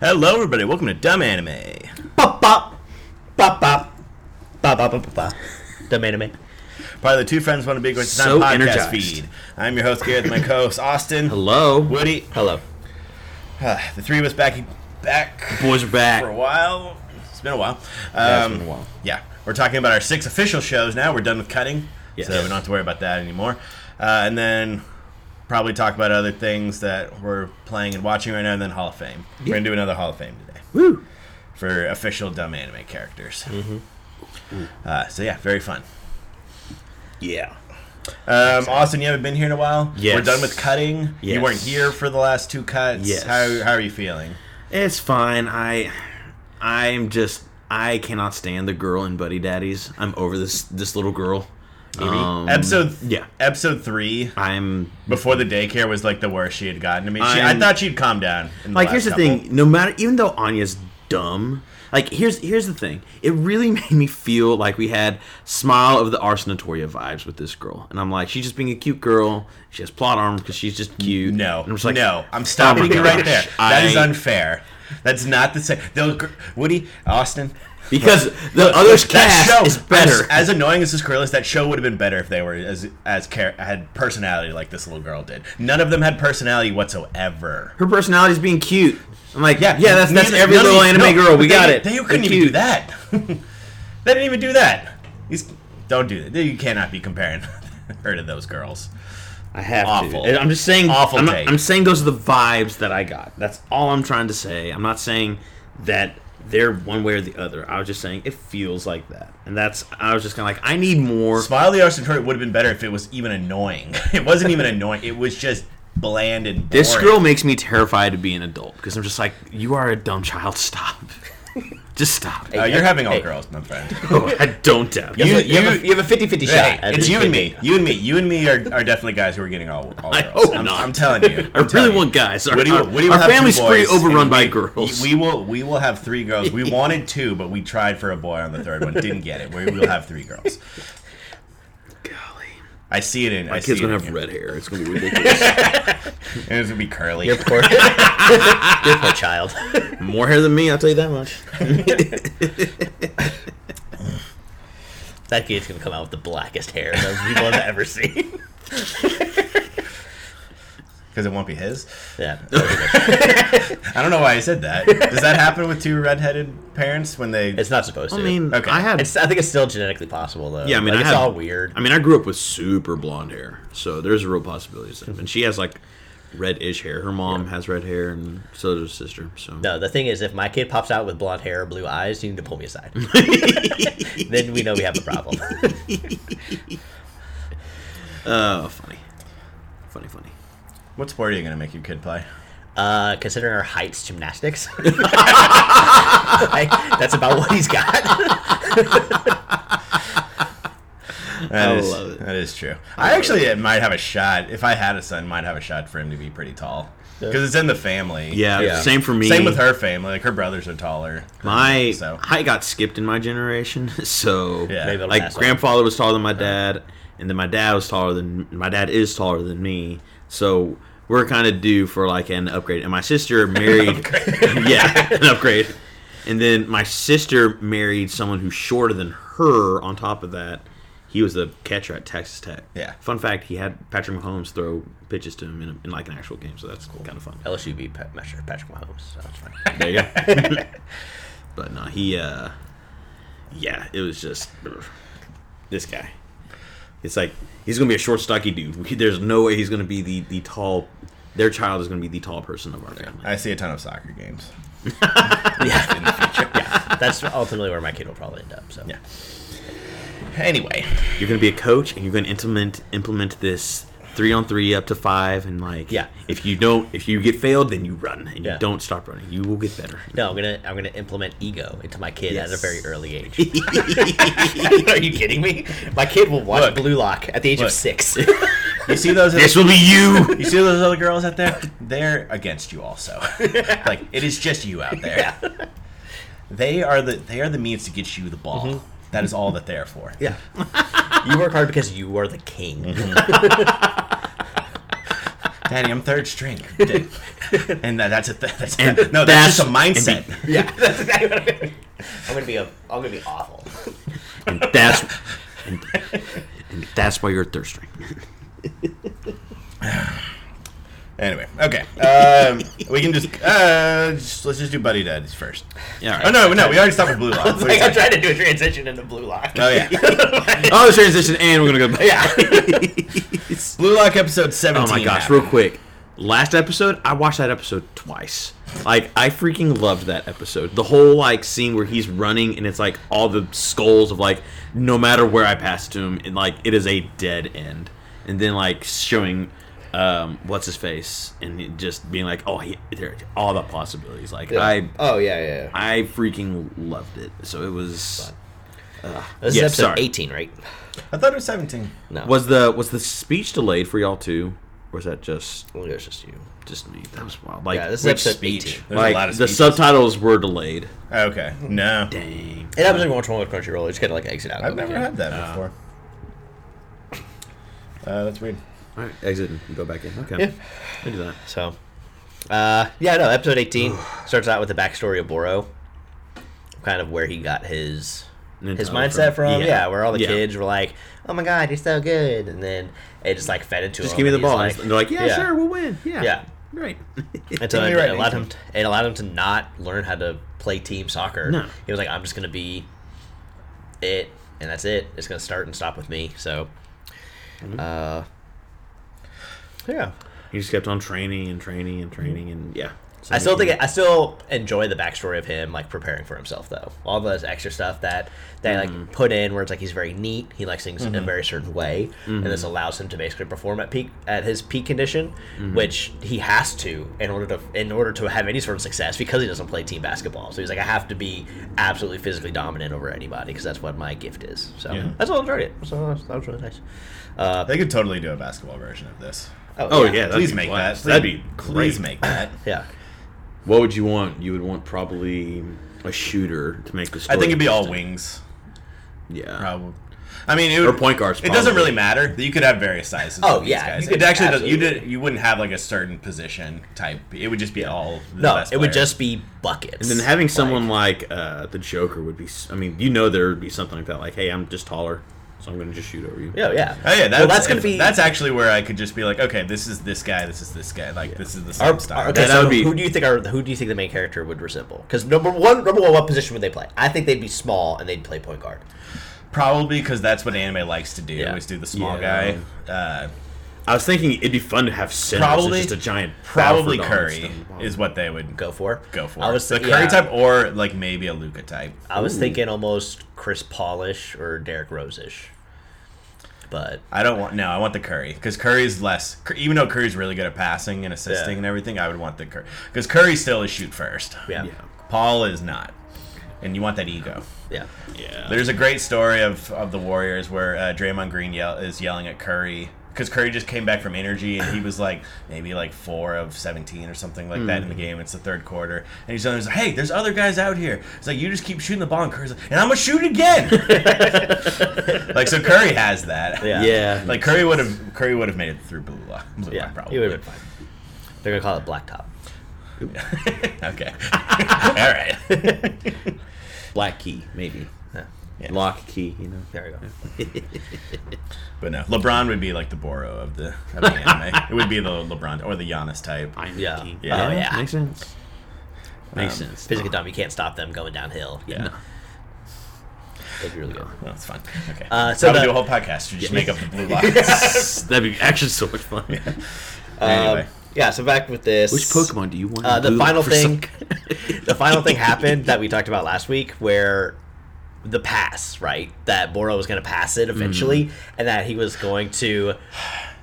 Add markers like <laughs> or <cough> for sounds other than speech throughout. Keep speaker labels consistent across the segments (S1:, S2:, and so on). S1: Hello, everybody. Welcome to Dumb Anime.
S2: Bop bop. Bop bop. Bop bop bop bop bop. Dumb anime.
S1: Part of the Two Friends Want to Be Great Tonight
S2: So
S1: podcast
S2: energized.
S1: feed. I'm your host, Gareth, my co-host, Austin.
S2: Hello.
S1: Woody.
S2: Hello.
S1: Ah, the three of us back, back
S2: Boys are back.
S1: for a while. It's been a while. Um,
S2: Yeah, it's been a while.
S1: yeah. we're talking about our six official shows now. We're done with cutting,
S2: Yes.
S1: so we don't have to worry about that anymore. Uh, and then probably talk about other things that we're playing and watching right now, and then Hall of Fame. We're going to do another Hall of Fame today.
S2: Woo.
S1: for official dumb anime characters.
S2: Mm-hmm.
S1: Uh, so yeah, very fun.
S2: Yeah.
S1: Um, Austin, you haven't been here in a while.
S2: Yes.
S1: We're done with cutting. You
S2: Yes.
S1: weren't here for the last two cuts.
S2: Yes.
S1: How, how are you feeling?
S3: It's fine. I I'm just I cannot stand the girl in Buddy Daddies. I'm over this this little girl. Um,
S1: episode
S3: yeah.
S1: episode three
S3: I'm
S1: before the daycare was like the worst she had gotten. I mean, she, I
S3: I'm-
S1: thought she'd calm down. in
S3: like
S1: last
S3: here's the
S1: couple.
S3: thing, no matter even though Anya's dumb, like here's here's the thing. It really <laughs> made me feel like we had smile of the Ars Notoria vibes with this girl. And I'm like, she's just being a cute girl. She has plot armor because she's just cute.
S1: No,
S3: And I'm just like,
S1: no, I'm stopping
S3: oh my
S1: you right
S3: gosh, <laughs>
S1: there. That is
S3: I-
S1: unfair. That's not the same. They'll, Woody, Austin, <laughs>
S3: Because the other's cast is better.
S1: As, as annoying as this girl is, that show would have been better if they were as as char- had personality like this little girl did. None of them had personality whatsoever.
S3: her personality's being cute. I'm like, yeah,
S1: Yeah,
S3: yeah, that's that's
S1: neither-
S3: every
S1: none of
S3: little
S1: these-
S3: anime
S1: no,
S3: girl. We
S1: they-
S3: got it.
S1: They
S3: They're
S1: couldn't even do
S3: cute.
S1: that. <laughs> they didn't even do that. These don't do that. You cannot be comparing <laughs> her to those girls.
S3: I have
S1: Awful.
S3: to. I'm just saying.
S1: Awful
S3: I'm, not-
S1: take.
S3: I'm saying those are the vibes that I got. That's all I'm trying to say. I'm not saying that they're one way or the other. I was just saying it feels like that, and that's. I was just kind of like, I need more.
S1: Smile the Arson Turret would have been better if it was even annoying. <laughs> it wasn't even annoying. It was just bland and boring.
S3: This girl makes me terrified to be an adult because I'm just like, you are a dumb child. Stop. <laughs> just stop.
S1: Uh, you're having all
S4: Hey.
S1: girls, my
S3: <laughs>
S1: friend.
S3: Oh, I don't doubt.
S1: You-
S3: it.
S4: You, you,
S1: you-
S4: have, a, you have a 50 50
S1: Hey,
S4: shot. at
S1: it's
S4: it.
S1: you and me. You and me. You and me are, are definitely guys who are getting all, all
S3: <laughs> I
S1: girls.
S3: hope
S1: I'm,
S3: not.
S1: I'm telling you.
S3: <laughs> I
S1: I'm telling
S3: really
S1: you.
S3: want guys. Our,
S1: Woody will-
S3: our-
S1: Woody will
S3: our
S1: have two
S3: family's
S1: boys,
S3: pretty overrun
S1: and
S3: by
S1: we-
S3: girls.
S1: We will we will have three girls. We wanted two, but we tried for a boy on the third one. Didn't get it. We will have three girls.
S3: Golly.
S1: I see it in. I
S3: My
S1: see
S3: kid's
S1: it
S3: gonna
S1: in
S3: have
S1: you.
S3: red hair. It's gonna be ridiculous.
S1: And it's gonna be curly.
S3: <laughs>
S4: You're poor. You're poor child. <laughs>
S3: More hair than me, I'll tell you that much.
S4: That kid's gonna come out with the blackest hair that people have ever seen. <laughs>
S1: Because it won't be his.
S4: Yeah.
S1: I don't know why I said
S3: <laughs>
S1: that. Does that happen with two redheaded parents when they?
S4: It's not supposed to.
S3: I mean,
S1: Okay.
S3: I had.
S4: it's, I think it's still genetically possible, though.
S3: yeah, I mean,
S4: Like,
S3: I had,
S4: it's all weird.
S3: I mean, I grew up with super blonde hair, so there's real possibilities. And she has like red-ish hair. Her mom has red hair, and so does her sister. So
S4: no, the thing is, if my kid pops out with blonde hair or blue eyes, you need to pull
S3: <laughs>
S4: me aside. then we know we have a problem.
S3: uh, funny, funny, funny.
S1: What sport are you gonna make your kid
S3: <laughs>
S1: play?
S4: Uh, considering our heights, gymnastics. <laughs> Like, that's about what he's got. <laughs>
S1: That
S3: I
S1: is-
S3: love it.
S1: That is true. I, actually might have a shot. If I had a son, might have a shot for him to be pretty tall. Because it's in the family.
S3: Yeah,
S4: Yeah.
S3: same for me.
S1: Same with her family. Like her brothers are taller. than
S3: My
S1: me, <laughs> so
S3: height got skipped in my generation, <laughs> so
S1: Yeah.
S4: Maybe it'll
S3: like
S4: pass on.
S3: grandfather was taller than my dad, and then my dad was taller than my dad is taller than me. So we're kind of due for like an upgrade. And
S1: <laughs>
S3: my sister married, <laughs> yeah, an upgrade. And then my sister married someone who's shorter than her. On top of that, he was the catcher at Texas Tech.
S1: Yeah.
S3: Fun fact: he had Patrick Mahomes throw pitches to him in, a, in like an actual game, so that's kind of fun.
S4: LSU beat Pat- Patrick Mahomes. So it's fine.
S3: There you go.
S1: <laughs>
S3: but no, he, uh, yeah, it was just this guy. It's like he's gonna be a short, stocky dude. <laughs> We- There's no way he's gonna be the the tall. Their child is gonna be the tall person of our family.
S1: I see a ton of soccer
S3: <laughs>
S1: games. <laughs>
S4: That's ultimately where my kid will probably end up. So
S1: Yeah. Anyway,
S3: You're gonna be a coach, and you're gonna implement implement this three on three up to five, and like,
S4: Yeah.
S3: if you don't, if you get failed, then you run, and
S4: Yeah.
S3: you don't stop running. You will get
S1: <laughs>
S3: better.
S4: No, I'm gonna I'm gonna implement ego into my kid at a
S3: Yes.
S4: very early age. <laughs> Are you kidding me? My kid will watch
S1: Look.
S4: Blue Lock at the age
S1: Look.
S4: of <laughs> six.
S1: you see
S3: <laughs>
S1: those.
S3: This will be you.
S1: you see those other girls out there? They're against you also. <laughs> like it is just you out there. They are the they are the means to get you the ball.
S3: Mm-hmm.
S1: That is all that they are for.
S4: yeah. Mm-hmm. <laughs> You work hard because you are the king.
S1: Daddy, I'm third string.
S3: <laughs>
S1: and that, that's a th- that's
S3: And
S1: <laughs> no, that's,
S3: that's-
S1: just a mindset.
S4: Yeah, <laughs> that's exactly what I'm gonna be. I'm gonna be a, I'm gonna be awful. <laughs>
S3: and that's
S1: <laughs>
S3: and, and that's why you're third string.
S1: Anyway, okay, um, we can just, uh, just let's just do Buddy Daddies first.
S3: Yeah.
S4: <laughs>
S1: Oh no, no, we already stopped with
S3: <laughs>
S1: Blue Lock.
S4: It's like I'm trying to do a transition into Blue Lock.
S1: Oh
S4: <laughs>
S1: yeah.
S3: Oh, the transition, and we're gonna go. Back.
S4: yeah.
S1: Blue Lock episode 17.
S3: <laughs> Oh my gosh,
S1: happened.
S3: real quick. Last episode, I watched that episode twice. Like, I freaking loved that episode. The whole like scene where he's running and it's like all the skulls of like no matter where I pass to him, and like it is a dead end. And then like showing um what's his face and it just being like, oh, he, there all the possibilities. Like I
S4: Oh yeah, yeah. yeah.
S3: I freaking loved it. So it was
S4: This
S3: Yeah,
S4: is episode
S3: sorry.
S4: 18, right?
S1: I thought it was 17.
S4: No,
S3: was the was the speech delayed for y'all too, or is that just
S4: Well, there's just you.
S3: just me? That was wild. Like
S4: Yeah, this is
S1: Which
S4: episode
S1: speech?
S4: 18.
S1: There's
S3: like
S1: a lot of
S3: the
S1: speeches.
S3: subtitles were delayed.
S1: Okay. No.
S3: Dang.
S4: It happens when you watch one with Crunchyroll. You just gotta like exit out. and
S1: I've
S4: go back
S1: never
S4: in.
S1: had that before. Uh, that's weird.
S3: All right, exit and go back in. Okay, I do that.
S4: So, uh, yeah, no.
S3: <sighs>
S4: Episode 18 starts out with the backstory of Boro, kind of where he got his
S3: Mentality
S4: his mindset
S3: Oh, from-
S4: from.
S3: yeah.
S4: Yeah, where all the
S3: Yeah.
S4: kids were like, "Oh my God, you're so good," and then it just like fed into
S3: Just
S4: him.
S3: give me the
S4: and he's
S3: ball. and they're like, yeah,
S4: yeah.
S3: sure, we'll win. Yeah,
S4: Yeah. <laughs>
S3: right. <laughs>
S4: And so
S1: You're
S4: it,
S1: right,
S4: it allowed him.
S1: 18.
S4: To, it allowed him to not learn how to play team soccer.
S3: No.
S4: He was like, "I'm just gonna be it, and that's it. It's gonna start and stop with me." So,
S3: Mm-hmm.
S4: uh, yeah.
S3: he just kept on training and training and training and yeah. So
S4: I still
S3: he-
S4: think I still enjoy the backstory of him, like preparing for himself, though. All those extra stuff that they like put in, where it's like he's very neat, he likes things in a very certain way, and this allows him to basically perform at peak at his peak condition, which he has to in order to in order to have any sort of success because he doesn't play team basketball. So he's like, I have to be absolutely physically dominant over anybody because that's what my gift is. So
S3: Yeah.
S4: that's all I enjoyed it. So that was, that was really nice. Uh,
S1: They could totally do a basketball version of this.
S3: Oh yeah, that'd
S1: Please
S3: be
S1: make
S3: blast.
S1: that.
S3: That'd be
S1: Please
S3: great.
S1: make that.
S4: yeah.
S3: What would you want? You would want probably a shooter to make the
S1: I
S3: story.
S1: think it'd be all
S3: interesting.
S1: wings.
S3: Yeah.
S1: Probably. I mean, it would,
S3: Or point guards,
S1: It doesn't
S3: probably.
S1: really matter. You could have various sizes.
S4: Oh,
S1: of these
S4: yeah,
S1: guys.
S4: you could
S1: It actually does. You
S4: absolutely.
S1: did. You wouldn't have like a certain position type. It would just be all. The
S4: No,
S1: best
S4: it would
S1: player.
S4: just be buckets.
S3: And then having someone like uh, the Joker would be. s- I mean, you know, there would be something like that. Like, hey, I'm just taller, so I'm gonna just shoot over you.
S4: Yeah, yeah.
S1: Oh yeah, that's,
S4: well, that's gonna be
S1: that's actually where I could just be like, okay, this is this guy, this is this guy, like this is the same
S4: Our,
S1: style.
S4: our, okay,
S3: That
S4: so
S3: would be-
S4: who do you think are who do you think the main character would resemble? Because number one, number one, what position would they play? I think they'd be small and they'd play point guard.
S1: Probably because that's what anime likes to do.
S4: Yeah.
S1: Is do the small
S3: Yeah.
S1: guy. Uh,
S3: I was thinking it'd be fun to have centers.
S1: Probably-
S3: Probably just a giant.
S1: probably
S3: Alfred
S1: Curry
S3: Armstrong bomb.
S1: is what they would go
S4: Go for
S1: go for.
S4: I was
S1: the
S4: thi-
S1: Curry
S4: yeah.
S1: type or like maybe a Luca type.
S4: I was thinking almost Chris Paulish or Derek Rose-ish. But
S1: I don't want no. I want the Curry because Curry's less. Cur- Even though Curry's really good at passing and assisting
S4: Yeah.
S1: and everything, I would want the Curry because Curry still is shoot first.
S4: yeah,
S3: Yeah.
S4: yeah,
S1: Paul is not, and you want that ego.
S3: Yeah.
S1: There's a great story of, of the Warriors where uh, Draymond Green yell, is yelling at Curry because Curry just came back from energy and he was like maybe like four of seventeen or something like that in the game. It's the third quarter and he's always like, "Hey, there's other guys out here." It's like you just keep shooting the ball, and Curry's like, "And I'm gonna shoot again." like so, Curry has that.
S4: Yeah.
S3: yeah.
S1: Like Curry would have Curry would have made it through blue lock. Blue
S4: yeah.
S1: lock probably.
S4: He would have been fine. They're gonna call it Blacktop.
S1: <laughs> okay. All right.
S3: black key, maybe.
S4: Yeah.
S3: Lock key, you know.
S4: There we go.
S1: But no, LeBron would be like the Boro of the, of
S4: <laughs>
S1: the anime. it would be the LeBron or the Giannis type.
S4: Yeah.
S1: Yeah.
S3: Yeah. Um,
S4: Oh yeah.
S3: Makes sense. Makes sense. <laughs>
S4: Physically dumb. You can't stop them going downhill. Yeah,
S3: No.
S4: that'd be really good.
S1: No, it's fine. Okay.
S4: Uh, so
S1: so we
S4: the-
S1: do a whole podcast. You just make up the
S4: <laughs>
S1: blue lines.
S3: <laughs> That'd be actually so much fun.
S1: Anyway,
S4: Um, yeah. So back with this.
S3: Which Pokemon do you want?
S4: Uh,
S3: in
S4: the
S3: blue
S4: final
S3: for
S4: thing,
S3: some-
S4: the final thing happened that we talked about last week, where the pass, right? That Boro was going to pass it eventually, and that he was going to.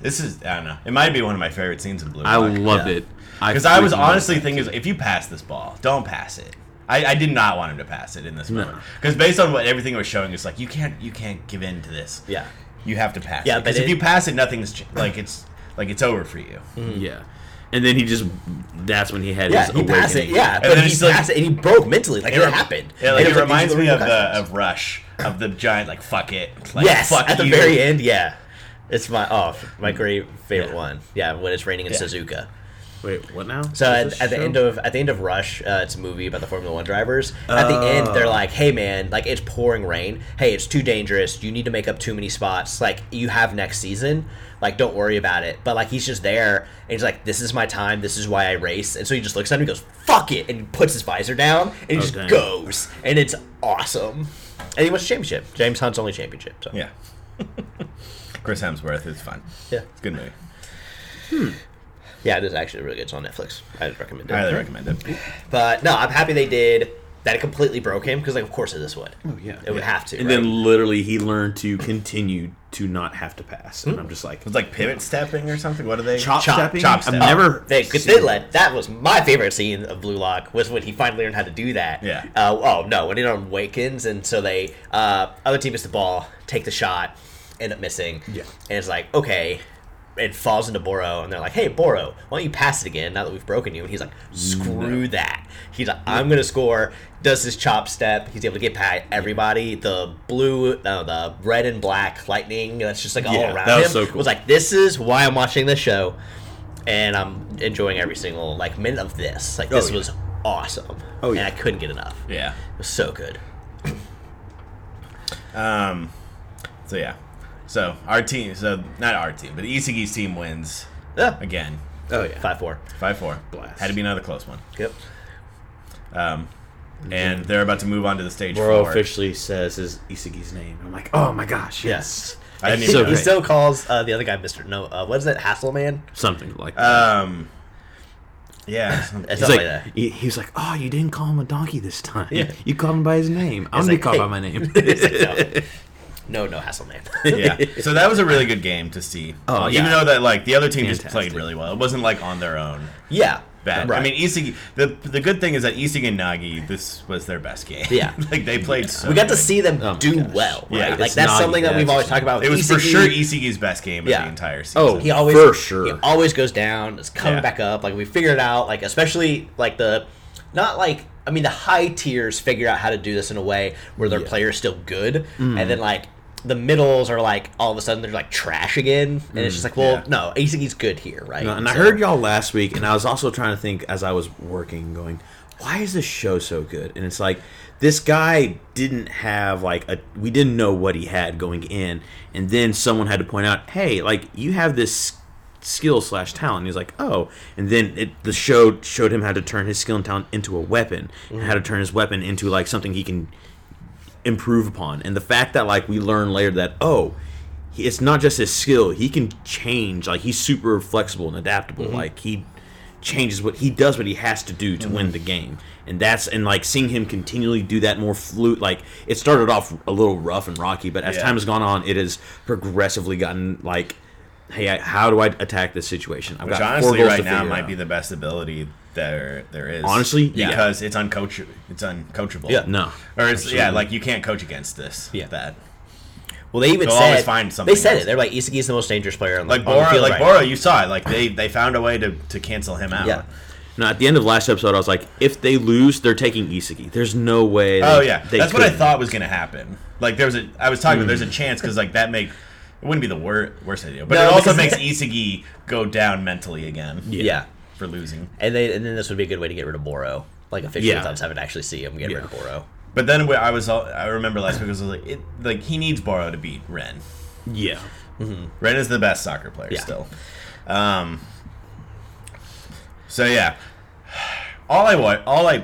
S1: this is I don't know. It might be one of my favorite scenes in Blue
S3: I
S1: Lock
S3: loved
S4: <laughs> yeah.
S3: it.
S1: because I was
S3: freaking loved
S1: honestly
S3: it.
S1: thinking, if you pass this ball, don't pass it. I, I did not want him to pass it in this
S3: No.
S1: moment because based on what everything was showing, it's like you can't you can't give in to this.
S4: Yeah,
S1: You have to pass.
S4: Yeah,
S1: Yeah,
S4: but
S1: because if
S4: it- Mm-hmm.
S1: you pass it, nothing's ch- like it's like it's over for you.
S3: Yeah. And then he just. That's when he had
S4: Mm. yeah,
S3: his
S4: he passed it.
S3: awakening.
S4: Yeah,
S1: then
S4: but he
S1: it's like-
S4: passed it, and he broke mentally. Like it,
S1: rem-
S4: happened.
S1: Yeah,
S4: And
S1: like, it,
S4: was these
S1: reminds
S4: are
S1: me
S4: the
S1: of the
S4: repercussions.
S1: of Rush of the giant like fuck it. Like,
S4: yes
S1: fuck
S4: at the
S1: you.
S4: very end. Yeah, It's my off my great favorite one. Yeah, when it's raining in
S1: Yeah.
S4: Suzuka.
S3: Wait, what now?
S4: So
S3: Is
S4: at,
S3: this
S4: at the
S3: show?
S4: end of at the end of Rush, uh, it's a movie about the Formula One drivers. At the end, they're like, "Hey man, like it's pouring rain. Hey, it's too dangerous. You need to make up too many spots. Like you have next season. Like don't worry about it." But like he's just there, and he's like, "This is my time. This is why I race." And so he just looks at him, he goes, "Fuck it," and puts his visor down, and he
S3: Oh,
S4: just
S3: dang.
S4: goes, and it's awesome. And he wins the championship. James Hunt's only championship. So.
S1: Yeah. <laughs> Chris Hemsworth is fun.
S4: Yeah.
S1: It's a good movie.
S4: yeah, it is actually really good. It's on Netflix. I'd recommend it.
S1: I highly recommend it.
S4: But no, I'm happy they did that. It completely broke him because, like, of course, this would. Oh
S3: yeah.
S4: it would have to.
S3: and
S4: right?
S3: then literally he learned to continue to not have to pass,
S4: Hmm.
S3: and I'm just like
S1: It's like pivot stepping or something. What are they?
S3: chop,
S4: Chop-
S3: stepping.
S1: chop
S3: I've
S1: step.
S3: never.
S4: They,
S3: seen
S4: they let, that was my favorite scene of Blue Lock was when he finally learned how to do that.
S1: Yeah.
S4: Uh, oh no, when it awakens and so they uh, other team gets the ball, take the shot, end up missing.
S3: Yeah.
S4: And it's like okay, it falls into Boro and they're like, hey Boro, why don't you pass it again now that we've broken you? And he's like, screw that. He's like, I'm gonna score. Does his chop step? He's able to get past everybody. The blue, no, the red and black lightning. That's just like all
S3: Yeah,
S4: around
S3: that was
S4: him.
S3: so cool.
S4: was like, this is why I'm watching this show and I'm enjoying every single like minute of this. Like this
S3: Oh, yeah.
S4: was awesome.
S3: Oh, yeah.
S4: and I couldn't get enough.
S1: Yeah.
S4: It was so good.
S1: Um, so yeah. So our team, so not our team, but Isagi's team wins
S4: Yeah.
S1: again,
S3: Oh yeah.
S4: Five four.
S1: five four.
S3: Blast.
S1: Had to be another close one.
S4: Yep.
S1: Um, and they're about to move on to the stage
S3: Bro
S1: four.
S3: officially says his Isagi's name. I'm like, oh my gosh, yes,
S4: Yes.
S1: I didn't
S4: He,
S1: even
S3: So
S1: know.
S4: he
S3: great.
S4: still calls uh, the other guy Mister No. Uh, what is it?
S1: <laughs>
S4: Hasselman.
S3: something like that.
S1: Um, yeah. some-
S4: It's
S3: He's
S4: Uh, something
S3: like,
S4: like, that.
S3: he, he was like, oh, you didn't call him a donkey this time.
S1: Yeah.
S3: You called him by his name. I'm gonna
S4: like,
S3: call
S4: hey.
S3: by my name.
S4: <laughs> No, no Hasselman.
S1: yeah. So that was a really good game to see.
S3: Oh,
S1: Even
S3: yeah.
S1: though that like the other team just
S3: Fantastic.
S1: played really well. It wasn't like on their own.
S4: <laughs> yeah.
S1: Bad.
S4: Right.
S1: I mean, Isigi. The the good thing is that Isigi and Nagi, this was their best game.
S4: Yeah.
S1: <laughs> like they played so.
S4: we got to
S1: good.
S4: see them
S3: Oh my
S4: do
S3: gosh.
S4: well. Right?
S1: Yeah,
S4: like
S1: it's
S4: that's
S3: not-
S4: something that
S3: yeah,
S4: we've
S3: it's
S4: always
S3: just-
S4: talked about. E
S1: It was for
S4: Isagi.
S1: sure Isigi's best game of
S4: Yeah.
S1: the entire season.
S3: Oh,
S4: He always
S3: for sure.
S4: He always goes down. It's coming
S1: Yeah.
S4: back up. Like we figured it out. Like especially like the, not like I mean the high tiers figure out how to do this in a way where their
S3: Yeah. Mm.
S4: player's still good, and then like the middles are like all of a sudden they're like trash again, and it's just like well
S1: yeah.
S4: no Isagi's good here right.
S3: Mm, and I
S4: So-
S3: heard y'all last week, and I was also trying to think as I was working, going, why is this show so good? And it's like this guy didn't have like a we didn't know what he had going in, and then someone had to point out, hey, like you have this skill slash talent. And he's like, oh, and then it, the show showed him how to turn his skill and talent into a weapon, and how to turn his weapon into like something he can improve upon. And the fact that like we learn later that oh, he- it's not just his skill; he can change. Like he's super flexible and adaptable.
S1: Mm-hmm.
S3: Like he changes what he does, what he has to do to win the game. And that's and like seeing him continually do that more flute. Like it started off a little rough and rocky, but as
S1: Yeah.
S3: time has gone on, it has progressively gotten like. Hey, I, how do I attack this situation? I've
S1: Which
S3: four
S1: honestly,
S3: goals
S1: right
S3: to
S1: now
S3: figure
S1: might
S3: out.
S1: be the best ability there there is.
S3: Honestly, yeah.
S1: because it's uncoachable. It's uncoachable.
S4: Yeah.
S3: no.
S1: Or it's yeah, like you can't coach against this.
S4: Yeah.
S1: That
S4: well they even
S1: They'll
S4: said
S1: always find something
S4: they said
S1: else.
S4: it. They're like Isagi's the most dangerous player. On,
S1: like
S4: on the
S1: Bora,
S4: field
S1: like
S4: right now."
S1: Bora, you saw it. Like they they found a way to to cancel him out.
S4: Yeah.
S3: No, at the end of last episode, I was like, if they lose, they're taking Isagi. There's no way.
S1: Oh
S3: they-
S1: yeah,
S3: they
S1: that's what I
S3: couldn't. Mm.
S1: thought was gonna happen. Like there was a, I was talking about there's a chance because like that make it wouldn't be the wor- worst idea, but
S4: No,
S1: it also
S4: because-
S3: <laughs>
S1: makes Isagi go down mentally again.
S4: Yeah.
S1: for losing.
S4: And they and then this would be a good way to get rid of Boro. Like officially
S3: Yeah.
S4: without us having to actually see him get rid
S3: Yeah.
S4: of Boro.
S1: But then when I was all, I remember last week I was like it like he needs Boro to beat Ren.
S3: Yeah.
S1: Ren is the best soccer player
S4: Yeah.
S1: still. Um. So yeah, all I want, all I,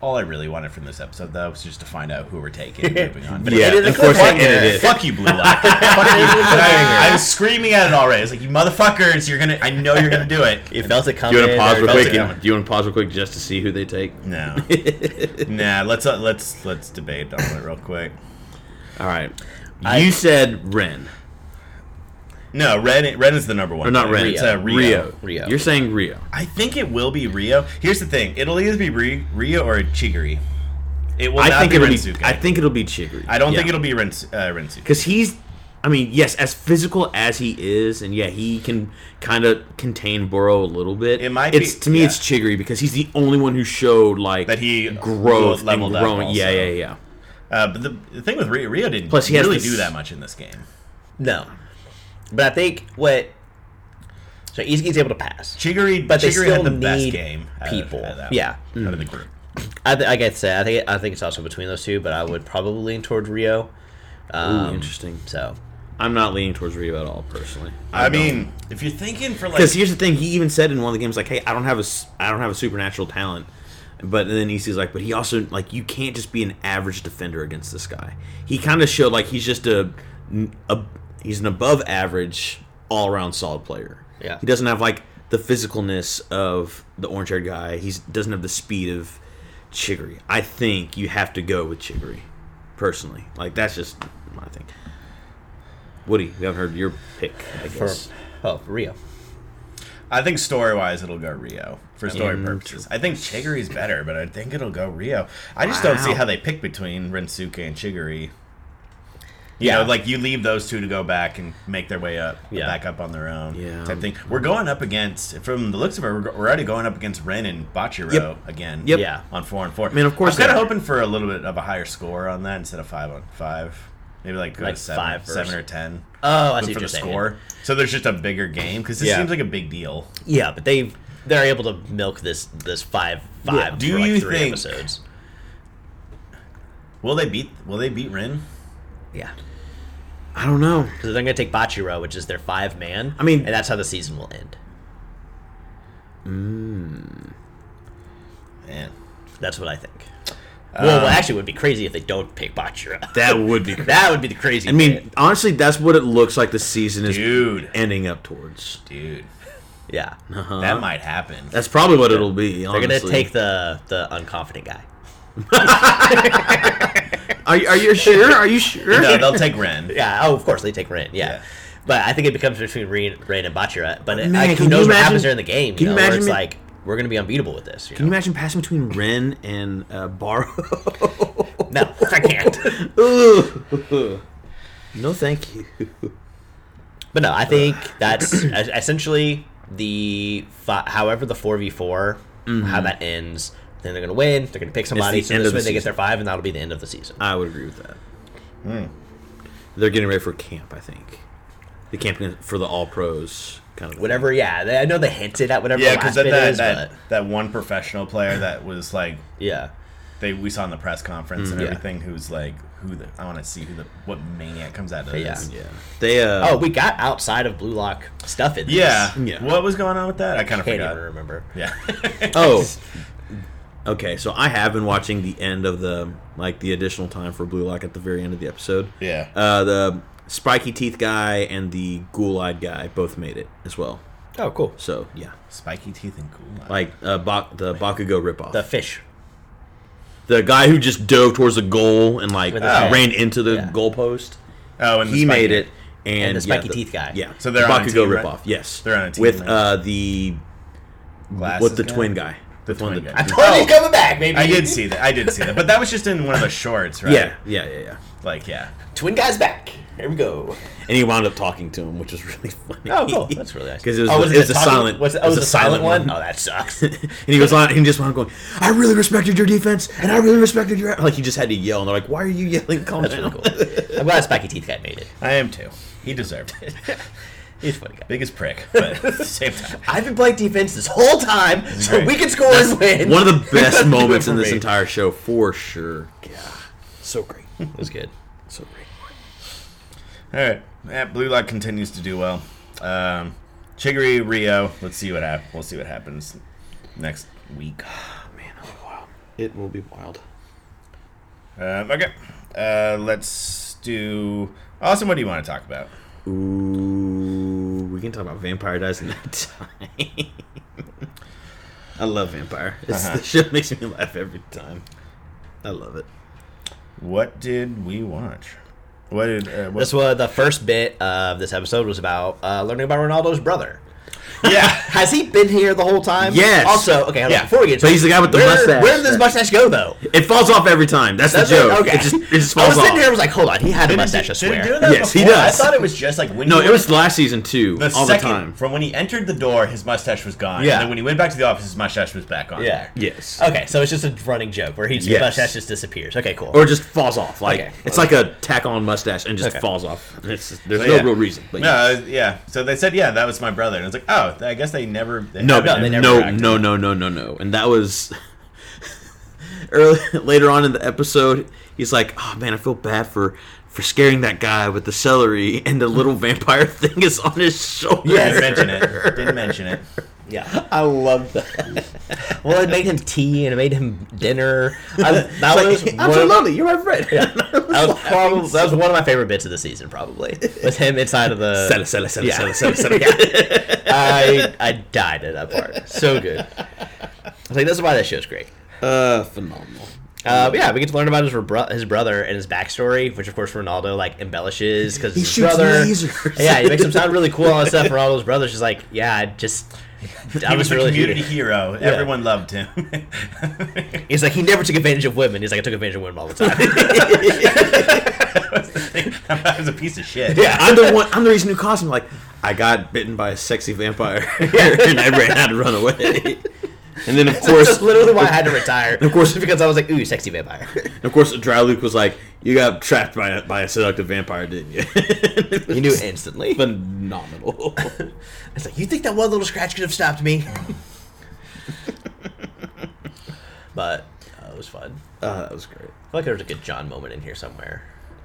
S1: all I really wanted from this episode though was just to find out who we're taking. and moving
S3: <laughs>
S1: on.
S4: Yeah, ended in a
S3: unfortunately,
S4: cliffhanger.
S3: it ended.
S1: Fuck you, Blue
S3: <laughs>
S1: Lock. Fuck you. I, I was screaming at it already. I was like, you motherfuckers, you're gonna. I know you're gonna do
S3: <laughs>
S1: it.
S4: You felt it
S3: Do
S4: coming.
S3: you want to pause
S4: or-
S3: real
S1: Bell's
S3: quick?
S1: a good
S3: and-
S1: one.
S3: Do you want to pause real quick just to see who they take?
S1: No. nah. Let's uh, let's let's debate on it real quick.
S3: All right.
S4: I-
S3: you said Ren.
S1: No, Ren. Ren is the number one.
S3: Or not Ren.
S1: It's uh, Rio.
S3: Rio.
S4: Rio.
S3: You're saying Rio.
S1: I think it will be Rio. Here's the thing. It'll either be Ri- Rio or Chiguri. It will
S3: I
S1: not
S3: think
S1: be
S3: it'll
S1: Rensuke.
S3: be. I think it'll be Chiguri.
S1: I don't think it'll be Rens- uh, Rensuke.
S3: because he's. I mean, yes, as physical as he is, and yeah, he can kind of contain Burrow a little bit.
S1: It might
S3: It's
S1: be-
S3: to me,
S1: yeah.
S3: it's Chiguri because he's the only one who showed like
S1: That he
S3: growth
S1: leveled
S3: and
S1: up
S3: growing. Yeah,
S1: also.
S3: yeah, yeah.
S1: Uh, but the, the thing with Rio, Rio didn't
S3: Plus he has
S1: really
S3: this-
S1: do that much in this game.
S4: No. But I think what so Izuki's able to pass,
S1: Chiguri,
S4: but they
S1: Chiguri
S4: still
S1: had the
S4: need
S1: best game. out of-
S4: people.
S1: out of that one,
S4: yeah,
S1: out of the group.
S4: I th- like I said, I think I think it's also between those two, but I would probably lean toward Rio. Um,
S3: interesting.
S4: So
S3: I'm not leaning towards Rio at all personally.
S1: I, mean, if you're thinking for like,
S3: Because here's the thing, he even said in one of the games, like, "Hey, I don't have a, s- I don't have a supernatural talent," but then Issa's like, "But he also like, you can't just be an average defender against this guy." He kind of showed like he's just a, a, he's an above average all around solid player.
S4: Yeah.
S3: he doesn't have like the physicalness of the orange haired guy. He doesn't have the speed of Chiggery. I think you have to go with Chiggery, personally. Like that's just my thing. Woody, we haven't heard your pick. I
S4: for
S3: guess.
S4: oh Rio,
S1: I think story wise, it'll go Rio for story
S3: Mm,
S1: purposes. I think Chigury's better, but I think it'll go Rio. I just don't see
S3: Wow.
S1: how they pick between Rensuke and Chiguri. You know, like you leave those two to go back and make their way up,
S4: Yeah.
S1: back up on their own.
S3: Yeah.
S1: type thing. We're going up against, from the looks of it, we're, we're already going up against Ren and Bachiro
S3: Yep.
S1: again.
S3: Yep.
S4: Yeah.
S1: on four and four. I
S3: mean, of course
S1: I'm kind
S3: they
S1: of
S3: are.
S1: hoping for a little bit of a higher score on that instead of five on five. Maybe like go
S4: Like
S1: to seven,
S4: five versus-
S1: seven or ten.
S4: Oh, I see
S1: But
S4: what
S1: for
S4: you're
S1: the
S4: saying.
S1: score. So there's just a bigger game because this
S4: Yeah.
S1: seems like a big deal.
S4: yeah, but they they're able to milk this this five five.
S1: Yeah, do
S4: for like
S1: you
S4: three
S1: think-
S4: episodes?
S1: Will they beat? Will they beat Rin?
S4: Yeah,
S3: I don't know.
S4: because they're going to take Bachiro, which is their five man.
S3: I mean-
S4: and that's how the season will end.
S1: Man,
S4: That's what I think. well,
S1: Um,
S4: well, actually, it would be crazy if they don't pick Bachiro.
S3: That would be.
S4: that would be the crazy.
S3: <laughs> I mean,
S4: bit.
S3: honestly, that's what it looks like the season is
S1: Dude.
S3: ending up towards.
S1: dude,
S4: yeah,
S1: that might happen.
S3: That's probably what it'll be.
S4: they're
S3: Honestly.
S4: going to take the the unconfident guy.
S3: Are, you- are you sure? Are you sure?
S1: no,
S3: <laughs>
S1: they'll take Ren.
S4: Yeah. Oh, of course they take Rain. Yeah.
S1: Yeah.
S4: But I think it becomes between Rain, Rain and Bachira. But it,
S3: Man,
S4: like, who
S3: can
S4: knows
S3: you
S4: what happens
S3: imagine-
S4: during the game? You
S3: can you
S4: know, where
S3: imagine
S4: it's
S3: me-
S4: like we're going to be unbeatable with this. You
S3: Can you
S4: know?
S3: imagine passing between Ren and uh, Baro?
S4: no, <laughs>
S3: <laughs>
S4: I can't.
S3: Ooh. no, thank you.
S4: But no, I think that's es- essentially the fi- however the four v four how that ends. Then they're going to win. They're going to pick somebody.
S3: Mm-hmm. It's the
S4: So
S3: end
S4: this
S3: of the
S4: way they get
S3: season.
S4: their five, and that'll be the end of the season.
S3: I would agree with that. They're getting ready for camp. I think the camp for the all pros kind of
S4: Whatever. Yeah, they, I know they hinted at whatever.
S1: Yeah,
S4: the last
S1: because that
S4: bit
S1: that,
S4: is,
S1: that,
S4: but-
S1: that one professional player that was like
S4: yeah.
S1: they we saw in the press
S3: Mm,
S1: conference and
S4: yeah.
S1: everything. Who's like who? The, I want to see who the what maniac comes out of
S4: Yeah.
S1: this.
S3: Yeah, they. Uh,
S4: Oh, we got outside of Blue Lock stuff in this.
S1: Yeah.
S3: Yeah.
S1: What was going on with that? I kind of
S4: Can't
S1: forgot.
S4: even remember.
S1: Yeah. <laughs>
S3: Oh. Okay, so I have been watching the end of the like the additional time for Blue Lock at the very end of the episode.
S1: yeah.
S3: Uh, the spiky teeth guy and the ghoul eyed guy both made it as well.
S4: Oh, cool.
S3: So yeah,
S1: Spiky teeth and cool. eyes.
S3: like uh, ba- the Bakugo ripoff,
S4: The
S3: the,
S4: fish.
S3: the guy who just dove towards the goal and like
S4: With his head.
S3: ran into the
S4: Yeah.
S3: goalpost.
S1: oh, and the
S3: He
S1: spiky-
S3: made it, and,
S4: And the
S3: yeah,
S4: spiky teeth guy.
S3: Yeah,
S1: So they're
S3: the
S1: on a
S3: Bakugo
S1: team, right?
S3: ripoff. Yes,
S1: They're on a team
S3: with
S1: right?
S3: uh, the
S1: Glasses
S3: what the
S1: guy?
S3: twin guy,
S1: The
S3: one
S1: twin
S3: that- <laughs>
S1: guy.
S4: I thought he's coming back, maybe.
S1: I <laughs> did see that. I did see that. But that was just in one of the shorts, right?
S3: Yeah, yeah, yeah, yeah.
S1: Like yeah.
S4: Twin guy's back. Here we go.
S3: and he wound up talking to him, which was <laughs> really funny.
S4: Oh, cool. That's really nice.
S3: Because it was,
S4: Oh,
S3: the,
S4: was
S3: it
S4: it
S3: was
S4: the
S3: a
S4: talking-
S3: silent.
S4: was it- oh, it was the silent one? Oh, that sucks. <laughs>
S3: and he was on. He just wound up going, "I really respected your defense, and I really respected your." Like he just had to yell, and they're like, "Why are you yelling? Calm
S4: That's
S3: down."
S4: really
S3: <laughs>
S4: cool. I'm glad Spiky Teeth Guy made it.
S1: I am too. He deserved it.
S4: He's a funny guy.
S1: <laughs> Biggest prick, but <laughs> at the same time.
S4: I've been playing defense this whole time, so
S1: great.
S4: we can score and win.
S3: One of <laughs> the
S4: <laughs>
S3: best
S4: Do it
S3: moments
S4: for
S3: in this
S4: me.
S3: entire show, for sure. Yeah, so great,
S4: It was good.
S3: so great.
S1: All right. Yeah, Blue Lock continues to do well. Um, Chiguri, Rio. Let's see what happens. We'll see what happens next week.
S3: Man, it'll be wild. It will be wild.
S1: Um, okay. Uh, let's do. Austin, what do you want to talk about?
S3: Ooh, we can talk about Vampire Dies in that <laughs> time. I love Vampire. <laughs> It's
S1: Uh-huh.
S3: the show makes me laugh every time. I love it.
S1: What did we watch? What did uh, what,
S4: This was the first bit of this episode was about uh, learning about Ronaldo's brother.
S1: yeah.
S4: <laughs> Has he been here the whole time?
S3: Yes.
S4: Also, okay, hold on,
S1: Yeah.
S4: before we get
S3: But he's the guy with the
S4: where,
S3: mustache.
S4: Where did this mustache go, though?
S3: It falls off every time. That's,
S4: That's
S3: the joke.
S4: it, okay.
S3: It just, it just
S4: I was
S3: falls
S4: sitting here, I
S3: off.
S4: was like, hold on, he had a mustache, I
S1: Did
S4: swear.
S1: he do that
S3: Yes, he
S1: before?
S3: does.
S1: I thought it was just like when
S3: No,
S1: he
S3: it was
S1: went-
S3: last season too.
S1: the
S3: all
S1: second
S3: the time.
S1: from when he entered the door, his mustache was gone.
S4: Yeah.
S1: And then when he went back to the office, his mustache was back on.
S4: Yeah.
S1: there.
S3: Yes.
S4: Okay, so it's just a running joke where his
S3: Yes.
S4: mustache just disappears. Okay, cool.
S3: Or it just falls off. Like
S4: Okay.
S3: it's like a tack on mustache and just
S4: Okay.
S3: falls off. It's just- there's
S1: So,
S3: no
S1: yeah.
S3: real reason. But yeah.
S1: No, yeah. So they said, yeah, that was my brother, and I was like, oh, I guess they never. They
S3: No,
S1: haven't-
S3: no,
S4: no, they never
S3: no,
S4: reacted.
S3: no, no, no, no, And that was <laughs> early, later on in the episode. He's like, "Oh man, I feel bad for for scaring that guy with the celery, <laughs> and the little vampire <laughs> thing is on his shoulder."
S1: didn't mention
S3: <laughs>
S1: it. Didn't mention
S4: <laughs>
S1: it.
S4: yeah.
S2: <laughs> I love that.
S4: <laughs> Well, it made him tea and it made him dinner. I, that was
S3: Like,
S4: one of-
S3: absolutely, you're my friend. <laughs>
S4: That was probably that was one of my favorite bits of the season. Probably was him inside of the
S3: Sella, sella, sella,
S4: Yeah.
S3: sella, sella, sella.
S4: Yeah. I I died at that part. So good. I was like, this is why that show's great.
S3: <laughs> Uh, phenomenal.
S4: Uh, but yeah, we get to learn about his bro- his brother and his backstory, which of course Ronaldo like embellishes because his
S3: shoots
S4: brother.
S3: lasers.
S4: Yeah, he makes him sound really cool and all that stuff. Ronaldo's brother's just like, yeah, I just I
S1: He was a
S4: really
S1: community
S4: here."
S1: hero. Everyone loved him. <laughs>
S4: He's like, he never took advantage of women. He's like, I took advantage of women all the time.
S1: I was a piece of shit.
S4: Yeah.
S3: I'm the one. I'm the reason who caused him. Like, I got bitten by a sexy
S4: <laughs>
S3: vampire, <laughs> and I ran had to run away. And then of
S4: <laughs> That's
S3: course,
S4: literally why I had to retire. Of
S3: course.
S4: because I was like, ooh, sexy vampire.
S3: of course, Dry Luke was like, "You got trapped by a, by a seductive vampire, didn't you?" <laughs>
S4: You knew it <laughs> instantly. <laughs>
S3: phenomenal.
S4: It's like, you think that one little scratch could have stopped <laughs> me? but uh, it was fun.
S3: Uh, that was great.
S4: I feel like there was a good John moment in here somewhere.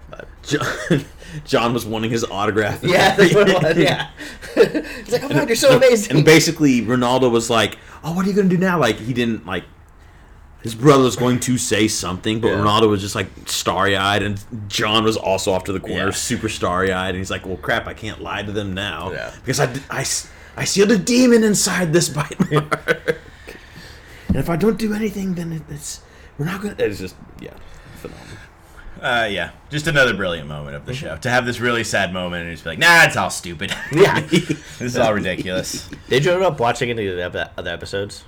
S4: But
S3: John, <laughs> John was wanting his autograph. <laughs>
S4: <laughs> yeah, that's what it was. Yeah, <laughs> it's like, oh my god, you're so
S3: And
S4: amazing.
S3: basically, Ronaldo was like, "Oh, what are you gonna do now?" Like he didn't like. His brother was going to say something, but
S4: Yeah.
S3: Ronaldo was just like starry eyed, and John was also off to the corner,
S4: Yeah.
S3: super starry eyed, and he's like, "Well, crap, I can't lie to them now
S4: Yeah.
S3: because I, d- I s- I sealed a demon inside this bite
S4: <laughs>
S3: mark, and if I don't do anything, then it, it's we're not gonna." It's just yeah, phenomenal.
S1: Uh, yeah. Just another brilliant moment of the
S4: Mm-hmm.
S1: show. To have this really sad moment and just be like, nah, it's all stupid. <laughs>
S4: Yeah.
S1: this is all ridiculous.
S4: Did you end up watching any of the ep- other episodes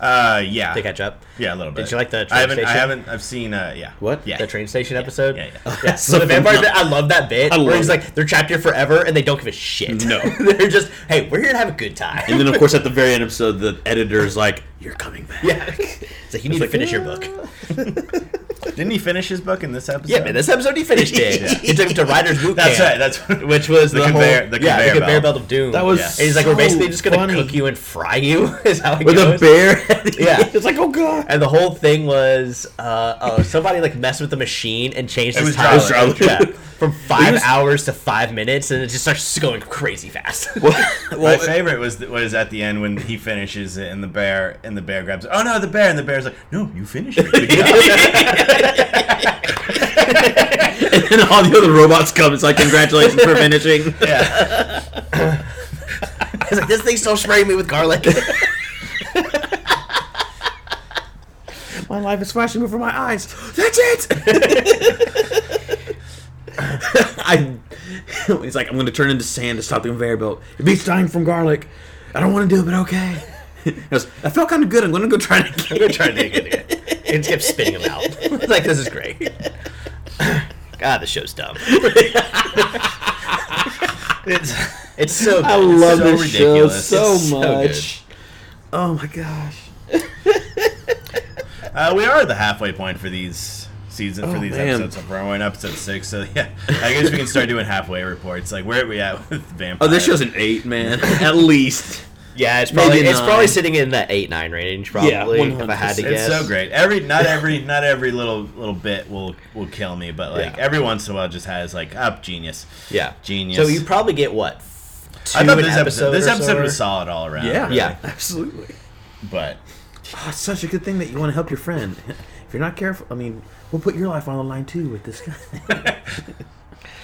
S1: Uh, yeah.
S4: to catch up?
S1: Yeah, a little bit.
S4: Did you like the train
S1: I haven't. I
S4: station?
S1: haven't. I've seen. Uh, yeah.
S3: What?
S1: Yeah.
S4: The train station episode.
S1: Yeah, <laughs> yeah.
S4: So the vampire, bit, I love that bit
S3: I
S4: where
S3: love
S4: he's
S3: it.
S4: like, they're trapped here forever and they don't give a shit.
S3: No.
S4: <laughs> they're just, hey, we're here to have a good time.
S3: And then of course at the very end episode, the editor's like, "You're coming back."
S4: <laughs> yeah, it's like you need to finish your book.
S1: "Ah." Didn't he finish his book in this episode?
S4: Yeah, man, this episode he finished
S1: <laughs>
S4: it.
S1: Yeah.
S4: He took him to Riders Boot Camp.
S1: That's right. That's
S4: <laughs> which was the,
S1: The conveyor-
S4: whole,
S1: the
S4: yeah,
S1: conveyor
S4: the conveyor
S1: belt.
S4: belt of doom.
S3: That was
S1: Yeah.
S4: And he's like, we're
S3: so
S4: basically just gonna
S3: funny.
S4: cook you and fry you. <laughs> Is how it
S3: with a
S4: goes.
S3: bear. <laughs>
S4: Yeah.
S3: it's like oh god.
S4: And the whole thing was, uh, oh, somebody like messed with the machine and changed
S1: It was
S4: his time
S3: Drowler.
S4: Yeah.
S3: <laughs>
S4: from five
S3: was-
S4: hours to five minutes, and it just starts going crazy fast. <laughs>
S1: My favorite was was at the end when he finishes it and the bear and the bear grabs. Oh no, the bear and the bear's like, no, you finished it.
S4: <laughs>
S1: Good job."
S3: <laughs> and then all the other robots come. It's like congratulations for finishing.
S1: yeah.
S4: He's like, this thing's still spraying me with
S3: <laughs>
S4: garlic. <laughs>
S3: My life is flashing before my eyes. That's it. <laughs> I. He's like, I'm gonna turn into sand to stop the conveyor belt. It beats dying from garlic. I don't want to do it, but okay. <laughs> He goes, I felt kind of good. I'm gonna go try it again.
S4: <laughs> I'm gonna try to dig it again. It just kept spitting him out. <laughs> It's like this is great. <laughs> God, the show's dumb.
S1: It's,
S4: It's so. Good.
S1: love so this show ridiculous. so
S4: It's so much.
S3: oh my gosh.
S1: uh, we are at the halfway point for these season for
S3: Oh,
S1: these
S3: man.
S1: episodes. So far, we're in episode six. So yeah, I guess we can start doing halfway reports. Like where are we at with vampire?
S3: Oh, this show's an eight, <laughs> man. At least.
S4: Yeah, it's probably
S3: Maybe
S4: it's
S3: nine.
S4: probably sitting in that eight nine range. Probably.
S3: Yeah,
S4: if I had to
S1: It's
S4: guess.
S1: so great. Every not every not every little little bit will will kill me, but like
S4: Yeah.
S1: every once in a while, just has like up genius.
S4: Yeah.
S1: Genius.
S4: So you probably get what? Two
S1: I thought
S4: an
S1: this episode, this
S4: or
S1: episode
S4: so?
S1: was solid all around. really.
S4: Yeah.
S3: Absolutely.
S1: but
S3: Oh, it's such a good thing that you want to help your friend. <laughs> If you're not careful, I mean, we'll put your life on the line too with this guy.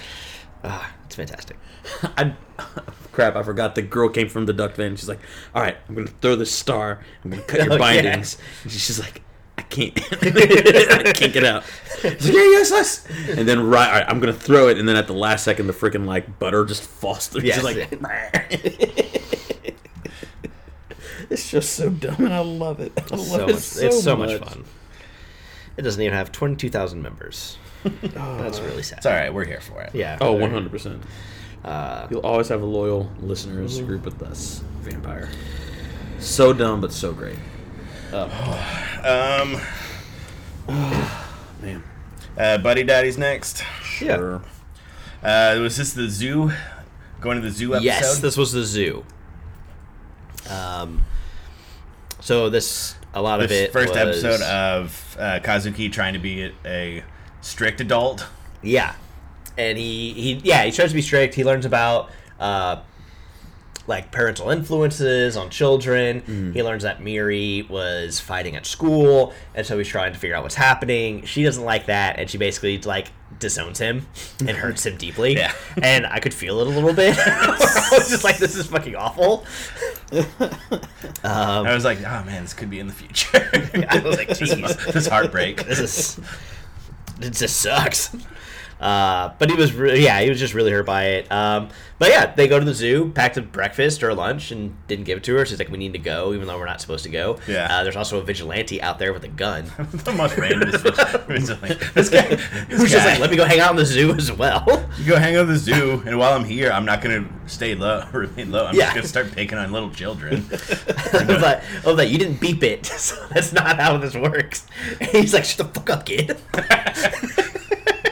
S3: <laughs>
S4: Ah,
S1: <laughs>
S4: it's fantastic.
S3: I, <laughs> crap, I forgot the girl came from the duck van. She's like, "All right, I'm gonna throw this star. I'm gonna <laughs> cut your
S4: Oh, yeah.
S3: bindings." And she's like, "I can't, <laughs> I can't get out." She's like, "Yeah, yes, yes." And then right, all right, I'm gonna throw it, and then <laughs> at the last second, the freaking like butter just falls through.
S4: Yes.
S3: She's like,
S2: It's just so dumb, and I love it. I love
S4: So
S2: it
S4: much,
S2: so
S4: it's so
S2: much.
S4: much fun. It doesn't even have 22,000
S1: <laughs>
S4: members. That's really sad.
S1: It's all Oh, right. We're here for it.
S4: Yeah.
S3: Oh, 100%.
S4: Uh,
S3: You'll always have a loyal listeners group with us, Vampire. So dumb, but so great.
S1: Um,
S3: Man.
S1: uh, Buddy Daddy's next.
S4: yeah.
S1: Uh, was this the zoo? Going to the zoo episode?
S4: Yes, this was the zoo. Um, so this a lot of
S1: This
S4: it
S1: first
S4: was-
S1: episode of uh, Kazuki trying to be a strict adult.
S4: yeah, and he he yeah he tries to be strict. He learns about uh, like parental influences on children. He learns that Miri was fighting at school, and so he's trying to figure out what's happening. She doesn't like that, and she basically like disowns him and hurts him deeply.
S1: Yeah.
S4: and I could feel it a little bit. <laughs> I was just like, this is fucking awful. Um,
S1: I was like, oh man, this could be in the future. <laughs>
S4: I was like,
S1: this,
S4: "Jeez."
S1: this heartbreak. <laughs>
S4: this is it just sucks. Uh, but he was really, yeah, he was just really hurt by it. Um, but yeah, they go to the zoo, packed a breakfast or lunch, and didn't give it to her. She's like, "We need to go, even though we're not supposed to go."
S1: Yeah.
S4: Uh, there's also a vigilante out there with
S1: <laughs>
S4: a gun,
S1: the most random. It's like, this guy, this
S4: who's
S1: guy.
S4: just like, "Let me go hang out in the zoo as well."
S1: you go hang out at the zoo, and while I'm here, I'm not gonna stay low, <laughs> remain low. I'm
S4: Yeah.
S1: just gonna start picking on little
S4: <laughs>
S1: children.
S4: but oh, that you didn't beep it, <laughs> so that's not how this works. <laughs> And he's like, "Shut the fuck up, kid." <laughs>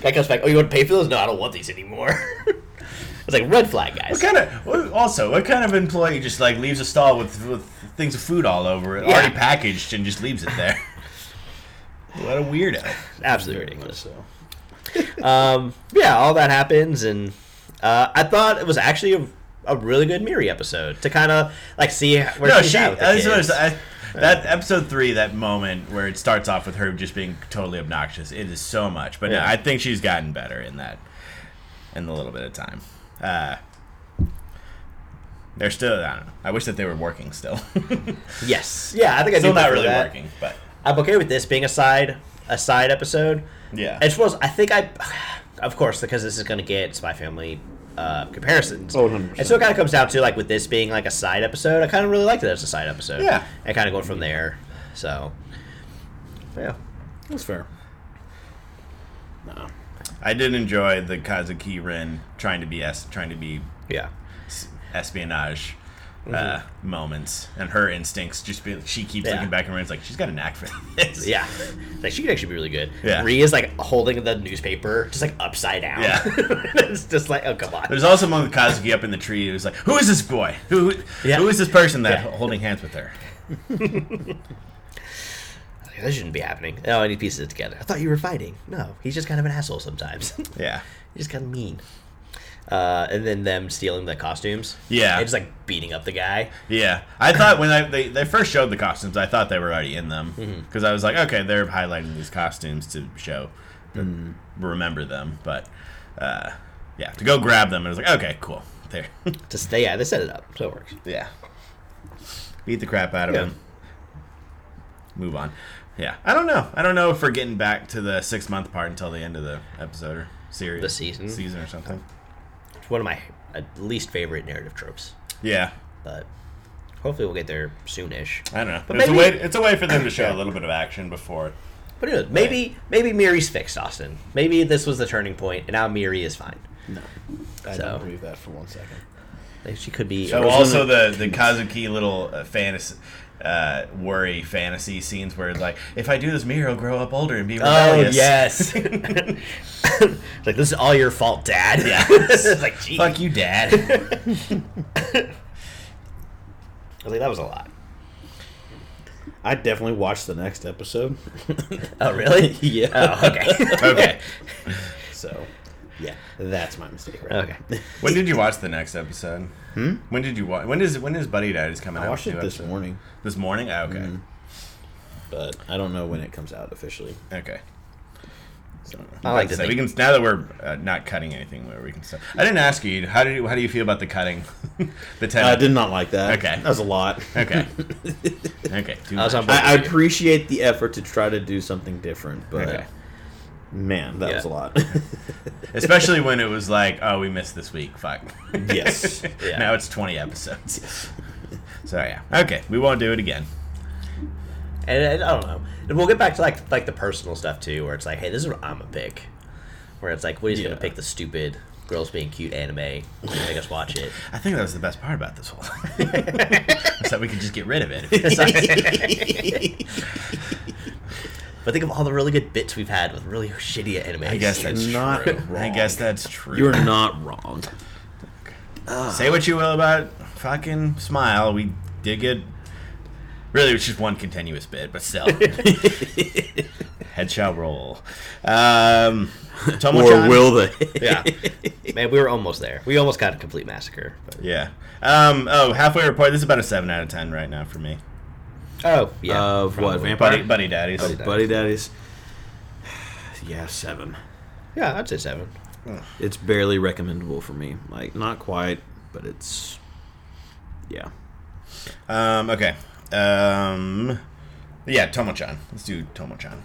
S4: Guy comes back. Oh, you want to pay for those? No, I don't want these anymore. <laughs> it's like red flag, guys.
S1: what kind of? what- Also, what kind of employee just like leaves a stall with with things of food all over it,
S4: Yeah.
S1: already packaged, and just leaves it
S4: <laughs>
S1: there? what a weirdo.
S4: absolutely ridiculous. um, yeah, all that happens, and uh, I thought it was actually a, a really good Miri episode to kind of like see where
S1: no,
S4: she's
S1: she.
S4: at with the
S1: that's what I
S4: kids.
S1: was- I- that episode three, that moment where it starts off with her just being totally obnoxious, it is so much. But
S4: Yeah.
S1: I think she's gotten better in that, in the little bit of time. Uh, they're still. I don't know. I wish that they were working still. <laughs>
S4: yes, yeah, I think I
S1: still
S4: do
S1: not
S4: prefer
S1: really
S4: that.
S1: working, but
S4: I'm okay with this being a side a side episode.
S1: yeah.
S4: As well as I think I, of course, because this is going to get Spy Family uh, comparisons.
S3: Oh, 100%.
S4: And so it kind of comes down to like with this being like a side episode, I kind of really liked it as a side episode.
S1: Yeah.
S4: and kind of going from there. So, yeah.
S3: That's fair. Nah.
S1: I did enjoy the Kazuki Ren trying to be es- trying to be
S4: Yeah.
S1: s- espionage. Uh, moments and her instincts just be she keeps
S4: Mm-hmm. Yeah.
S1: looking back and Ren's like she's got a
S4: <laughs>
S1: knack for this
S4: Yeah. Like she could actually be really good.
S1: Yeah.
S4: Ree is like holding the newspaper just like upside down.
S1: Yeah.
S4: <laughs> it's just like, oh come on.
S1: There's also one with Kazuki up in the tree who's like, "Who is this boy? Who who-
S4: Yeah.
S1: who is this person that
S4: Yeah.
S1: holding hands with her?"
S4: This shouldn't be happening. Oh, and he pieces it together. I thought you were fighting. No, he's just kind of an asshole sometimes. <laughs> he's
S1: Yeah,
S4: just kind of mean. Uh, and then them stealing the costumes.
S1: Yeah.
S4: And just like beating up the guy.
S1: yeah. I thought when I, they they first showed the costumes, I thought they were already in them
S4: Mm-hmm.
S1: because I was like, "Okay, they're highlighting these costumes to show,
S4: Mm-hmm.
S1: remember them." But uh, yeah, to go grab them, I was like, "Okay, cool." There, <laughs>
S4: Just they yeah, they set it up, so it works.
S1: yeah. Beat the crap out of
S4: Yeah.
S1: him. Move on. Yeah, I don't know. I don't know if we're getting back to the six month part until the end of the episode or series,
S4: The season.
S1: season or something.
S4: It's one of my uh, least favorite narrative tropes.
S1: Yeah,
S4: But hopefully we'll get there soonish.
S1: I don't know.
S4: But
S1: it's a
S4: maybe-
S1: way. It's a way for them to show a little bit of action before.
S4: But who knows? Maybe maybe Miri's fixed, Austin. Maybe this was the turning point, and now Miri is fine.
S3: No.
S2: I
S4: So.
S2: don't believe that for one second.
S4: Like, She could be.
S1: So
S3: was
S1: also the the Kazuki little uh, fantasy. Uh, worry fantasy scenes where like if I do this mirror will grow up older and be
S4: oh
S1: rebellious.
S4: <laughs> yes. like this is all your fault, Dad. <laughs>
S1: Yeah.
S4: this is like geez.
S1: Fuck you,
S4: <laughs>
S1: Dad.
S4: I was like that was a lot.
S2: I definitely watched the next episode.
S4: Oh <laughs> really?
S2: yeah.
S4: oh <laughs> okay.
S1: <laughs> okay.
S2: So, yeah, that's my mistake. Right?
S4: okay.
S1: When did you watch the next episode? Hmm? When did you watch? When is when is Buddy Daddy's coming out?
S2: I watched
S1: with
S2: it
S1: new
S2: this
S1: episodes?
S2: morning, Mm-hmm.
S1: This morning. Oh, okay.
S2: but I don't know when it comes out officially.
S1: Okay.
S2: So.
S4: I like to
S1: so we
S4: think.
S1: can now that we're uh, not cutting anything where we can stop. I didn't ask you how do you, how do you feel about the cutting? <laughs> the ten.
S2: I did not like that.
S1: Okay.
S2: that was a lot. <laughs>
S1: Okay. okay. too
S4: I was
S1: much.
S4: on board.
S3: I, I appreciate the effort to try to do something different, but
S1: Okay.
S2: Man, that
S4: Yeah.
S2: was a lot.
S1: Especially when it was like, oh, we missed this week. Fuck.
S2: <laughs> yes.
S4: Yeah.
S1: Now it's 20 episodes. So yeah, okay, we won't do it again.
S4: And, and I don't know. And we'll get back to like like the personal stuff too, where it's like, hey, this is what I'm gonna pick. Where it's like, we're just
S3: Yeah.
S4: gonna pick the stupid girls being cute anime and make us watch it.
S1: I think that was the best part about this whole <laughs> thing. Is that we could just get rid of it. If we
S4: <laughs> But think of all the really good bits we've had with really shitty anime.
S1: I guess that's
S3: Not
S1: true. I
S3: wrong.
S1: guess that's true.
S3: You're not wrong.
S1: Say what you will about fucking smile. We did get really it's just one continuous bit, but
S3: <laughs>
S1: still. Head shall roll. Um, Tomo-chan-
S3: Or will they?
S1: yeah,
S4: man, we were almost there. We almost got a complete massacre. But...
S1: <laughs> yeah. Um, oh, halfway report. This is about a seven out of ten right now for me.
S4: Oh yeah,
S3: of what
S1: Probably.
S3: vampire
S1: buddy, buddy daddies.
S3: Oh, buddy daddies. <sighs> Yeah, seven.
S4: yeah, I'd say seven.
S3: It's barely recommendable for me. Like not quite, but it's yeah.
S1: Um, okay. Um, yeah, Tomo-chan. Let's do Tomo-chan.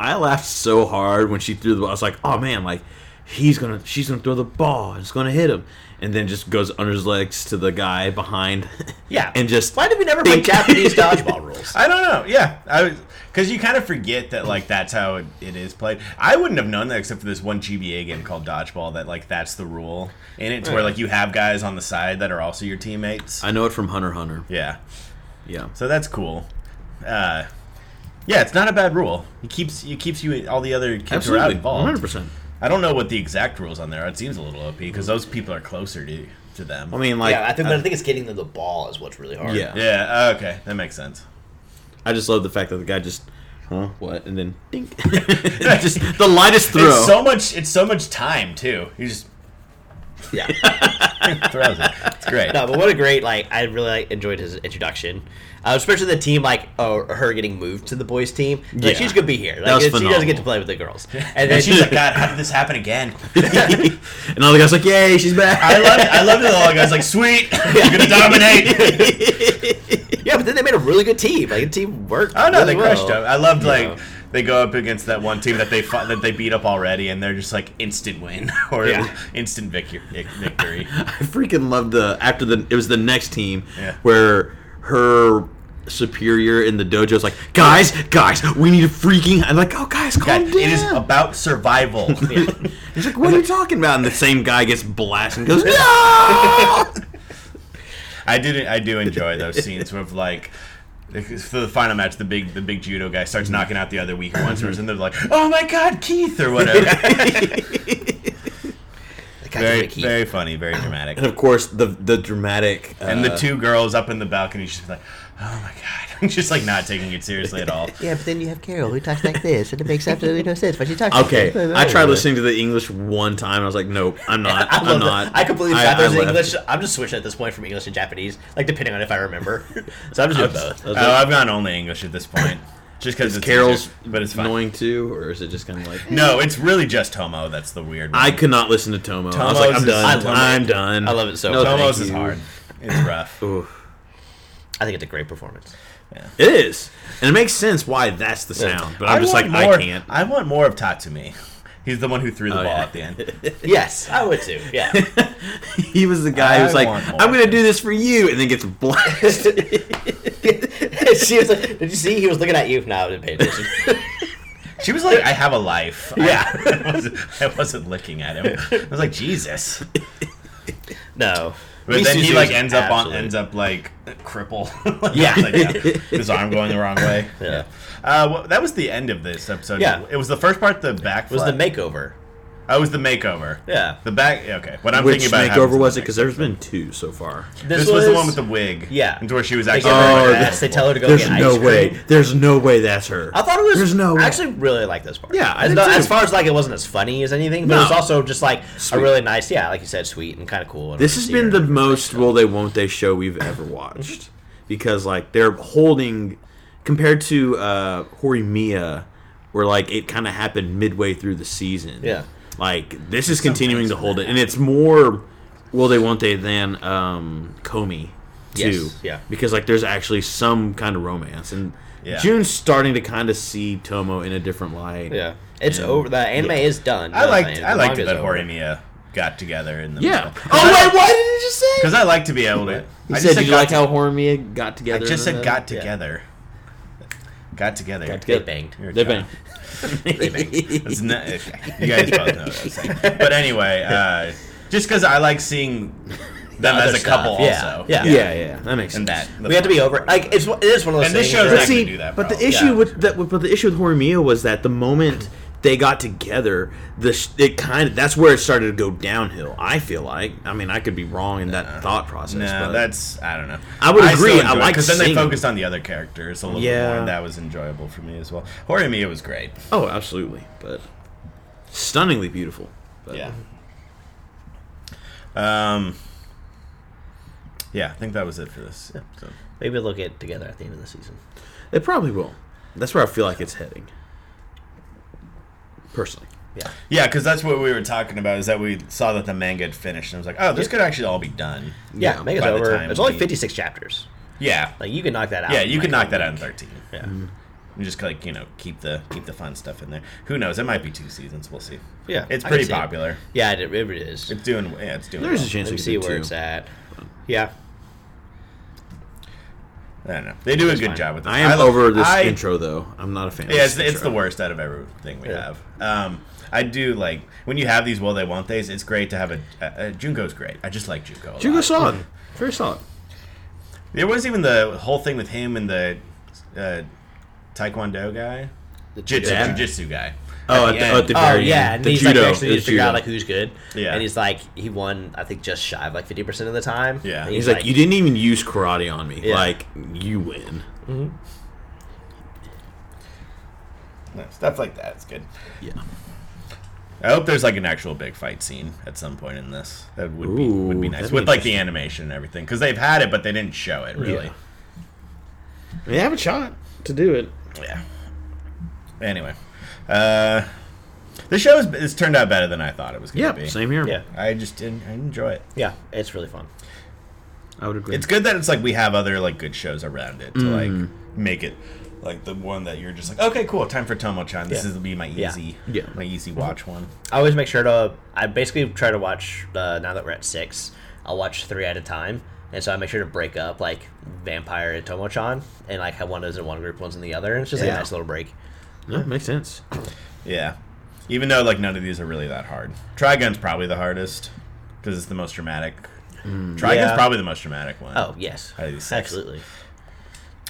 S3: I laughed so hard when she threw the ball. I was like, oh man, like he's gonna she's gonna throw the ball. It's gonna hit him, and then just goes under his legs to the guy behind. <laughs>
S4: Yeah,
S3: and just
S4: why did we never
S1: <laughs>
S4: play
S3: think- <laughs>
S4: Japanese dodgeball rules?
S1: I don't know. Yeah, I was because you kind of forget that like that's how it, it is played. I wouldn't have known that except for this one GBA game called Dodgeball that like that's the rule in it, to where like you have guys on the side that are also your teammates.
S3: I know it from Hunter x Hunter.
S1: yeah,
S3: Yeah.
S1: so that's cool. Uh, yeah, it's not a bad rule. It keeps it keeps you all the other kids who are out
S3: Absolutely, one hundred
S1: involved.
S3: percent.
S1: I don't know what the exact rules on there. are. It seems a little OP because those people are closer to to them.
S3: I mean, like,
S4: yeah, I think but I think it's getting them the ball is what's really hard.
S3: Uh, yeah.
S1: yeah, okay, that makes sense.
S3: I just love the fact that the guy just, huh, what, and then
S1: <laughs>
S3: <laughs> dink, just the lightest throw.
S1: It's
S3: <laughs>
S1: so much. It's so much time too. You just
S4: <laughs> yeah.
S1: throws it. It's great.
S4: No, but what a great like! I really like, enjoyed his introduction, uh, especially the team like oh, her getting moved to the boys team. Like,
S3: Yeah.
S4: she's gonna be here. Like,
S3: That was
S4: she doesn't get to
S3: phenomenal.
S4: play with
S3: <laughs>
S4: the girls,
S1: And <laughs>
S4: and
S1: then
S4: then
S1: she's like, God, how did this happen again?
S3: and all the guys like, yay, she's back.
S1: I
S3: <laughs>
S1: love I love it. All the guys like, <laughs> sweet, you're gonna dominate.
S4: yeah, but then they made a really good team. Like the team worked.
S1: Oh no,
S4: really
S1: they crushed
S4: well.
S1: them. I loved like
S4: Yeah.
S1: they go up against that one team that they fought, that they beat up already, and they're just like instant win <laughs> or
S4: Yeah.
S1: instant victory. <laughs> Victory.
S3: I freaking love the after the it was the next team
S1: Yeah.
S3: where her superior in the dojo is like, guys, guys, we need a freaking. I'm like, oh, guys,
S1: God,
S3: calm down.
S1: it is about survival. <laughs>
S3: He's like, what are you talking about? And the same guy gets
S1: <laughs>
S3: blasted and goes, no.
S1: I did I do enjoy those scenes with like. For the final match, the big the big judo guy starts knocking out the other weaker <clears throat> ones, and they're like, "Oh my God, Keith!" or whatever.
S4: Like, God,
S1: very,
S4: they keep-
S1: very funny, very <clears throat> dramatic.
S3: and of course, the the dramatic uh,
S1: And the two girls up in the balcony, she's like, "Oh my god," <laughs> just like not taking it seriously at
S3: <laughs>
S1: all.
S5: Yeah, but then you have Carol who talks like this, and it makes absolutely no sense. But she talks. like
S3: Okay,
S5: this.
S3: I tried listening to the English one time. and I was like, nope,
S1: <laughs>
S3: I'm not.
S4: I
S3: I'm
S4: love
S3: not.
S4: that. I completely
S3: I-
S4: forgot
S3: I
S4: there's
S3: left.
S4: English. I'm just switching at this point from English to Japanese, like depending on if I remember. <laughs> so I'm just doing both.
S3: I was
S1: Oh,
S3: like,
S1: I've gone only English at this
S3: <coughs>
S1: point, just because it's
S3: Carol's
S1: easier, but it's fine.
S3: annoying too, or is it just kind of like?
S1: No, it's really just Tomo that's the weird one.
S3: I could not listen to Tomo. I was
S1: Tomo's
S3: like, I'm
S1: is-
S3: done.
S1: I
S3: I
S1: love it.
S3: am done.
S4: I love it so
S3: No,
S4: much.
S3: thank
S1: Tomo's is
S3: you. <coughs>
S1: hard. It's rough.
S3: Oof.
S4: I think it's a great performance.
S3: It is, and it makes sense why that's the sound. But I'm just like,
S1: want more,
S3: I can't. <laughs>
S1: I want more of Tatsumi. He's the one who threw the
S3: Oh,
S1: ball
S3: yeah.
S1: at the end.
S4: Yes, I would too.
S3: <laughs>
S4: Yeah, <laughs>
S3: He was the guy who's
S1: I
S3: like,
S1: want more.
S3: I'm gonna do this for you, and then gets <laughs> blasted.
S4: she was like, "Did you see? He was looking at you." No, I didn't
S3: <laughs>
S4: pay attention.
S1: She was like, "I have a life." I-
S4: Yeah.
S1: I, <laughs> wasn't, I wasn't looking at him. I was like, "Jesus!"
S4: No.
S1: But then he
S4: Misuzu
S1: like
S4: is
S1: ends up on
S4: absolute-
S1: ends up like cripple. <laughs>
S4: Yeah.
S1: Like, yeah, his arm going the wrong way.
S4: Yeah.
S1: Uh, well, that was the end of this episode.
S4: Yeah.
S1: it was the first part. The back
S4: It was the makeover.
S1: I was the makeover.
S4: Yeah.
S1: the back. yeah, Okay, what I'm
S3: Which
S1: thinking about happens
S3: makeover
S1: in
S3: was
S1: the
S3: it? Because
S1: next-
S3: there's been two so far.
S1: this, was, the one with the wig.
S4: Yeah.
S1: and where she was
S4: They
S1: actually.
S4: give her
S3: Oh,
S4: her
S3: that-
S4: ass, they tell her to go
S3: There's
S4: get ice
S3: no
S4: cream.
S3: way. There's no way that's her.
S4: I thought it was.
S3: There's no way.
S4: I actually really like this part.
S3: Yeah, I
S4: As
S3: did
S4: though-
S3: too.
S4: As far as like it wasn't as funny as anything, but it was
S3: No.
S4: also just like
S3: Sweet.
S4: a really nice, yeah, like you said, sweet and kind of cool. and
S3: This has
S4: sincere.
S3: been the most will they won't they show we've ever
S1: Mm-hmm.
S3: watched because like they're holding compared to uh Hori Mia where like it kind of happened midway through the season.
S4: Yeah.
S3: Like this is continuing to hold it and it's more will they won't they than um Comey too.
S4: Yes, yeah.
S3: Because like there's actually some kind of romance and
S1: Yeah.
S3: June's starting to kind of see Tomo in a different light.
S4: Yeah, it's
S3: And-
S4: over. The anime is done.
S1: I liked.
S4: The
S1: I liked it
S4: manga's
S1: that
S4: over.
S1: Horimiya got together in the
S3: Yeah.
S1: middle.
S3: wait, what did you just say?
S1: Because I like to be able to.
S3: He
S1: I
S3: said,
S1: just
S3: "Did you
S1: got
S3: like
S1: to-
S3: how Hormia got
S1: I
S3: together?"
S1: just said
S3: and all
S1: got
S3: that?
S1: together. Got together.
S3: Got
S4: They
S3: together.
S4: banged.
S1: You're a
S3: They
S1: child.
S3: bang.
S1: <laughs>
S3: <laughs>
S1: It's not, you guys both know what I'm saying. But anyway, uh, just because I like seeing them
S4: other
S1: as a couple,
S4: stuff, yeah,
S1: also.
S4: yeah.
S3: Yeah, yeah, that makes
S1: And
S3: sense.
S1: that.
S4: We have to be over. Like it's it is one of those.
S1: And this
S4: things
S1: shows
S4: where-
S3: But
S1: that-
S3: see,
S1: do
S3: but the
S1: probably.
S3: issue
S4: Yeah.
S3: with that, but the issue with Hormia was that the moment they got together, the sh- it kind of that's where it started to go downhill. I feel like. I mean, I could be wrong in that thought process.
S1: Nah,
S3: but
S1: that's I don't know.
S3: I would agree,
S1: still enjoy
S3: I
S1: it,
S3: like
S1: then they
S3: seeing
S1: focused on the other characters a little bit more,
S3: Yeah.
S1: and that was enjoyable for me as well. Horimiya was great.
S3: oh, absolutely, but stunningly beautiful. But,
S1: Yeah. Um. Yeah, I think that was it for this. So.
S4: Maybe they'll get together at the end of the season.
S3: they probably will. That's where I feel like it's heading. Personally,
S4: Yeah.
S1: Yeah, because that's what we were talking about. Is that we saw that the manga had finished, and I was like, oh, this could actually all be done.
S4: Yeah,
S3: Yeah,
S4: make it
S1: by the
S4: over.
S1: time
S4: It's only
S1: we-
S4: 56 chapters.
S1: Yeah.
S4: Like you can knock that out.
S1: yeah,
S4: in,
S1: you
S4: like,
S1: could knock
S4: a
S1: that out in
S4: week.
S1: thirteen.
S4: Yeah.
S3: Mm-hmm.
S1: And just like you know, keep the keep the fun stuff in there. Who knows? It might be two seasons. We'll see.
S4: Yeah,
S1: it's
S4: I can
S1: pretty
S4: see it.
S1: popular.
S4: Yeah, it, it is.
S1: It's doing. Yeah, it's doing.
S3: there's
S1: well.
S3: a chance
S4: Let
S3: we
S4: me
S3: could
S4: see
S3: do
S4: where
S3: two.
S4: it's at. Yeah.
S1: I don't know. They do a
S4: It's
S1: good
S4: fine.
S1: job with this.
S3: I am
S1: lo-
S3: over this
S1: I-
S3: intro though. I'm not a fan.
S1: Yeah,
S3: of
S1: it's,
S3: this
S1: it's the
S3: intro.
S1: worst out of everything we
S4: Yeah.
S1: have. Um, I do like when you have these well they won't they's. It's great to have a, a, a Junko's great. I just like Junko. A
S3: Jugo
S1: lot.
S3: solid, very solid.
S1: There was even the whole thing with him and the uh, Taekwondo guy,
S4: The
S1: Jitsu
S3: Yeah.
S1: jitsu guy.
S3: Oh, at the- at the-
S4: Oh
S3: Very
S4: yeah,
S3: end.
S4: and
S3: The
S4: he's
S3: judo,
S4: like actually
S3: the
S4: needs to figure
S3: judo.
S4: out like who's good.
S1: Yeah.
S4: And he's like he won I think just shy of like fifty percent of the time.
S1: Yeah.
S4: And
S3: He's like, you didn't even use karate on me.
S4: Yeah.
S3: Like, you win.
S1: No, Oh, stuff like that. It's good.
S3: Yeah.
S1: I hope there's like an actual big fight scene at some point in this. That would be would be
S3: Ooh,
S1: nice
S3: that'd
S1: with
S3: be
S1: like the animation and everything because they've had it but they didn't show it really.
S3: They have a shot to do it.
S1: Yeah. Anyway, uh, the show has it's turned out better than I thought it was going
S3: Yeah,
S1: to be.
S3: same here.
S4: Yeah.
S1: I just didn't, I enjoy it.
S4: Yeah, it's really fun.
S3: I would agree.
S1: It's good that it's like we have other like good shows around it to
S3: Mm.
S1: like make it like the one that you're just like okay cool time for Tomo-chan. This
S4: Yeah.
S1: is will be my
S4: Yeah.
S1: easy
S3: Yeah. Mm-hmm.
S1: my easy watch one.
S4: I always make sure to I basically try to watch uh, now that we're at six, I'll watch three at a time. And so I make sure to break up like Vampire and Tomo-chan and like have one of those in one group, one's in the other, and it's just
S1: Yeah.
S4: a nice little break.
S3: No, makes sense.
S1: Yeah, even though like none of these are really that hard. Trigun's probably the hardest because it's the most dramatic.
S3: Mm.
S1: Trigun's
S4: Yeah.
S1: probably the most dramatic one.
S4: Oh yes.
S1: Out of these six.
S4: Absolutely.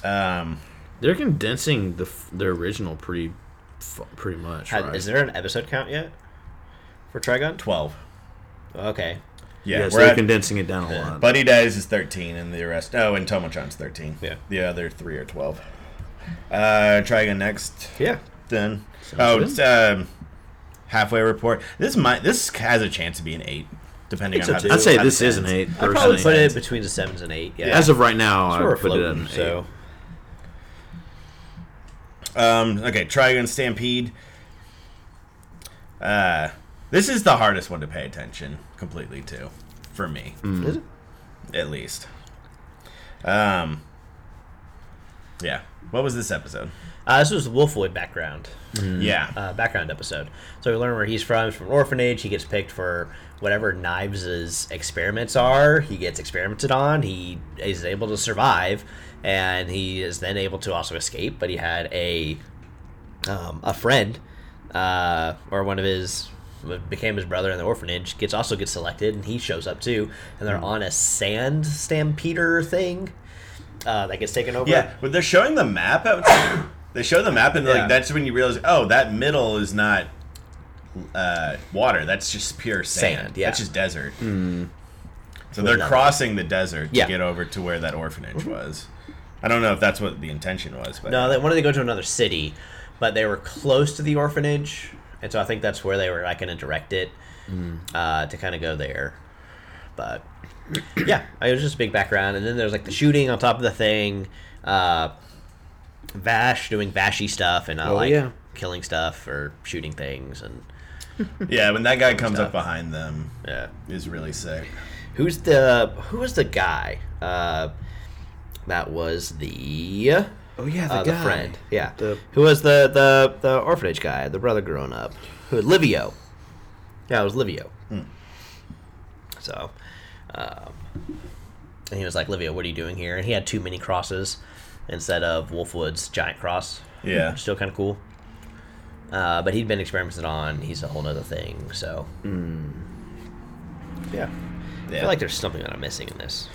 S1: Um,
S3: They're condensing the f- their original pretty, f- pretty much.
S4: Had-
S3: right?
S4: Is there an episode count yet? For Trigon?
S1: twelve.
S4: Okay.
S1: Yeah,
S3: Yeah, so
S1: we're
S3: they're
S1: at,
S3: condensing it down a lot.
S1: Buddy Dies is 13, and the rest. Oh, and Tomo-chan's 13.
S4: Yeah.
S1: The other three are 12. Uh, try again next.
S4: Yeah.
S1: Then.
S3: Sounds
S1: Oh,
S3: good.
S1: it's, um, halfway report. This might. This has a chance to be an eight, depending
S4: It's
S1: on
S4: a
S1: how
S4: two.
S1: this-
S3: I'd say
S1: how
S3: this
S1: this
S3: is an
S1: ends.
S3: eight.
S4: I probably put
S3: Personally,
S4: it between the sevens and eight. Yeah.
S3: as of right now,
S4: So
S3: I
S4: we're
S3: would put it at
S4: floating,
S3: an eight.
S4: so
S1: Um, okay, try again Stampede. Uh, this is the hardest one to pay attention completely to, for me.
S4: Mm. Is it?
S1: At least. Um. Yeah. What was this episode?
S4: Uh, this was Wolfwood background
S1: Yeah.
S4: uh, background episode. So we learn where he's from. He's from an orphanage. He gets picked for whatever Knives' experiments are. He gets experimented on. He is able to survive, and he is then able to also escape. But he had a um, a friend uh, or one of his became his brother in the orphanage gets also gets selected and he shows up too and they're on a sand stampeder thing uh, that gets taken over
S1: Yeah, but they're showing the map. Out, <coughs> they show the map, and
S4: Yeah.
S1: like that's when you realize, oh, that middle is not uh, water. That's just pure sand.
S4: Sand, yeah.
S1: that's just desert. So they're
S4: nothing.
S1: crossing the desert
S4: Yeah.
S1: to get over to where that orphanage was. I don't know if that's what the intention was, but
S4: No, they wanted to go to another city, but they were close to the orphanage, and so I think that's where they were like going to direct it
S3: Mm.
S4: uh, to kind of go there. But yeah, it was just a big background, and then there's like the shooting on top of the thing, uh, Vash doing Vashy stuff, and I
S3: Oh,
S4: like
S3: yeah.
S4: killing stuff or shooting things, and
S1: yeah, when that guy comes
S4: Stuff.
S1: up behind them,
S4: yeah.
S1: is really sick.
S4: Who's the who was the guy? Uh, that was the
S3: Oh yeah, the
S4: uh, the,
S3: guy.
S4: friend. Yeah.
S3: The-
S4: Who was the, the the orphanage guy, the brother growing up? Who Livio. Yeah, it was Livio. So, um, and he was like, "Livia, what are you doing here?" And he had two mini crosses instead of Wolfwood's giant cross.
S1: Yeah.
S4: still kind of cool. Uh, but he'd been experimented on. He's a whole nother thing. So yeah, I
S1: Yeah.
S4: feel like there's something that I'm missing in this.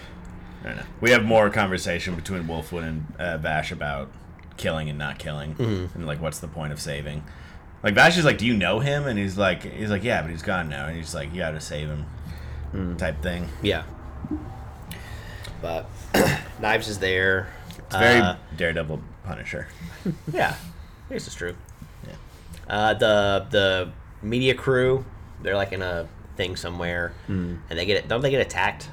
S1: I don't know. We have more conversation between Wolfwood and uh, Vash about killing and not killing, and like what's the point of saving. Like Vash is like, "Do you know him?" And he's like, "He's like, yeah, but he's gone now." And he's like, "You got to save him," type thing.
S4: Yeah. But <coughs> Knives is there.
S1: It's very
S4: Uh,
S1: Daredevil Punisher.
S4: yeah, I guess it's true. Uh, the the media crew, they're like in a thing somewhere, and they get don't they get attacked?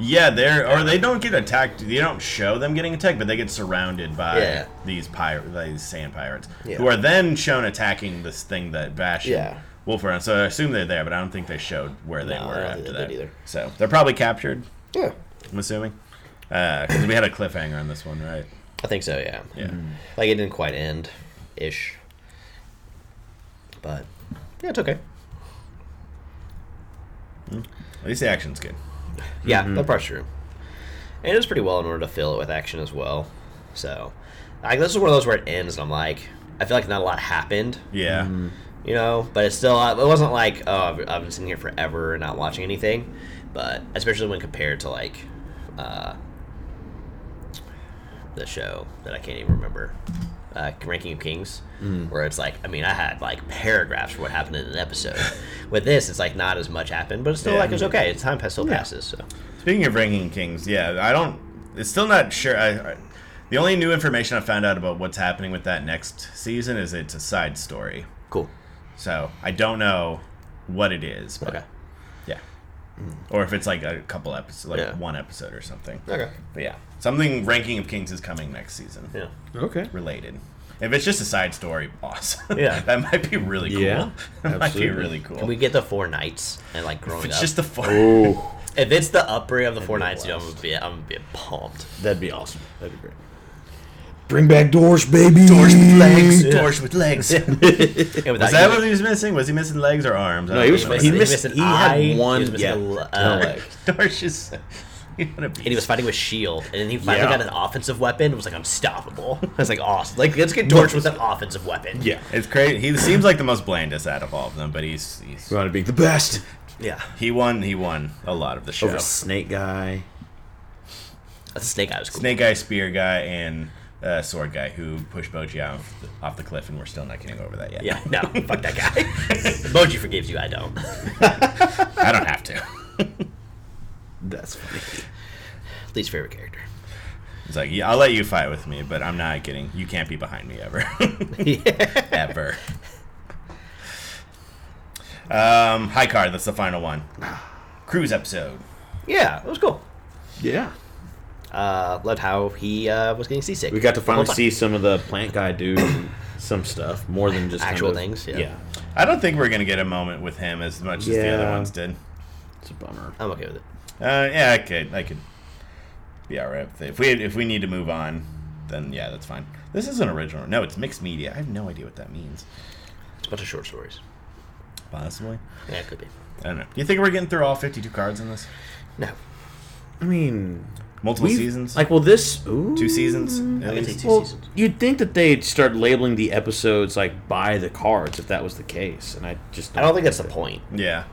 S1: Yeah, they're or they don't get attacked. They don't show them getting attacked, but they get surrounded by
S4: Yeah.
S1: these pirate, these sand pirates,
S4: Yeah.
S1: who are then shown attacking this thing that Vash
S4: Yeah.
S1: and Wolf are on. So I assume they're there, but I don't think they showed where they
S4: No, I
S1: were
S4: don't think
S1: after
S4: they
S1: that.
S4: did either.
S1: So they're probably captured.
S4: Yeah,
S1: I'm assuming because we had a cliffhanger on this one, right?
S4: I think so. Yeah,
S1: Yeah,
S4: like it didn't quite end, ish. But yeah, it's okay.
S1: at least the action's good.
S4: Yeah, the pressure room. And it was pretty well in order to fill it with action as well. So, like, this is one of those where it ends, and I'm like, I feel like not a lot happened,
S1: Yeah,
S4: Mm-hmm. you know, but it's still, it wasn't like, oh, I've, I've been sitting here forever and not watching anything. But especially when compared to, like, uh, the show that I can't even remember, uh, Ranking of Kings,
S1: Mm.
S4: where it's like, I mean, I had like paragraphs for what happened in an
S1: <laughs>
S4: episode. With this, it's like not as much happened, but it's still
S1: Yeah.
S4: like it's okay. Time pass- still passes. So
S1: Speaking of ranking kings, yeah, I don't. It's still not sure. I, I, the only new information I found out about what's happening with that next season is it's a side story.
S4: cool.
S1: So I don't know what it is, but
S4: Okay. Mm.
S1: yeah, or if it's like a couple episodes, like
S4: Yeah.
S1: one episode or something.
S4: Okay.
S1: But yeah, something ranking of kings is coming next season.
S4: Yeah.
S3: Okay.
S1: related. If it's just a side story, awesome.
S4: Yeah.
S1: <laughs> that might be really cool. <laughs>
S3: Yeah,
S1: that might be
S3: absolutely.
S1: really cool.
S4: Can we get the four knights and like
S1: if
S4: growing
S1: it's
S4: up?
S1: just the four.
S3: Oh,
S4: if it's the upbringing of the four
S3: be
S4: knights, dude, I'm
S3: blessed.
S4: gonna be I'm gonna be pumped.
S3: that'd be awesome. That'd be great.
S2: Bring back Dorsch, baby.
S1: Doors with legs. Doors with legs. was
S4: <laughs> Yeah, without
S1: that
S4: you-
S1: what he was missing? Was he missing legs or arms? I
S3: No,
S1: don't
S3: Oh, he was.
S1: remember.
S3: He
S4: he
S3: missed.
S4: missed an
S3: he had
S4: eye, he
S3: one.
S4: was missing
S3: yeah.
S4: a l-
S3: no
S4: uh,
S3: leg.
S1: <laughs> Doors just. He would have
S4: and he was fighting with shield, E and then he finally
S3: Yeah.
S4: got an offensive weapon. and was like unstoppable. <laughs> I was like awesome. Like let's get torched with an offensive weapon.
S3: Yeah.
S1: It's crazy. He seems like the most blandest out of all of them, but he's, he's
S3: You want to be the best
S4: yeah.
S1: he won. He won a lot of the show.
S3: over Snake Guy.
S4: The snake eye was cool.
S1: Snake guy, spear guy, and uh, sword guy who pushed Boji off the, off the cliff, and we're still not getting over that yet.
S4: Yeah, no, fuck
S3: <laughs>
S4: that guy. Boji forgives you, I don't.
S1: I don't have to.
S3: That's funny.
S4: Least favorite character.
S1: It's like, yeah, I'll let you fight with me, but I'm not getting. You can't be behind me
S3: <laughs>
S1: ever, ever. Um, high card. That's the final one. Cruise episode.
S4: Yeah, it was cool.
S3: Yeah.
S4: Uh, loved how he uh, was getting seasick.
S3: We got to finally
S4: Hold on.
S3: see some of the plant guy do some stuff more than just kind
S4: Actual
S3: of-
S4: things, yeah.
S1: I don't think we're gonna get a moment with him as much as the other
S3: Yeah.
S1: ones did.
S3: It's a bummer.
S4: I'm okay with it.
S1: Uh, yeah, I could, I could be alright with it. If we if we need to move on, then yeah, that's fine. This is an original. No, it's mixed media. I have no idea what that means.
S4: It's a bunch of short stories.
S1: Possibly.
S4: Yeah, it could be.
S1: I don't know. Do you think we're getting through all 52 cards in this?
S4: No.
S3: I mean,
S1: Multiple
S3: we've-
S1: seasons.
S3: Like, well, this ooh,
S1: two seasons. At
S4: I can see
S1: least.
S4: two
S3: Well,
S4: seasons.
S3: you'd think that they'd start labeling the episodes like by the cards if that was the case, and I just
S4: I don't think that's the point.
S1: Yeah.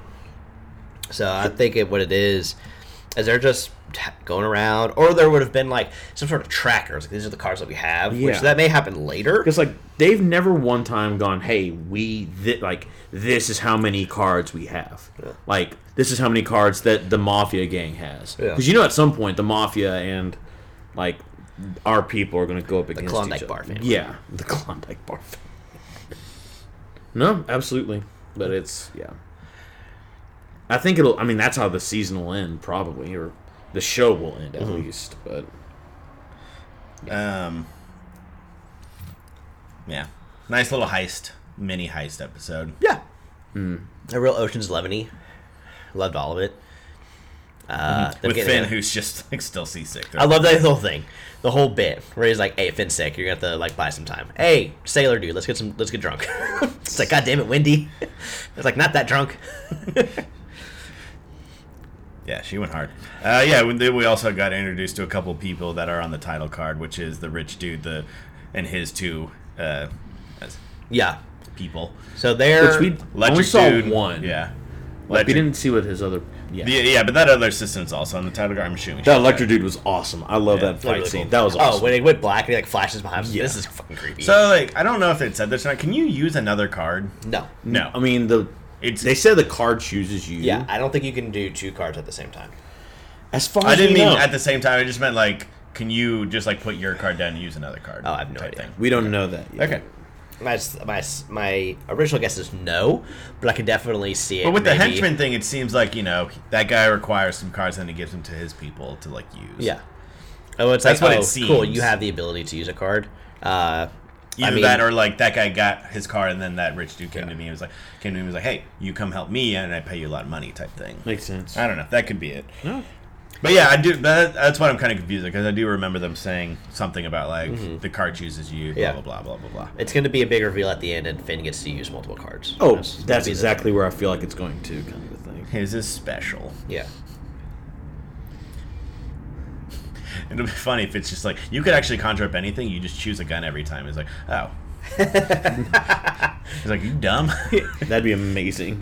S4: So I think it, what it is is they're just t- going around, or there would have been like some sort of trackers. Like, these are the cars that we have, which
S3: Yeah.
S4: that may happen later.
S3: because like they've never one time gone, hey, we th- like this is how many cards we have,
S4: Yeah.
S3: like this is how many cards that the mafia gang has,
S4: Yeah.
S3: because you know at some point the mafia and like our people are going to go up against
S4: Klondike
S3: each other.
S4: Bar family.
S3: yeah, the Klondike Bar. family. no, absolutely, but it's yeah. I think it'll. I mean, that's how the season will end, probably, or the show will end
S4: Mm-hmm.
S3: at least. But
S1: Um, yeah, nice little heist, mini heist episode.
S4: Yeah. Hmm. A real Ocean's Eleven Loved all of it. Uh,
S6: Mm-hmm.
S4: them
S1: with
S4: getting
S1: Finn,
S4: a-
S1: who's just like still seasick.
S4: I love that whole thing, the whole bit where he's like, "Hey, Finn's sick. You're gonna have to like buy some time. Hey, sailor dude, let's get some, let's get drunk." <laughs> it's like, "God damn it, Wendy!" It's like, "Not that drunk."
S1: Yeah, she went hard. Uh, yeah, we, then we also got introduced to a couple people that are on the title card, which is the rich dude, the and his two uh, as-
S4: Yeah.
S1: people.
S4: So they're
S6: Which we only saw one.
S1: Yeah.
S6: Like we
S1: Electric-
S6: didn't see what his other. Yeah.
S1: yeah, yeah, but that other assistant's also on the title card. I'm assuming.
S6: that electric dude was awesome. I love
S1: Yeah,
S6: that
S4: really
S6: fight scene.
S4: cool.
S6: That was
S4: Oh,
S6: awesome.
S4: when it went black and he like flashes behind him.
S6: Yeah.
S4: This is fucking creepy.
S1: So like, I don't know if it said this or not. Can you use another card?
S4: no.
S1: No.
S6: I mean the.
S1: It's-
S6: they said the card chooses you.
S4: Yeah, I don't think you can do two cards at the same time.
S6: As far as
S1: I didn't
S6: we
S1: mean
S6: know.
S1: at the same time. I just meant like, can you just like put your card down and use another card?
S4: Oh, I have no
S1: type
S4: idea.
S6: we don't know that. Yet.
S1: Okay.
S4: My s- my s- my original guess is no, but I could definitely see it.
S1: But with the
S4: maybe-
S1: henchman thing, it seems like you know that guy requires some cards, and he gives them to his people to like use.
S4: yeah. Oh, it's
S1: That's what
S4: like oh,
S1: it
S4: cool.
S1: seems.
S4: You have the ability to use a card. Uh,
S1: Either
S4: I mean,
S1: that or like that guy got his card, and then that rich dude came to me and was like, came to me and was like, hey, you come help me, and I pay you a lot of money, type thing.
S6: Makes sense.
S1: I don't know. That could be it. But yeah, I do. That, that's what I'm kind of confused because I do remember them saying something about like the card chooses you, blah
S4: Mm-hmm. Yeah.
S1: blah blah blah blah blah.
S4: it's going to be a big reveal at the end, and Finn gets to use multiple cards.
S6: Oh,
S4: That's
S6: that's,
S4: gonna be the-
S6: exactly where I feel like it's going to, kind of a thing.
S1: His is special.
S4: yeah.
S1: It'll be funny if it's just like you could actually conjure up anything. You just choose a gun every time. It's like,
S4: <laughs>
S1: oh, he's like, you dumb.
S6: That'd be amazing.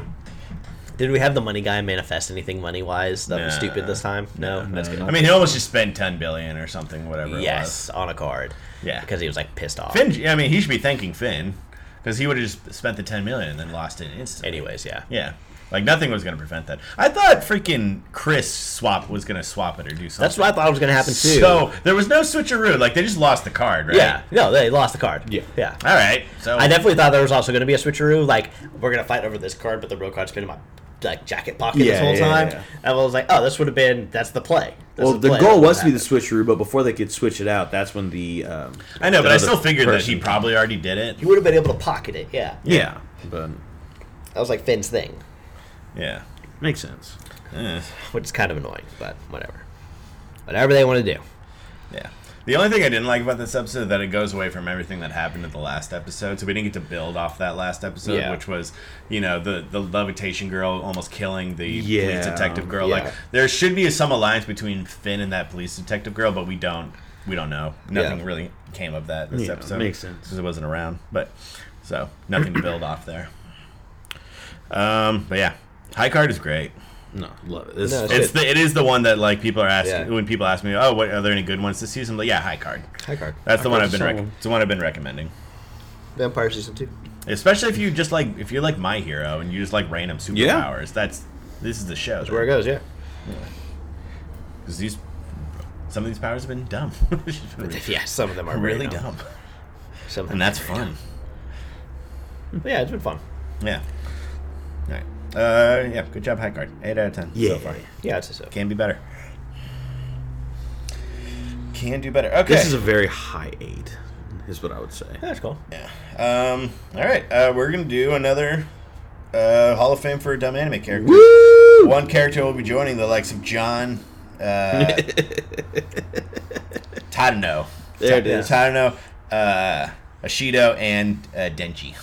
S4: Did we have the money guy manifest anything money wise that was
S1: Nah.
S4: stupid this time? No, that's good.
S1: I mean, he almost just spent ten billion or something, whatever.
S4: yes, on a card.
S1: Yeah.
S4: because he was like pissed off.
S1: it was. Finn. I mean, he should be thanking Finn because he would have just spent the ten million and then lost it instantly.
S4: Anyways, yeah.
S1: Yeah. Like nothing was gonna prevent that. I thought freaking Chris swap was gonna swap it or do something.
S4: That's what I thought was going to happen too.
S1: So there was no switcheroo. Like they just lost the card, right?
S4: yeah, no, they lost the card.
S6: Yeah.
S4: yeah.
S1: All right. So
S4: I definitely thought there was also going to be a switcheroo. Like we're going to fight over this card, but the real card's been in my like jacket pocket this
S6: Yeah,
S4: whole
S6: yeah,
S4: time.
S6: yeah.
S4: And I was like, oh, this would have been that's the play. That's
S6: Well, the
S4: play
S6: goal
S4: that
S6: was to be the
S4: happened.
S6: switcheroo, but before they could switch it out, that's when the. Um,
S1: I know, but I still figured that he
S6: person-
S1: probably already did it.
S4: <laughs> You would have been able to pocket it. Yeah,
S6: Yeah, but
S4: that was like Finn's thing,
S1: Yeah.
S6: makes sense.
S1: Eh,
S4: which is kind of annoying, but whatever. Whatever they want to do.
S1: Yeah. The only thing I didn't like about this episode is that it goes away from everything that happened in the last episode, so we didn't get to build off that last episode,
S4: Yeah.
S1: which was, you know, the the levitation girl almost killing the
S6: Yeah.
S1: police detective girl.
S4: Yeah.
S1: Like there should be some alliance between Finn and that police detective girl, but we don't we don't know. Nothing
S4: Yeah.
S1: really came of that this
S6: Yeah,
S1: episode.
S6: makes sense.
S1: because it wasn't around. But so nothing to build off there. Um, but yeah, high card is great.
S6: No, love it. This
S4: No,
S6: is
S4: it's-
S1: It's the, it is the one that like people are asking
S4: Yeah.
S1: when people ask me, oh, what are there any good ones this season? I'm like, yeah, high card.
S4: High card.
S1: That's the one I've been.
S6: saw
S1: Rec-
S6: one.
S1: it's the one I've been recommending.
S5: Vampire season two.
S1: Especially if you just like if you're like my hero and you just like random superpowers.
S6: Yeah.
S1: That's this is the show.
S4: Where it goes, yeah.
S1: Because these some of these powers have been dumb. <laughs> It's been really,
S4: Yeah, some of them are
S1: really
S4: very dumb.
S1: dumb,
S4: Some,
S1: and that's fun.
S4: but yeah, it's been fun.
S1: Yeah. All right. Uh, yeah. Good job, high card. Eight out of ten so
S6: Yeah.
S1: far.
S4: Yeah, it's so.
S1: Can be better. Can do better. Okay.
S6: this is a very high eight. Is what I would say.
S4: That's cool.
S1: Um, all right, uh, we're gonna do another uh, Hall of Fame for dumb anime characters.
S6: Woo!
S1: One character will be joining the likes of John uh,
S6: <laughs>
S1: Tadano.
S6: There it is.
S1: Tadano, uh, Ashido, and uh, Denji.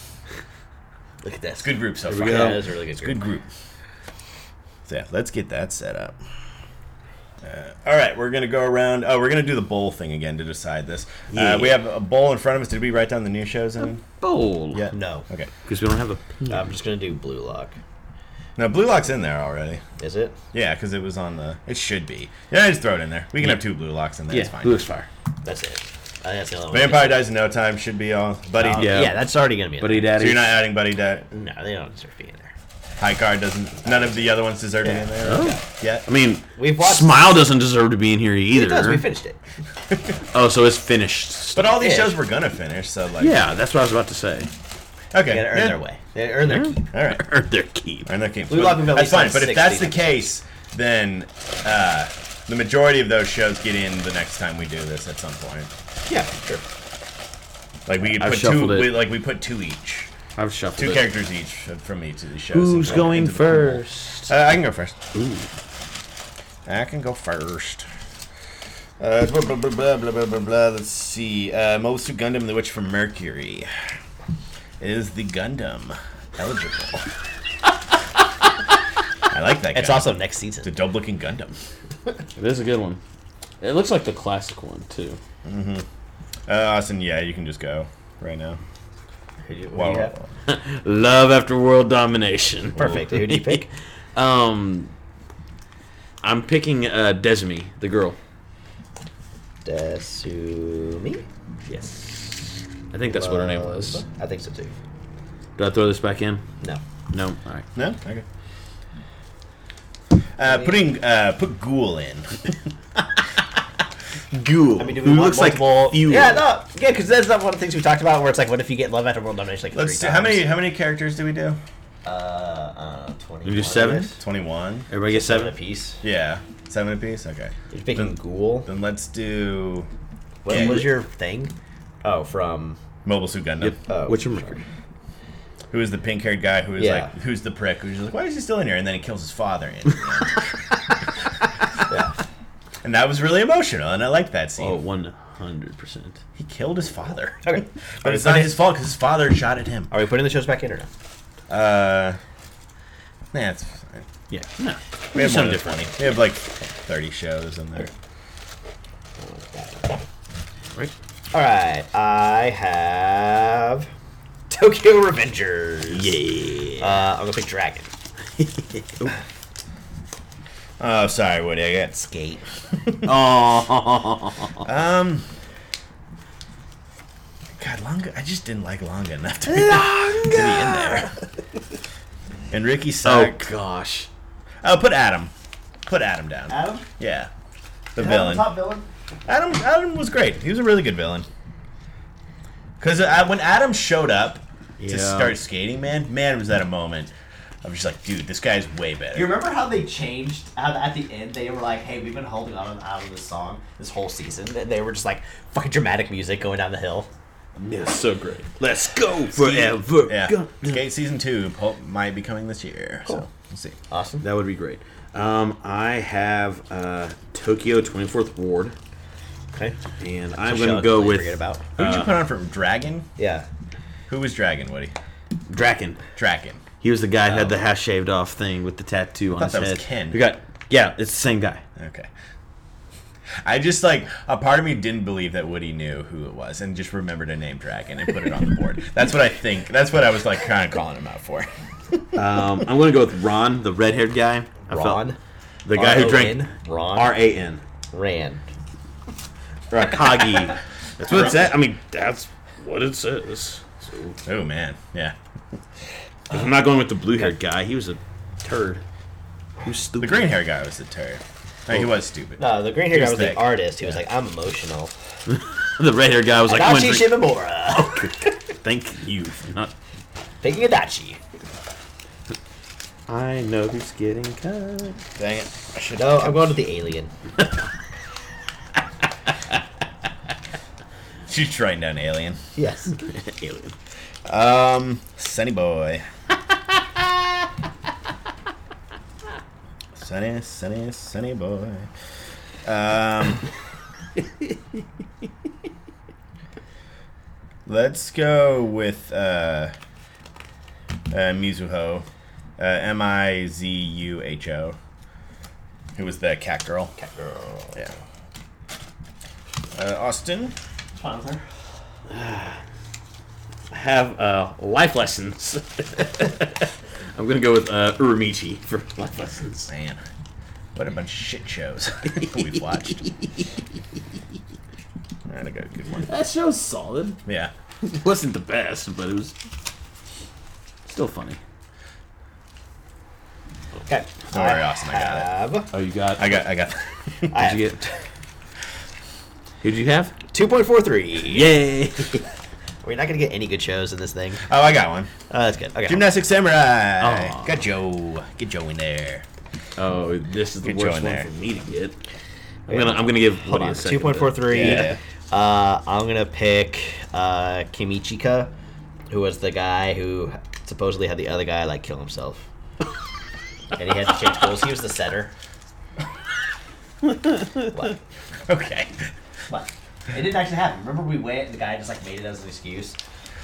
S4: Look at this.
S1: It's a good group so
S6: we
S1: far.
S6: go.
S4: Yeah, that's a really good.
S1: Good group. So yeah, let's get that set up. Uh, all right, we're gonna go around. Oh, we're gonna do the bowl thing again to decide this.
S6: Yeah.
S1: Uh, we have a bowl in front of us. Did we write down the new shows? In?
S6: Bowl.
S1: Yeah.
S4: No,
S1: Okay.
S6: Because we don't have a. pin.
S4: I'm just gonna do Blue Lock.
S1: No, Blue Lock's in there already.
S4: Is it?
S1: Yeah, because it was on the. It should be. Yeah, just throw it in there. We can have two blue locks in there. it's fine.
S6: Blue is fire.
S4: That's it. I think that's the only one.
S1: Vampire dies in no time. Should be all buddy.
S4: Uh,
S6: Yeah.
S4: yeah. that's already gonna be. in
S6: Buddy
S1: So
S4: there.
S6: Daddy.
S1: you're not adding buddy debt.
S4: No, they don't deserve to be in there.
S1: High card doesn't. None of the other ones deserve to be in there. Yeah.
S6: I
S4: Oh.
S6: mean,
S4: We've watched-
S6: Smile doesn't deserve to be in here either.
S4: It does. We finished it.
S6: Oh, so it's finished.
S1: But all these
S4: Yeah.
S1: shows we're gonna finish. So like.
S6: yeah, that's what I was about to say. <laughs>
S1: Okay.
S4: They gotta earn
S1: yeah.
S4: their way. They gotta earn their keep.
S1: All right.
S6: Earned their keep.
S1: Earn their keep.
S4: Blue Lock we've at
S1: that's
S4: least
S1: fine.
S4: done
S1: But if
S4: six
S1: that's the
S4: seasons.
S1: case, then uh, the majority of those shows get in the next time we do this at some point.
S4: Yeah, sure.
S1: Like we could
S6: I've
S1: put two.
S6: shuffled it.
S1: We, like we put two each.
S6: I've shuffled
S1: Two
S6: it.
S1: characters each uh, from each of these shows.
S6: Who's
S1: into the-
S6: going
S1: into the pool.
S6: first?
S1: Uh, I can go first. I can go first. Uh, blah, blah, blah, blah, blah, blah, blah, blah. Let's see. Uh, Mobisu Gundam, the Witch from Mercury. Is the Gundam eligible? I like that.
S4: It's
S1: guy.
S4: also next
S1: It's a
S4: season.
S1: dope looking Gundam.
S6: It is a good one. It looks like the classic one too.
S1: Uh, Austin, yeah, you can just go right now. Wow.
S6: Love after world
S4: <laughs>
S6: domination.
S4: Perfect. Who do
S3: <laughs>
S4: you pick?
S6: Um, I'm picking uh, Desmi, the girl.
S4: Desumi.
S6: Yes. I think that's what her name was.
S4: I think so too.
S6: Do I throw this back in?
S4: No.
S6: No. All right.
S1: No? Okay. Uh, putting uh, put ghoul in. <laughs>
S3: Ghoul.
S4: I mean, do we
S3: who
S4: want
S3: looks like
S4: multiple?
S3: fuel.
S4: Yeah, no, yeah, because that's not one of the things we talked about. Where it's like, what if you get love after world domination? Like
S1: Let's
S4: three
S1: see, how
S4: times?
S1: many how many characters do we do?
S4: Uh, uh, twenty.
S3: You do seven?
S1: Twenty one.
S3: Everybody gets
S4: Seven
S3: seven.
S4: apiece.
S1: Yeah, seven apiece. Okay,
S4: You're picking ghoul.
S1: then let's do
S4: What
S1: Yeah.
S4: was your thing? Oh, from
S1: Mobile Suit Gundam.
S3: Yep.
S4: Oh,
S3: What's your Mercury?
S1: Who is the pink haired guy who is
S4: Yeah.
S1: like who's the prick? Who's just like why is he still in here? And then he kills his father. And,
S4: yeah.
S1: <laughs> and that was really emotional, and I liked that scene.
S3: Oh, 100%.
S1: He killed his father.
S4: Okay.
S1: But it's not his fault because his father shot at him.
S4: Are we putting the shows back in or no?
S1: Uh, nah, it's fine.
S3: Yeah. No.
S1: We have more
S3: Something
S1: than
S3: different.
S1: 20. We have like 30 shows in there.
S3: Right?
S4: All right, I have
S1: <laughs>
S4: Tokyo Revengers.
S3: Yeah.
S4: Uh, I'm gonna pick
S1: <laughs>
S4: Dragon.
S1: Oh, sorry, Woody. I got skate.
S3: Oh.
S1: Um. God, Longa. I just didn't like Longa enough to be, <laughs> to be in <laughs> there. And Ricky
S3: oh,
S1: Sock.
S3: gosh.
S1: Oh, put Adam. Put Adam down.
S4: Adam,
S1: Yeah. The villain.
S4: villain.
S1: Adam Adam was great. He was a really good villain. Because uh, when Adam showed up
S3: Yeah.
S1: to start skating, man, man, was that a moment. I was just like, dude, this guy's way better.
S4: You remember how they changed? How at the end they were like, "Hey, we've been holding on out of this song this whole season." And they were just like fucking dramatic music going down the hill.
S6: Yeah, so great.
S3: Let's go forever.
S1: yeah.
S3: Go.
S1: Skate season two po- might be coming this year. So we'll see.
S4: Awesome.
S3: That would be great. Um, I have uh, Tokyo 24th Ward,
S4: Okay.
S3: and I'm
S4: Show
S3: going to
S4: us
S3: go
S4: what you
S3: with
S4: forget about.
S1: Who did you put on for Dragon?
S4: Yeah.
S1: Who was Dragon, Woody?
S3: Draken.
S1: Dragon.
S3: He was the guy who had the half shaved off thing with the tattoo on
S1: thought
S3: his
S1: that was
S3: head.
S1: Ken.
S3: We got yeah, it's the same guy.
S1: Okay. I just like a part of me didn't believe that Woody knew who it was and just remembered to name Dragon and put it on the board. That's what I think. That's what I was like kind of calling him out for.
S3: Um, I'm going to go with Ron, the red haired guy. I felt-
S4: Ron.
S3: the guy who drank
S4: R-O-N, Ron.
S3: R A N
S4: Ran.
S3: <laughs> Rakagi. That's what it said. I mean, that's
S6: What it says.
S1: Oh man, yeah.
S3: I'm not going with the blue haired guy. He was a turd. He was
S1: The
S3: stupid.
S1: green hair guy was the turd. No, he was stupid.
S4: No, the green hair
S1: He
S4: guy
S1: was
S4: was the
S1: thick.
S4: artist. He was like, "I'm emotional."
S3: the red haired guy was like, I'm
S4: Adachi
S3: gonna drink- <laughs>
S4: Shimamura.
S3: thank you. for Not.
S4: Picking Adachi.
S3: I know who's getting cut.
S1: Dang it.
S4: No, I'm going with the alien.
S1: She's writing down alien.
S4: Yes.
S3: <laughs> Alien.
S1: Um, Sunny boy. <laughs> sunny, sunny, sunny boy. <laughs> Um, let's go with uh, uh, Mizuho, uh, M I Z U H O, who was the cat girl. Cat girl. Yeah. Uh, Austin.
S6: Have uh, life lessons.
S3: <laughs> I'm gonna go with uh, Uramichi for life lessons.
S1: Man, what a bunch of shit shows <laughs> we've watched. Alright, I got a good one.
S6: That show's solid.
S1: Yeah.
S6: It wasn't the best, but it was still funny.
S4: Okay.
S1: Don't worry, Austin, I got it.
S4: Have
S6: Oh, you got.
S1: I got I got <laughs> oh,
S4: I
S3: Who'd
S4: have
S3: you get? <laughs> Who'd you have?
S4: two point four three.
S3: Yay!
S4: We're not gonna get any good shows in this thing.
S1: Oh I got one.
S4: Oh, that's good. Okay.
S1: Gymnastic Samurai.
S3: Aw.
S1: Got Joe. Get Joe in there.
S3: Oh, this is the
S1: Good
S3: worst
S1: join
S3: one
S1: there.
S3: for me to get. I'm gonna I'm gonna give
S4: Hold
S3: Woody
S4: on.
S3: a second.
S4: Two point four
S3: though.
S4: three.
S1: Yeah.
S4: Uh, I'm gonna pick uh, Kimichika, who was the guy who supposedly had the other guy like kill himself, and he had to change goals. He was the setter. what?
S1: Okay.
S4: What? It didn't actually happen. Remember, we went and the guy just like made it as an excuse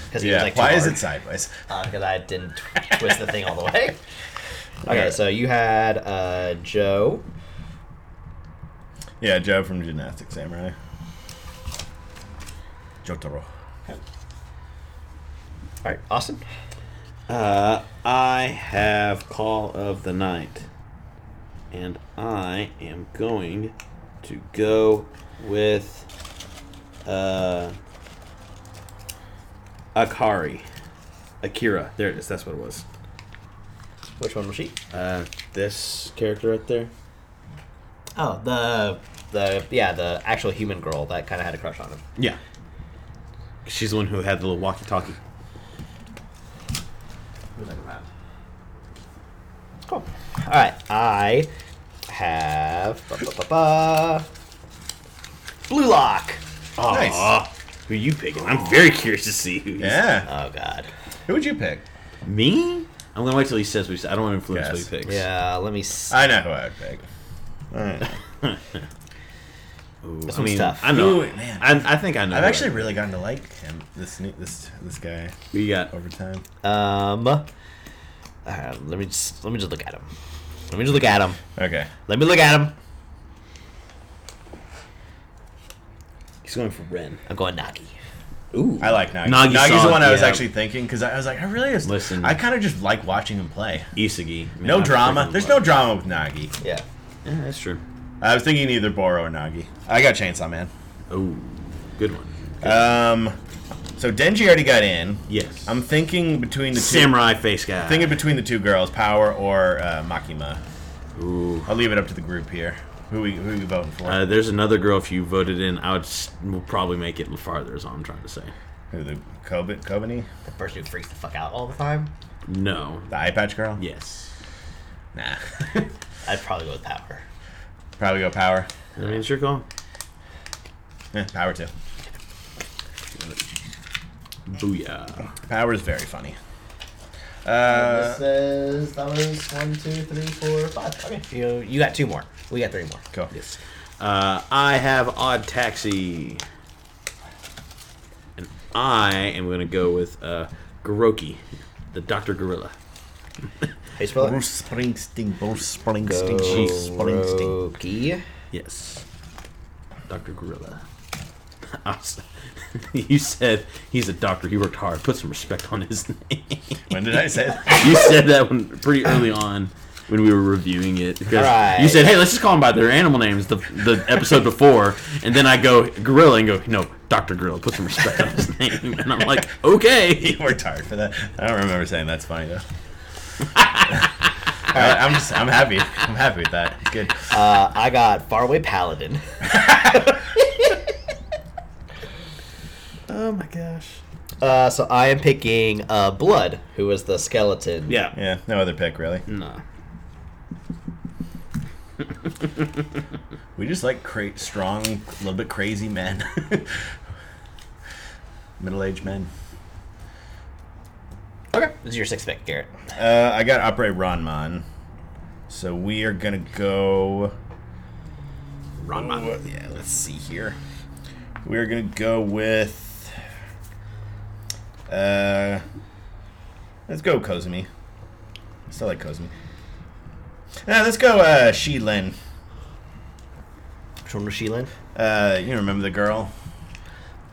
S4: because he
S1: Yeah.
S4: was like, Uh,
S1: Why is it sideways?
S4: Because I didn't tw- twist the thing all the way. Okay, so you had uh, Joe.
S1: Yeah, Joe from Gymnastic Samurai. Jotaro.
S4: All right, Austin.
S3: Uh, I have Call of the Night. And I am going to go with uh, Akari. Akira. There it is. That's what it was.
S4: Which one was she?
S3: Uh, this character right there.
S4: Oh, the the yeah, the actual human girl that kind of had a crush on him.
S3: Yeah. She's the one who had the little walkie talkie.
S4: Cool. All right, I have ba, ba, ba, ba, Blue Lock.
S1: Nice.
S3: Who you picking? I'm very curious to see who he's
S1: Yeah.
S4: Oh God.
S1: Who would you pick?
S3: Me? I'm gonna wait till he says what he says. I don't want to influence
S1: Yes.
S3: what he picks.
S4: Yeah, let me. s
S1: I know who I would pick. Alright.
S3: Ooh,
S4: This
S3: I
S4: one's
S3: mean,
S4: tough.
S3: I know.
S1: Ooh, man.
S3: I, I think I know.
S1: I've
S3: who
S1: actually
S3: I-
S1: really gotten to like him, this new, this this guy
S3: Who you got?
S1: over time.
S4: um, all right, let me just let me just look at him. Let me just look at him.
S1: Okay.
S4: Let me look at him.
S3: He's going for Ren.
S4: I'm going Nagi.
S3: Ooh.
S1: I like Nagi. Nagi's,
S3: Nagi's
S1: the
S3: solid,
S1: one I was
S3: yeah.
S1: actually thinking because I, I was like, I really just
S3: Listen.
S1: I kind of just like watching him play.
S3: Isagi. Man,
S1: No
S3: I
S1: drama.
S3: freaking
S1: There's no
S3: love-
S1: drama with Nagi.
S4: Yeah.
S3: Yeah, that's true.
S1: I was thinking either Boro or Nagi. I got Chainsaw Man.
S3: Ooh, good one.
S1: Um, so Denji already got in.
S3: Yes.
S1: I'm thinking between the
S3: samurai face guy.
S1: two. Thinking between the two girls, Power or uh, Makima.
S3: Ooh.
S1: I'll leave it up to the group here. Who we who we voting for?
S3: Uh, there's another girl. If you voted in, I would s- will probably make it farther. Is all I'm trying to say.
S1: who the Kobe, Kobani?
S4: The person who freaks the fuck out all the time.
S3: No.
S1: The eye patch girl?
S3: Yes.
S1: Nah. <laughs>
S4: I'd probably go with Power.
S1: Probably go Power.
S3: I mean, it's your call.
S1: Eh, power too.
S3: Booyah.
S1: Power is very funny. Uh,
S3: Uh,
S4: this is that was one, two, three, four, five. Okay, you you got two more. We got three more.
S1: Cool.
S3: Uh, I have Odd Taxi. And I am going to go with uh, Garoki, the Dr. Gorilla.
S4: How you spell it?
S1: Bruce Springsteen. Bruce Springsteen. Bruce Springsteen.
S4: Goroki.
S3: Yes. Dr. Gorilla. <laughs> you said he's a doctor. He worked hard. Put some respect on his <laughs> name.
S1: When did I say that? <laughs>
S3: you said that one pretty early on when we were reviewing it. Because
S4: Right.
S3: You said, hey, let's just call them by their animal names the, the episode before. And then I go, Gorilla, and go, no, Dr. Gorilla. Put some respect on his name. <laughs> And I'm like, okay.
S1: You worked hard for that. I don't remember saying that's funny though. All right, I'm just, I'm happy. I'm happy with that. It's good.
S4: Uh, I got Faraway Paladin.
S3: Oh my gosh.
S4: <laughs> Uh, so I am picking uh, Blood, who was the skeleton.
S3: Yeah.
S1: Yeah, no other pick really.
S3: No.
S1: We just like cra- strong, a little bit crazy men, <laughs> middle-aged men.
S4: Okay. This is your sixth pick, Garrett.
S1: Uh, I got Opera Ronman, so we are gonna go.
S3: Ranma.
S1: Oh, yeah, let's see here. We're gonna go with. Uh, let's go Kozumi. I still like Kozumi. Nah, let's go uh, Shi Lin.
S4: Which one was she in?
S1: Uh, you remember the girl,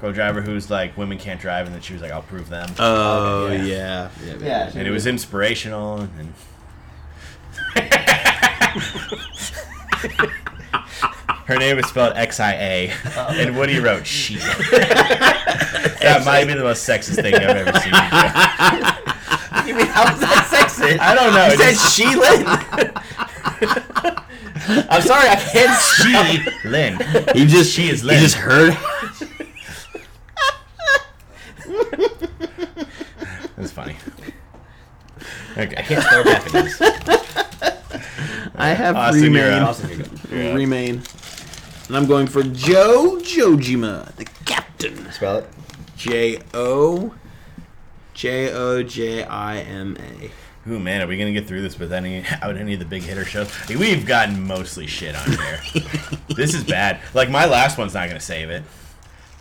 S1: girl driver who's like women can't drive, and then she was like, "I'll prove them,"
S3: Oh
S4: Okay,
S3: yeah. Yeah.
S1: and it
S4: <laughs>
S1: was inspirational. And her name is spelled X I A, and Woody wrote
S4: <laughs>
S1: she. that might be the most sexist thing I've ever seen. I
S4: You mean how is that sexist?
S1: don't know.
S4: You
S1: it
S4: said
S1: just-
S4: Sheelan. I'm sorry, I can't. She-
S1: She Lynn.
S3: Uh, He just
S1: She is
S3: He
S1: Lynn.
S3: just heard.
S1: That's funny. Okay.
S4: can't spell Japanese.
S3: I have
S1: Austin, you're
S3: remain.
S1: up.
S3: Remain. And I'm going for Joe Jojima, the captain.
S4: Spell it.
S3: J O J O J I M A.
S1: Ooh man, are we gonna get through this with any <laughs> out any of the big hitter shows? Like, we've gotten mostly shit on
S4: <laughs>
S1: here. this is bad. Like my last one's not gonna save it.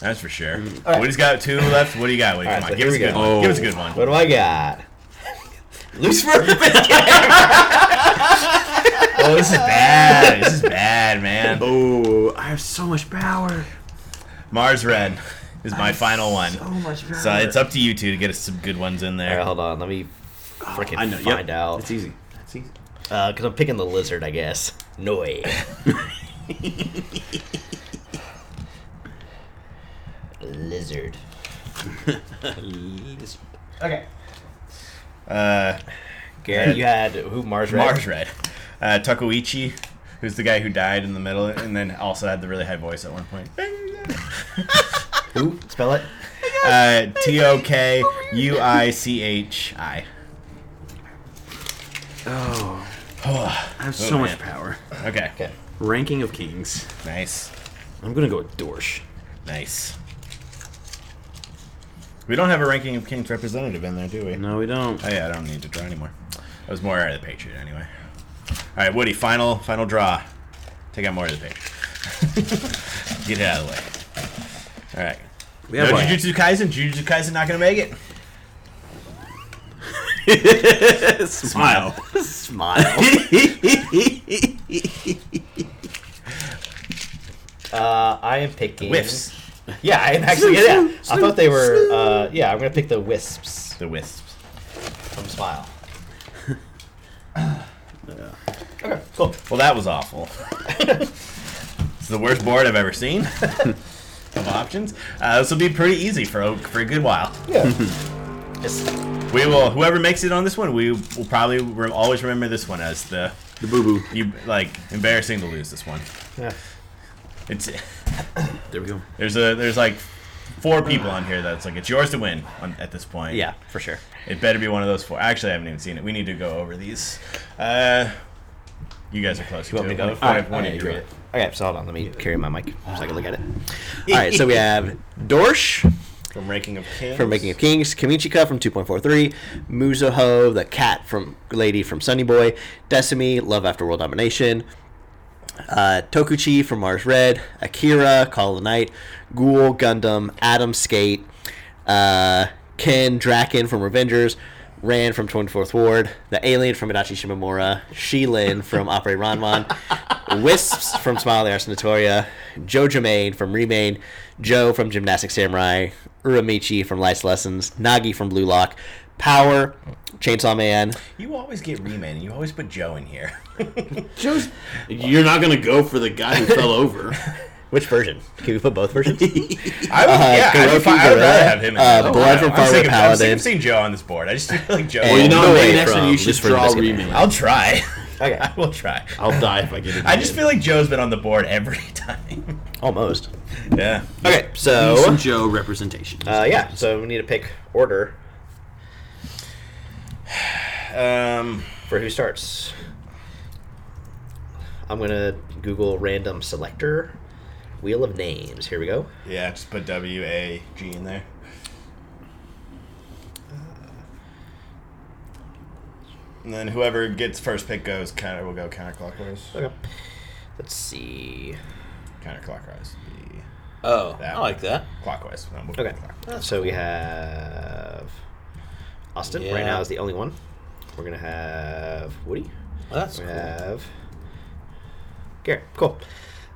S1: That's for sure. Woody's got two left. What do you got? Woody?
S4: Mm-hmm. All
S1: Come on,
S4: right, so
S1: give us a
S4: here
S1: good
S4: we
S1: one.
S3: go.
S1: Give us a good one.
S4: What do I got? Lucifer.
S1: Oh,
S4: <laughs>
S1: this is bad. This is bad, man.
S3: Oh, I have so much power.
S1: Mars Red is my final one. So
S3: much power.
S1: it's up to you two to get us some good ones in
S4: All
S1: there.
S4: right, hold on. Let me freaking
S3: I know. Yep.
S4: find out.
S3: It's easy. It's easy.
S4: Because Uh, I'm picking the lizard, I guess. Noi. lizard. Okay.
S1: Uh,
S4: Garrett, you had who? Mars Red?
S1: Mars Red. Uh, Takuichi, who's the guy who died in the middle and then also had the really high voice at one point.
S4: Who? Spell it.
S1: Uh, T O K U I C H I. <sighs>
S3: Oh, I have
S1: Oh,
S3: so much
S1: man.
S3: power.
S1: Okay.
S4: Okay.
S3: Ranking of kings.
S1: Nice.
S3: I'm gonna go with Dorsch.
S1: Nice. We don't have a ranking of Kings representative in there, do we?
S3: No, we don't.
S1: Oh yeah, I don't need to draw anymore. That was more out of the Patriot anyway. All right, Woody, final final draw. Take out more of the Patriot. <laughs> Get it out of the way. All right.
S3: We
S1: No
S3: have like,
S1: Jujutsu Kaisen. Jujutsu Kaisen not gonna make it.
S3: <laughs>
S1: <laughs>
S3: smile.
S4: Smile. <laughs> uh, I am picking
S1: Whiffs.
S4: Yeah, I'm actually. Yeah, I thought they were. Uh, yeah, I'm gonna pick the wisps
S1: The wisps.
S4: from Smile. okay, cool.
S1: Well, that was awful. <laughs> it's the worst board I've ever seen <laughs> of options. Uh, this will be pretty easy for a, for a good while.
S4: <laughs> Yeah. Just
S1: We will. Whoever makes it on this one, we will probably re- always remember this one as the
S3: The boo boo.
S1: you like embarrassing to lose this one.
S4: yeah.
S1: It's
S3: There we go.
S1: there's a there's like four people on here that's like it's yours to win on, at this point.
S4: yeah, for sure.
S1: It better be one of those four. Actually, I haven't even seen it. We need to go over these. Uh, you guys are close.
S4: You want me to go?
S1: All right, one
S4: okay,
S1: of you do
S4: you're
S1: it.
S4: right. Okay, so hold on. Let me carry my mic so I can look at it. All right, so we have Dorsch
S1: From ranking of kings.
S4: from Making of Kings, Kamichika from 2.43, Muzoho, the cat from lady from Sunny Boy, Decimi, Love After World Domination, uh, Tokuchi from Mars Red, Akira, Call of the Night, Ghoul, Gundam, Adam Skate, uh, Ken, Draken from Revengers, Ran from 24th Ward, the Alien from Adachi Shimamura, Shilin from Opera Ranman, Wisps from Smile the Ars Notoria, Joe Germain from Remain, Joe from Gymnastic Samurai, Uramichi from Life's Lessons, Nagi from Blue Lock, Power, Chainsaw Man.
S1: You always get Reman, and you always put Joe in
S4: <laughs>
S1: here.
S4: Uh,
S6: You're not gonna go for the guy who fell
S3: <laughs>
S6: over.
S4: Which version? Can we put both versions?
S1: I would, yeah, I would,
S4: Kuroki
S1: fi- I would
S4: Gorilla,
S1: rather have him. In
S4: uh,
S1: this.
S4: Blood from
S1: I'm
S4: Farmer
S1: sick of- I'm sick
S4: Paladin.
S1: of seeing Joe on this board. I just feel like Joe.
S4: Well, you know-
S6: maybe
S4: way
S6: next
S4: from
S6: time you should
S4: Lucifer the
S6: draw
S4: Biscuit
S6: Remy.
S1: I'll try.
S4: <laughs> Okay.
S1: <laughs> I will try.
S6: <laughs> I'll die if I get it.
S1: I just feel like Joe's been on the board every <laughs> time.
S4: Almost.
S1: yeah.
S4: Okay, so.
S6: Some Joe representation.
S4: Uh, yeah, so we need to pick order
S1: Um.
S4: for who starts. I'm gonna Google random selector, wheel of names. Here we go.
S1: Yeah. Just put W A G in there. And then whoever gets first pick goes counter. Will go counterclockwise.
S4: Okay. Let's see.
S1: Counterclockwise. would be
S6: oh,
S1: that
S6: I like
S1: one.
S6: that.
S1: Clockwise. No, we'll go
S4: Okay.
S1: clockwise.
S4: So we have Austin
S6: Yeah.
S4: right now is the only one. We're gonna have Woody.
S6: Well, Oh, that's
S4: We
S6: cool.
S4: have Garrett. Cool.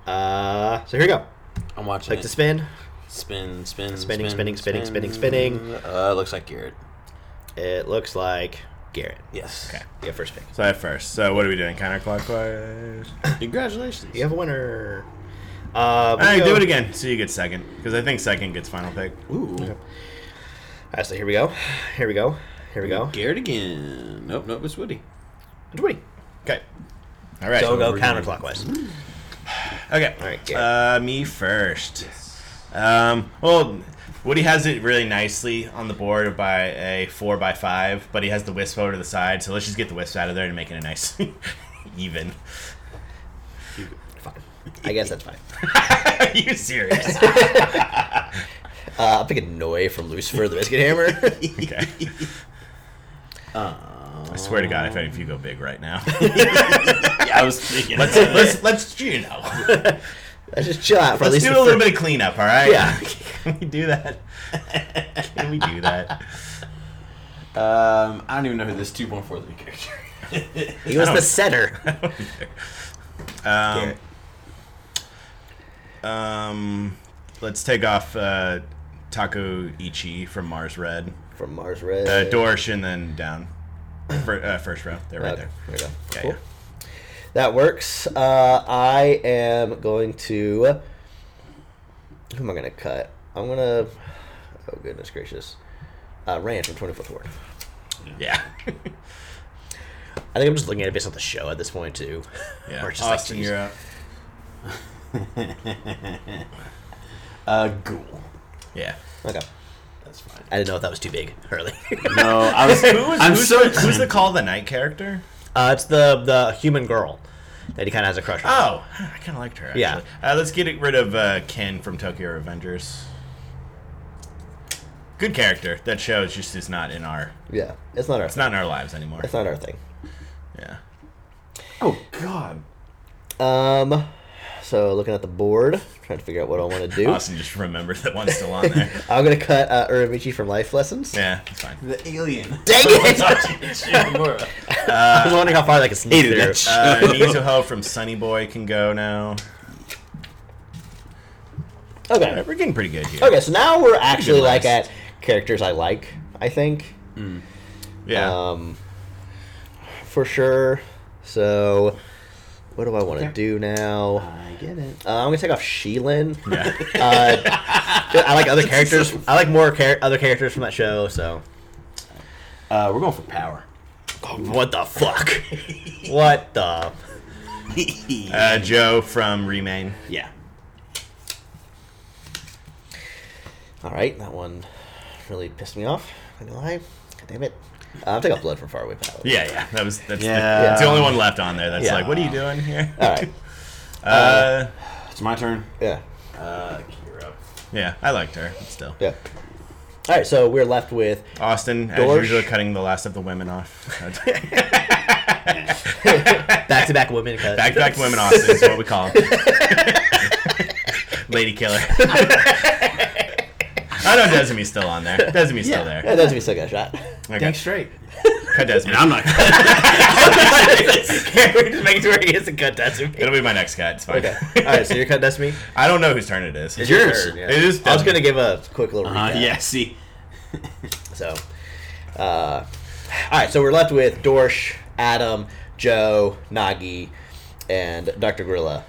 S4: Uh, so here we go.
S6: I'm watching.
S4: Click
S6: it.
S4: to spin.
S6: spin,
S4: Spinning,
S6: spin, spin,
S4: spinning, spinning, spinning,
S6: spin.
S4: spinning.
S6: Uh, looks like Garrett.
S4: It looks like Garrett.
S6: Yes.
S1: Okay.
S4: Yeah, first pick.
S1: So I have first. So what are we doing? Counterclockwise.
S6: <laughs> <coughs> Congratulations.
S4: You have a winner. Uh,
S1: All right, do it again. So you get second, because I think second gets final pick.
S6: Ooh.
S4: Alright, so here we go. Here we go. Here we go.
S6: Garrett again. Nope, nope, it's Woody.
S4: Twenty.
S1: Okay. All right.
S4: Go
S1: so
S4: go
S1: we're-
S4: counterclockwise.
S1: Okay.
S4: All right,
S1: Uh, me first. Um, well, Woody has it really nicely on the board by a four by five, but he has the wisp over to the side. So let's just get the wisp out of there and make it a nice <laughs> even. <laughs>
S4: Fine. I guess that's fine.
S1: Are you
S4: <laughs>
S1: serious?
S4: Uh, I'm picking Noi from Lucifer the
S1: <laughs>
S4: Biscuit Hammer.
S1: okay.
S4: Uh,
S1: I swear to God, if, if you go big right
S4: <laughs>
S1: now, <laughs>
S6: Yeah, I was thinking.
S1: let's let's let's you <laughs> know.
S4: Let's just chill out for at
S1: Let's
S4: least
S1: do a
S4: the
S1: little
S4: fir-
S1: bit of cleanup, all right?
S4: Yeah.
S1: <laughs> Can we do that? <laughs> Can we do that?
S6: Um, I don't even know who this 2.43 character <laughs>
S4: He was
S1: <laughs>
S4: the setter.
S1: Um, um, let's take off uh, Taku Ichi from Mars Red.
S4: <laughs> From Mars Red.
S1: Uh, Dorsch and then down. Fir uh, first row. They're right
S4: Okay,
S1: there.
S4: there we go.
S1: Yeah,
S4: Cool. That works. Uh, I am going to. Who am I going to cut? I'm going to. Oh, goodness gracious. Uh, Rand from 24th Ward.
S1: Yeah. Yeah.
S4: I think I'm just looking at it based on the show at this point, too.
S1: <laughs> <laughs> yeah.
S4: We're just like,
S1: Austin,
S4: geez.
S1: you're up.
S3: Uh, ghoul.
S1: Yeah.
S4: Okay.
S3: That's fine.
S4: I didn't know if that was too big <laughs> early.
S3: No, I
S6: <laughs>
S3: was.
S1: Who's,
S3: I'm
S1: who's,
S3: so.
S1: the, <laughs> who's the call of the night character?
S4: uh, it's the the human girl that he kind of has a crush on.
S1: Oh, <sighs> I kind of liked her. Actually.
S4: Yeah.
S1: Uh, let's get rid of uh, Ken from Tokyo Avengers. Good character. That show is just is not in our.
S4: Yeah. It's not our
S1: It's not in our lives anymore.
S4: It's not our thing.
S1: Yeah.
S3: Oh God.
S4: Um, so looking at the board, trying to figure out what I want to do.
S1: Austin just remembered that one's still on <laughs> there.
S4: I'm gonna cut uh, Uramichi from Life Lessons.
S1: yeah, it's fine.
S3: The
S4: <laughs>
S3: alien.
S4: Dang it! I was wondering how far that could sneak
S3: Hated
S4: through.
S3: that shit.
S1: Uh, Nizuho from Sunny Boy can go now. All
S4: Okay.
S1: right, Uh, we're getting pretty good here.
S4: Okay. So now we're actually
S1: Good
S4: like
S1: list.
S4: at characters I like. I think.
S1: Yeah.
S4: Um, for sure. So, what do I want to do now?
S5: I get
S6: <laughs>
S5: it.
S4: Uh, I'm gonna take off
S3: <laughs>
S4: Sheelan.
S1: yeah.
S4: Uh, I like other characters. I like more char- other characters from that show. So,
S3: Uh, we're going for power.
S4: what the fuck? what the?
S1: Uh, Joe from Remain.
S3: Yeah.
S4: All right, that one really pissed me off. I'm not gonna lie. God damn it. Uh, I'll take off blood from faraway power.
S1: Yeah, yeah. That was that's The,
S3: Yeah.
S1: it's the only one left on there. That's
S4: Yeah.
S1: like, what are you doing here?
S4: All right.
S1: <laughs> Uh,
S3: It's my turn.
S4: Yeah.
S3: Uh, Kira.
S1: yeah, I liked her still.
S4: Yeah. All right. So we're left with
S1: Austin, as
S4: Dorsch.
S1: usual, cutting the last of the women off. <laughs>
S4: back-to-back women cuts.
S1: back back women, Austin is what we call
S4: <laughs>
S1: 'em. Lady killer. <laughs> I know Desimee's still on there. Desimee's still
S4: Yeah,
S1: there.
S4: that's me still got a shot.
S1: Okay.
S2: Dang straight.
S1: Cut Desmee.
S3: And I'm not.
S4: we're just making sure he gets a cut that's me.
S1: <laughs> It'll be my next cut. It's fine.
S4: Okay. All right. So your cut that's me.
S1: <laughs> I don't know whose turn it is.
S4: It's
S3: Yours.
S4: your turn, yeah.
S1: It is
S4: I was
S1: Desimee's.
S4: gonna give a quick little
S3: Uh,
S4: recap.
S3: yeah. See.
S4: So, uh, all right. So we're left with Dorsch, Adam, Joe, Nagi, and Dr. Gorilla.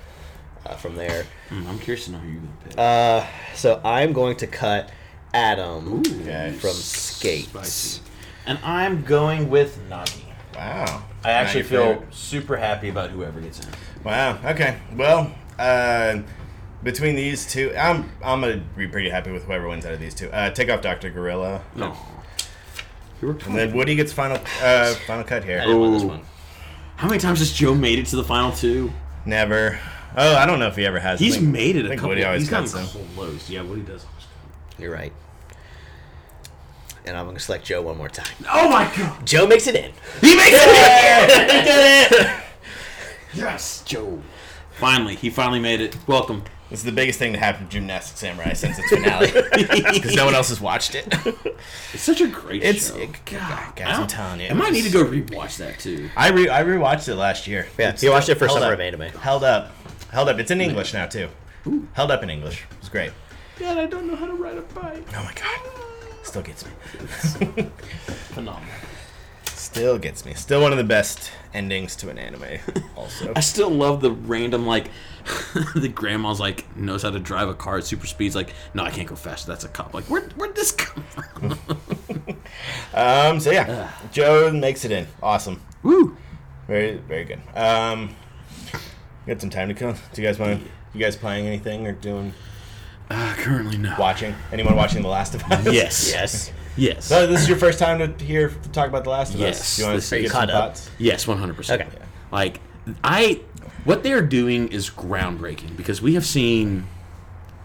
S4: Uh, from there.
S3: Mm, I'm curious to know who you're gonna pick.
S4: Uh, so I'm going to cut Adam
S1: Okay.
S4: from Skates.
S3: Spicy. And I'm going with Nagi.
S1: Wow.
S3: I actually
S1: Not your
S3: feel
S1: favorite.
S3: super happy about whoever gets in.
S1: Wow. Okay. Well, uh, between these two, I'm I'm gonna be pretty happy with whoever wins out of these two. Uh, take off Doctor Gorilla,
S3: No. You were
S1: and then Woody gets final uh, final cut here.
S3: Oh.
S4: didn't want this one.
S3: How many times has Joe made it to the final two?
S1: Never. Oh, I don't know if he ever has. I
S6: He's
S1: think-
S6: made it
S1: I
S6: a
S1: think
S6: couple.
S1: Woody always
S6: he's gotten
S1: cuts them.
S6: close. Yeah, Woody does. always cut.
S4: You're right. And I'm going to select Joe one more time.
S6: Oh my god!
S4: Joe makes it in.
S6: He makes <laughs> it!
S4: He did it!
S6: yes, Joe. Finally, he finally made it. Welcome.
S1: It's the biggest thing to happen to Gymnastic Samurai since its
S3: <laughs>
S1: finale, because no one else has watched it.
S6: It's such a great
S1: It's-
S6: show.
S1: it-
S6: God,
S1: guys, I'm telling you,
S6: I might
S1: it's-
S6: need to go rewatch that too.
S1: I re I rewatched it last year.
S4: Yeah,
S1: It's
S4: you watched it for
S1: held
S4: Summer
S1: up.
S4: of Anime.
S1: Held up, held up. It's in English now too. Held up in English. It's great.
S6: God, I don't know how to ride a bike.
S1: Oh my god, still gets me.
S6: Phenomenal.
S1: Still gets me. Still one of the best endings to an
S4: <laughs>
S1: anime. Also,
S6: I still love the random like <laughs> the grandma's like knows how to drive a car at super speeds. Like, no, I can't go faster. That's a cop. Like, where where'd this come from?
S1: um. So yeah, Joe makes it in. Awesome.
S6: Woo!
S1: Very very good. Um, got some time to kill. Do you guys want? to You guys playing anything or doing
S6: Uh, currently no.
S1: watching? Anyone watching The Last of <laughs> Us?
S6: Yes.
S4: Yes.
S6: Yes.
S1: So this is your first time to hear talk about The Last of Us.
S6: Yes,
S1: Do you want
S6: this
S1: to
S6: is-
S1: give some
S4: Caught up.
S1: thoughts?
S6: Yes, one hundred percent.
S4: Okay.
S6: Like I, what they are doing is groundbreaking because we have seen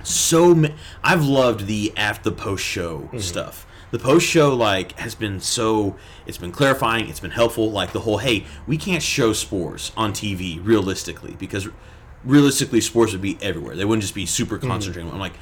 S6: so. Ma- I've loved the after the post show stuff. The post show like has been so. It's been clarifying. It's been helpful. Like the whole hey, we can't show spores on TV realistically because realistically spores would be everywhere. They wouldn't just be super concentrated. I'm like.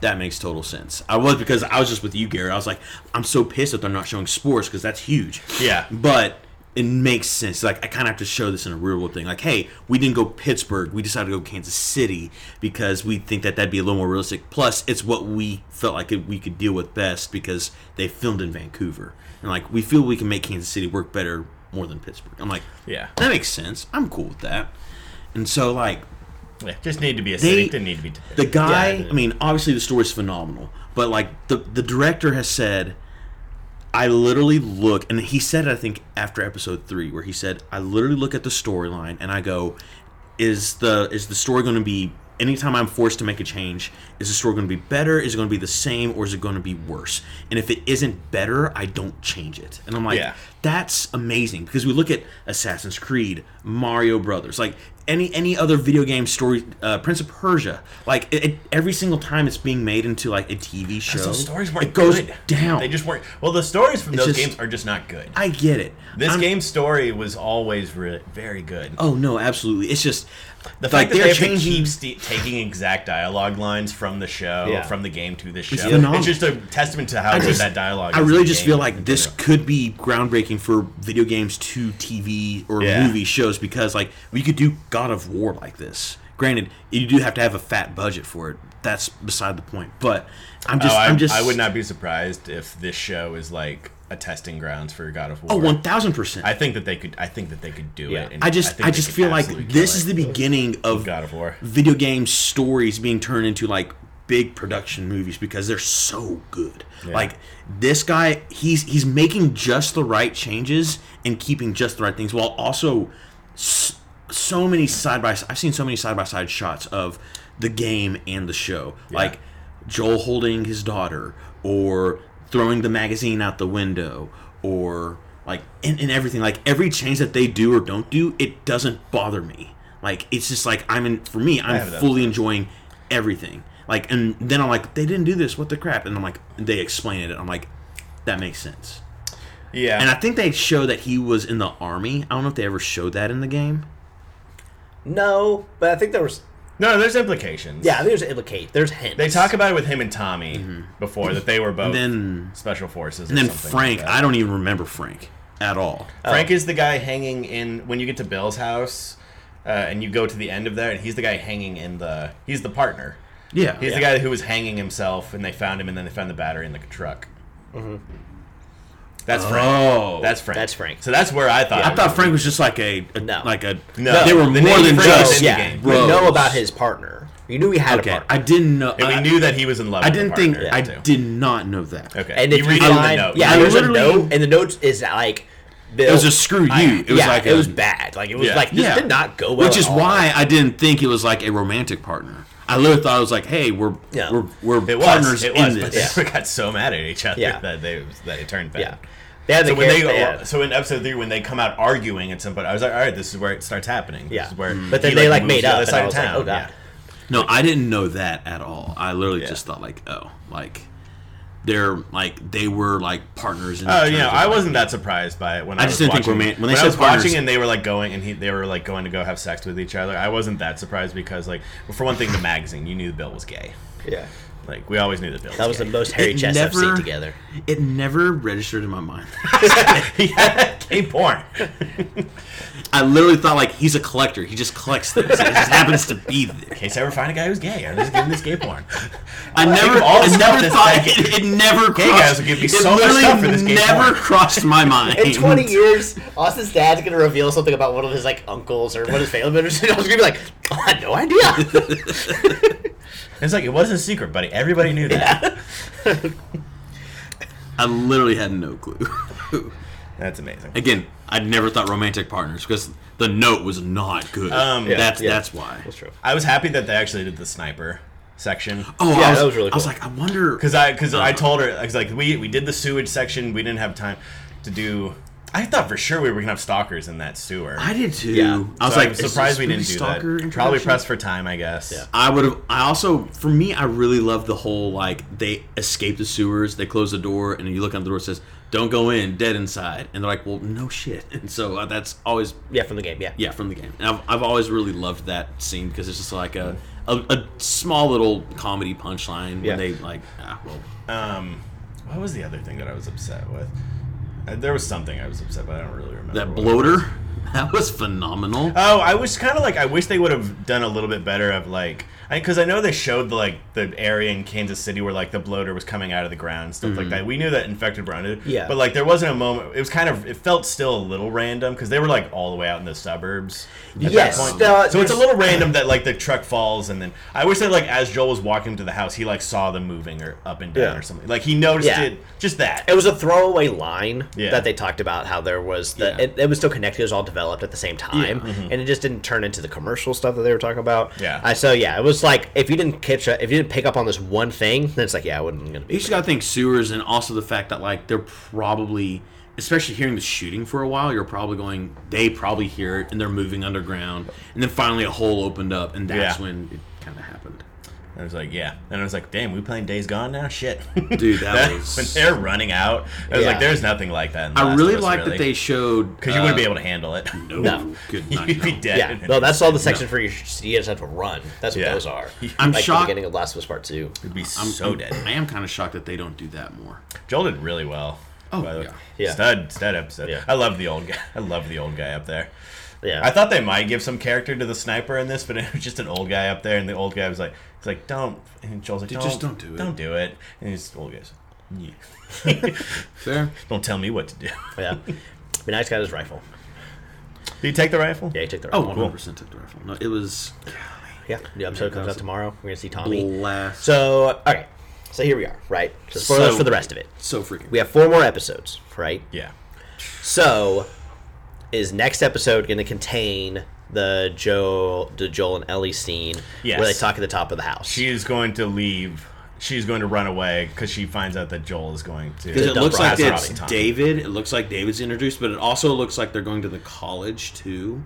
S6: That makes total sense. I was because I was just with you, Gary. I was like, I'm so pissed that they're not showing spores because that's huge.
S1: Yeah.
S6: But it makes sense. Like I kind of have to show this in a real world thing. Like, hey, we didn't go Pittsburgh. We decided to go Kansas City because we think that that'd be a little more realistic. Plus, it's what we felt like it- we could deal with best because they filmed in Vancouver, and like we feel we can make Kansas City work better more than Pittsburgh. I'm like,
S1: Yeah.
S6: that makes sense. I'm cool with that. And so like
S1: Yeah, just need to be acidic.
S6: They-
S1: Didn't need to be.
S6: the guy,
S4: Yeah.
S6: I mean, obviously the story's phenomenal, but like the the director has said, I literally look, and he said, it, I think after episode three, where he said, I literally look at the storyline and I go, is the is the story going to be anytime I'm forced to make a change, is the story going to be better? Is it going to be the same, or is it going to be worse? And if it isn't better, I don't change it. And I'm like,
S1: Yeah.
S6: that's amazing because we look at Assassin's Creed, Mario Brothers, like any any other video game story, uh, Prince of Persia, like it, it- every single time it's being made into like a TV show,
S1: So stories weren't
S6: it goes
S1: good.
S6: down.
S1: They just weren't. Well, the stories from those
S6: just-
S1: games are just not good.
S6: I get it.
S1: This
S6: I'm-
S1: game's story was always re- very good.
S6: Oh no, absolutely. It's just
S1: the fact that they have to keep st- taking exact dialogue lines from the show,
S4: Yeah.
S1: from the game to the show, it's,
S6: phenomenal.
S1: just a testament to how
S6: I
S1: good
S6: just-
S1: that dialogue.
S6: I
S1: is in
S6: really
S1: the
S6: just
S1: game.
S6: feel like this could be groundbreaking for video games to TV or
S1: Yeah.
S6: movie shows because like we could do God of War like this. Granted, you do have to have a fat budget for it. That's beside the point. But I'm just,
S1: oh, I,
S6: I'm just,
S1: I would not be surprised if this show is like a testing grounds for God of War.
S6: Oh, one thousand percent.
S1: I think that they could. I think that they could do
S4: Yeah.
S1: it. and
S6: I just,
S1: think
S6: I
S1: they
S6: just
S1: could
S6: feel like
S1: absolutely
S6: this
S1: kill
S6: is
S1: it.
S6: the beginning of
S1: God of War.
S6: video game stories being turned into like big production movies because they're so good. Like this guy, he's he's making just the right changes and keeping just the right things while also s- so many side by side. I've seen so many side by side shots of the game and the show, like Joel holding his daughter or throwing the magazine out the window or like and, and everything like every change that they do or don't do it doesn't bother me like it's just like i'm in for me i'm
S1: have that.
S6: fully enjoying everything like and then i'm like they didn't do this what the crap and i'm like they explain it and i'm like that makes sense
S1: Yeah,
S6: and i think they show that he was in the army i don't know if they ever showed that in the game
S4: No, but I think there was.
S1: no, there's implications.
S4: Yeah, I think there's implicate. There's hints.
S1: They talk about it with him and Tommy before that they were both
S6: Mm-hmm. then-
S1: special forces.
S6: and then frank i don't even remember frank at all
S1: Frank is the guy hanging in when you get to Bill's house, uh, and you go to the end of there, and he's the guy hanging in the. He's the partner.
S6: yeah
S1: He's the guy who was hanging himself, and they found him, and then they found the battery in the truck. That's Frank.
S6: Mm-hmm. oh
S1: That's Frank.
S4: That's Frank.
S1: So that's where I thought.
S6: i thought frank was just like a, a
S4: No.
S6: like a
S1: No.
S6: they were
S1: The
S6: more
S1: name
S6: than
S1: Frank is
S6: just
S1: in the
S4: Yeah,
S1: game.
S4: we know
S6: Bros.
S4: about his partner. You knew he had a
S6: okay
S4: partner.
S6: i didn't know
S1: And we
S6: I-
S1: knew that he was in love.
S6: I
S1: with the
S6: didn't think
S1: partner,
S6: I
S1: too.
S6: did not know that.
S1: Okay.
S4: and
S1: you
S4: if
S1: read
S4: you
S1: it in the
S4: find,
S1: note.
S4: yeah,
S6: I
S4: there's a
S6: literally-
S4: note, and the note is like, Bill,
S6: It was a screw you. It was
S4: yeah,
S6: like
S4: it
S6: a-
S4: was bad. Like it was
S1: Yeah.
S4: like this
S6: Yeah.
S4: did not go well.
S6: which is
S4: at all.
S6: why I didn't think it was like a romantic partner. I literally thought it was like, hey, we're
S4: Yeah.
S6: we're, we're
S1: It
S6: partners
S1: was. It
S6: in
S1: was. But
S6: this.
S1: they <laughs> got so mad at each other
S4: Yeah.
S1: that they that it turned bad.
S4: Yeah, they had the
S1: So when they
S4: character-
S1: go,
S4: yeah.
S1: so in episode three, when they come out arguing at some point, I was like, all right, this is where it starts happening.
S4: Yeah.
S1: This
S4: Mm-hmm.
S1: is where
S4: But then
S1: he,
S4: they, like,
S1: moves
S4: made
S1: to the
S4: up,
S1: other
S4: and
S1: side
S4: I
S1: of
S4: was like,
S1: town.
S4: oh, God.
S1: Yeah.
S6: No, I didn't know that at all. I literally
S1: Yeah.
S6: just thought like, oh, like they're like they were like partners. In
S1: Oh,
S6: terms
S1: you know,
S6: of,
S1: I
S6: like-
S1: wasn't that surprised by it when I,
S6: just
S1: was
S6: didn't think
S1: watching.
S6: roman- when
S1: when
S6: they
S1: I
S6: said
S1: was
S6: partners-
S1: watching and they were like going and he, they were like going to go have sex with each other. I wasn't that surprised because like well, for one thing, the magazine you knew Bill was gay.
S4: Yeah,
S1: Like we always knew that Bill.
S4: that was
S1: gay.
S4: the most hairy
S6: It
S4: chest I've seen
S1: <laughs>
S6: never-
S4: together.
S6: It never registered in my mind.
S1: he had gay porn.
S6: I literally thought like he's a collector. He just collects things. it just happens to be there.
S1: In case I ever find a guy who's gay, I'm just giving this gay porn.
S6: I never,
S1: give all the
S6: I
S1: stuff
S6: never
S1: that's
S6: thought
S1: like-
S6: it, it never crossed.
S1: guys will give me
S6: it
S1: so much
S6: literally
S1: stuff for this gay
S6: never
S1: porn. <laughs>
S6: crossed my mind.
S4: In 20 years, Austin's dad's gonna reveal something about one of his like uncles or one of his family members, <laughs> and I was gonna be like, oh, I had
S1: <laughs>
S4: no idea.
S1: It's like it wasn't a secret, buddy. Everybody knew that.
S6: I literally had no clue. <laughs>
S1: That's amazing.
S6: Again, I never thought romantic partners because the note was not good.
S1: Um, Yeah,
S6: that's
S4: yeah.
S6: that's why.
S4: true.
S1: I was happy that they actually did the sniper section.
S6: Oh,
S4: Yeah,
S6: I was,
S4: that was really
S6: I was
S4: cool.
S6: like, I wonder.
S1: Because I, because
S6: Uh-huh.
S1: I told her, I was like, we we did the sewage section. We didn't have time to do. I thought for sure we were gonna have stalkers in that sewer.
S6: I did too.
S4: Yeah.
S6: I was
S1: So
S6: like,
S1: I'm
S6: is this
S1: surprised we
S6: movie
S1: didn't do
S6: stalker
S1: that. Probably
S6: introduction?
S1: pressed for time, I guess.
S4: Yeah.
S6: I would have. I also, for me, I really love the whole like they escape the sewers, they close the door, and you look on the door. It says, "Don't go in, dead inside." And they're like, "Well, no shit." <laughs> And so uh, that's always
S4: Yeah, from the game. Yeah,
S6: yeah from the game. And I've, I've always really loved that scene because it's just like a, a a small little comedy punchline
S4: Yeah.
S6: when they like ah well
S1: Um, what was the other thing that I was upset with? Uh, There was something I was upset, but I don't really remember.
S6: That
S1: what it was.
S6: bloater, <laughs> that was phenomenal.
S1: Oh, I was kind of like I wish they would have done a little bit better of like because I, know they showed the, like the area in Kansas City where like the bloater was coming out of the ground and stuff like that. We knew that infected brown did,
S4: Mm-hmm. Yeah.
S1: But like there wasn't a moment. It was kind of it felt still a little random because they were like all the way out in the suburbs. at
S4: Yes,
S1: that point.
S4: uh,
S1: so it's a
S4: there's-
S1: little random that like the truck falls and then I wish that like as Joel was walking to the house he like saw them moving or up and down
S4: Yeah.
S1: or something. Like he noticed
S4: Yeah.
S1: it. Just that.
S4: It was a throwaway line
S1: Yeah.
S4: that they talked about how there was the
S6: Yeah.
S4: it, it was still connected, it was all developed at the same time, and it just didn't turn into the commercial stuff that they were talking about.
S1: mm-hmm. Yeah.
S4: I so yeah, it was like if you didn't catch a, if you didn't pick up on this one thing, then it's like yeah, I wasn't gonna be.
S6: You just gotta think sewers and also the fact that like they're probably especially hearing the shooting for a while, you're probably going they probably hear it and they're moving underground and then finally a hole opened up and that's
S1: Yeah.
S6: when it kinda happened.
S1: I was like, yeah. And I was like, damn, we playing Days Gone now? Shit.
S6: Dude,
S1: <laughs>
S6: that was-
S1: when they're running out. I was
S4: Yeah.
S1: like, there's nothing like that. In The
S6: I
S1: Last
S6: really
S1: of Us,
S6: like
S1: really.
S6: that
S1: <laughs>
S6: they showed
S1: because you wouldn't be able to handle it. <laughs>
S6: to
S4: No.
S6: good night.
S1: You'd be
S6: no.
S1: dead.
S4: Yeah,
S1: <laughs>
S4: no, that's all the section for you. You just have to run. That's what
S1: Yeah. <laughs>
S4: those are.
S6: I'm
S4: like
S6: shocked-
S4: The beginning of Last of Us Part Two.
S1: You'd be
S6: I'm
S1: so dead.
S6: I am kinda shocked that they don't do that more.
S1: Joel did really well.
S6: Oh,
S1: by the way.
S6: yeah.
S4: Yeah.
S1: Stud, stud episode.
S4: Yeah.
S1: I love the old guy. <laughs> I love the old guy up there.
S4: Yeah,
S1: I thought they might give some character to the sniper in this, but <laughs> it was just an old guy up there, and the old guy was like, "He's like, don't." And Joel's like,
S6: Dude,
S1: don't,
S6: just don't do it."
S1: Don't do it. And he's the old guy's like, "Yeah."
S6: <laughs> Fair.
S1: <laughs> don't tell me what to do. <laughs>
S4: yeah. But now he's got his rifle.
S1: Did you take the rifle?
S4: Yeah, he took the
S6: Oh,
S4: rifle.
S6: 100 percent took the rifle. No, it was
S4: yeah. The episode comes out tomorrow. We're gonna see Tommy.
S6: blast.
S4: So okay, so here we are. Right. So spoilers
S6: So-
S4: for the rest of it.
S6: So freaking.
S4: We have four more episodes. Right.
S1: Yeah.
S4: So, is next episode going to contain the Joel, the Joel and Ellie scene
S1: Yes.
S4: where they talk at the top of the house?
S1: She's going to leave. She's going to run away because she finds out that Joel is going to.
S6: Because it
S4: dumb
S6: looks like
S4: browser
S6: it's
S1: all the time.
S6: David. It looks like David's introduced, but it also looks like they're going to the college too.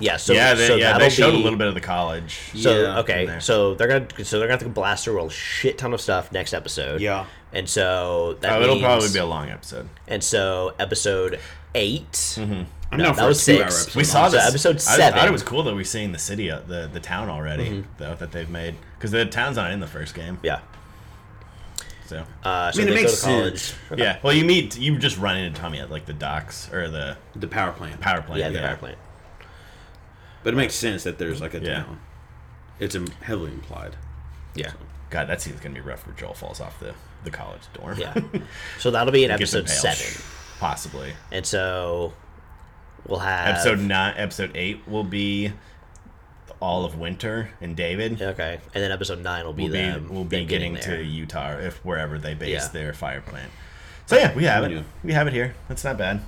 S4: yeah. So
S1: yeah, they,
S4: so
S1: yeah, they
S4: that'll
S1: showed
S4: be-
S1: a little bit of the college.
S4: So
S6: Yeah,
S1: in
S4: okay,
S1: there.
S4: so they're gonna so they're gonna have to blast through a shit ton of stuff next episode.
S6: Yeah.
S4: and so that
S1: Oh, it'll
S4: means-
S1: probably be a long episode.
S4: and so episode 8 Mm-hmm.
S6: I'm
S4: No,
S6: down
S4: that
S6: for a
S4: was
S6: two-hour
S4: six.
S6: episode.
S1: We saw
S4: So
S1: this
S4: episode
S1: I
S4: seven. Mm-hmm.
S1: thought it was cool that we've seen the city, uh, the the town already though that they've made because the town's not in the first game.
S4: Yeah.
S1: So
S4: Uh, so
S6: mean, it
S4: they go
S6: makes
S4: to college.
S6: sense.
S1: yeah, well, you meet you just run into Tommy at like the docks or the
S6: the power plant,
S1: power plant.
S4: Yeah, the power plant.
S6: but it makes sense that there's like a
S1: Yeah.
S6: town. It's im- heavily implied.
S1: Yeah. God, that scene's gonna be rough where Joel falls off the the college dorm.
S4: Yeah. so that'll be in
S1: <laughs> Gets
S4: episode
S1: impaled.
S4: seven,
S1: possibly.
S4: and so we'll have
S1: episode nine, episode eight will be all of winter and David.
S4: Okay, and then episode nine will be
S1: We'll be,
S4: them.
S1: we'll be
S4: them
S1: getting,
S4: there.
S1: to Utah if wherever they base
S4: Yeah.
S1: their fire plant. So yeah, we have it.
S6: Yeah.
S1: We have it here. That's not bad.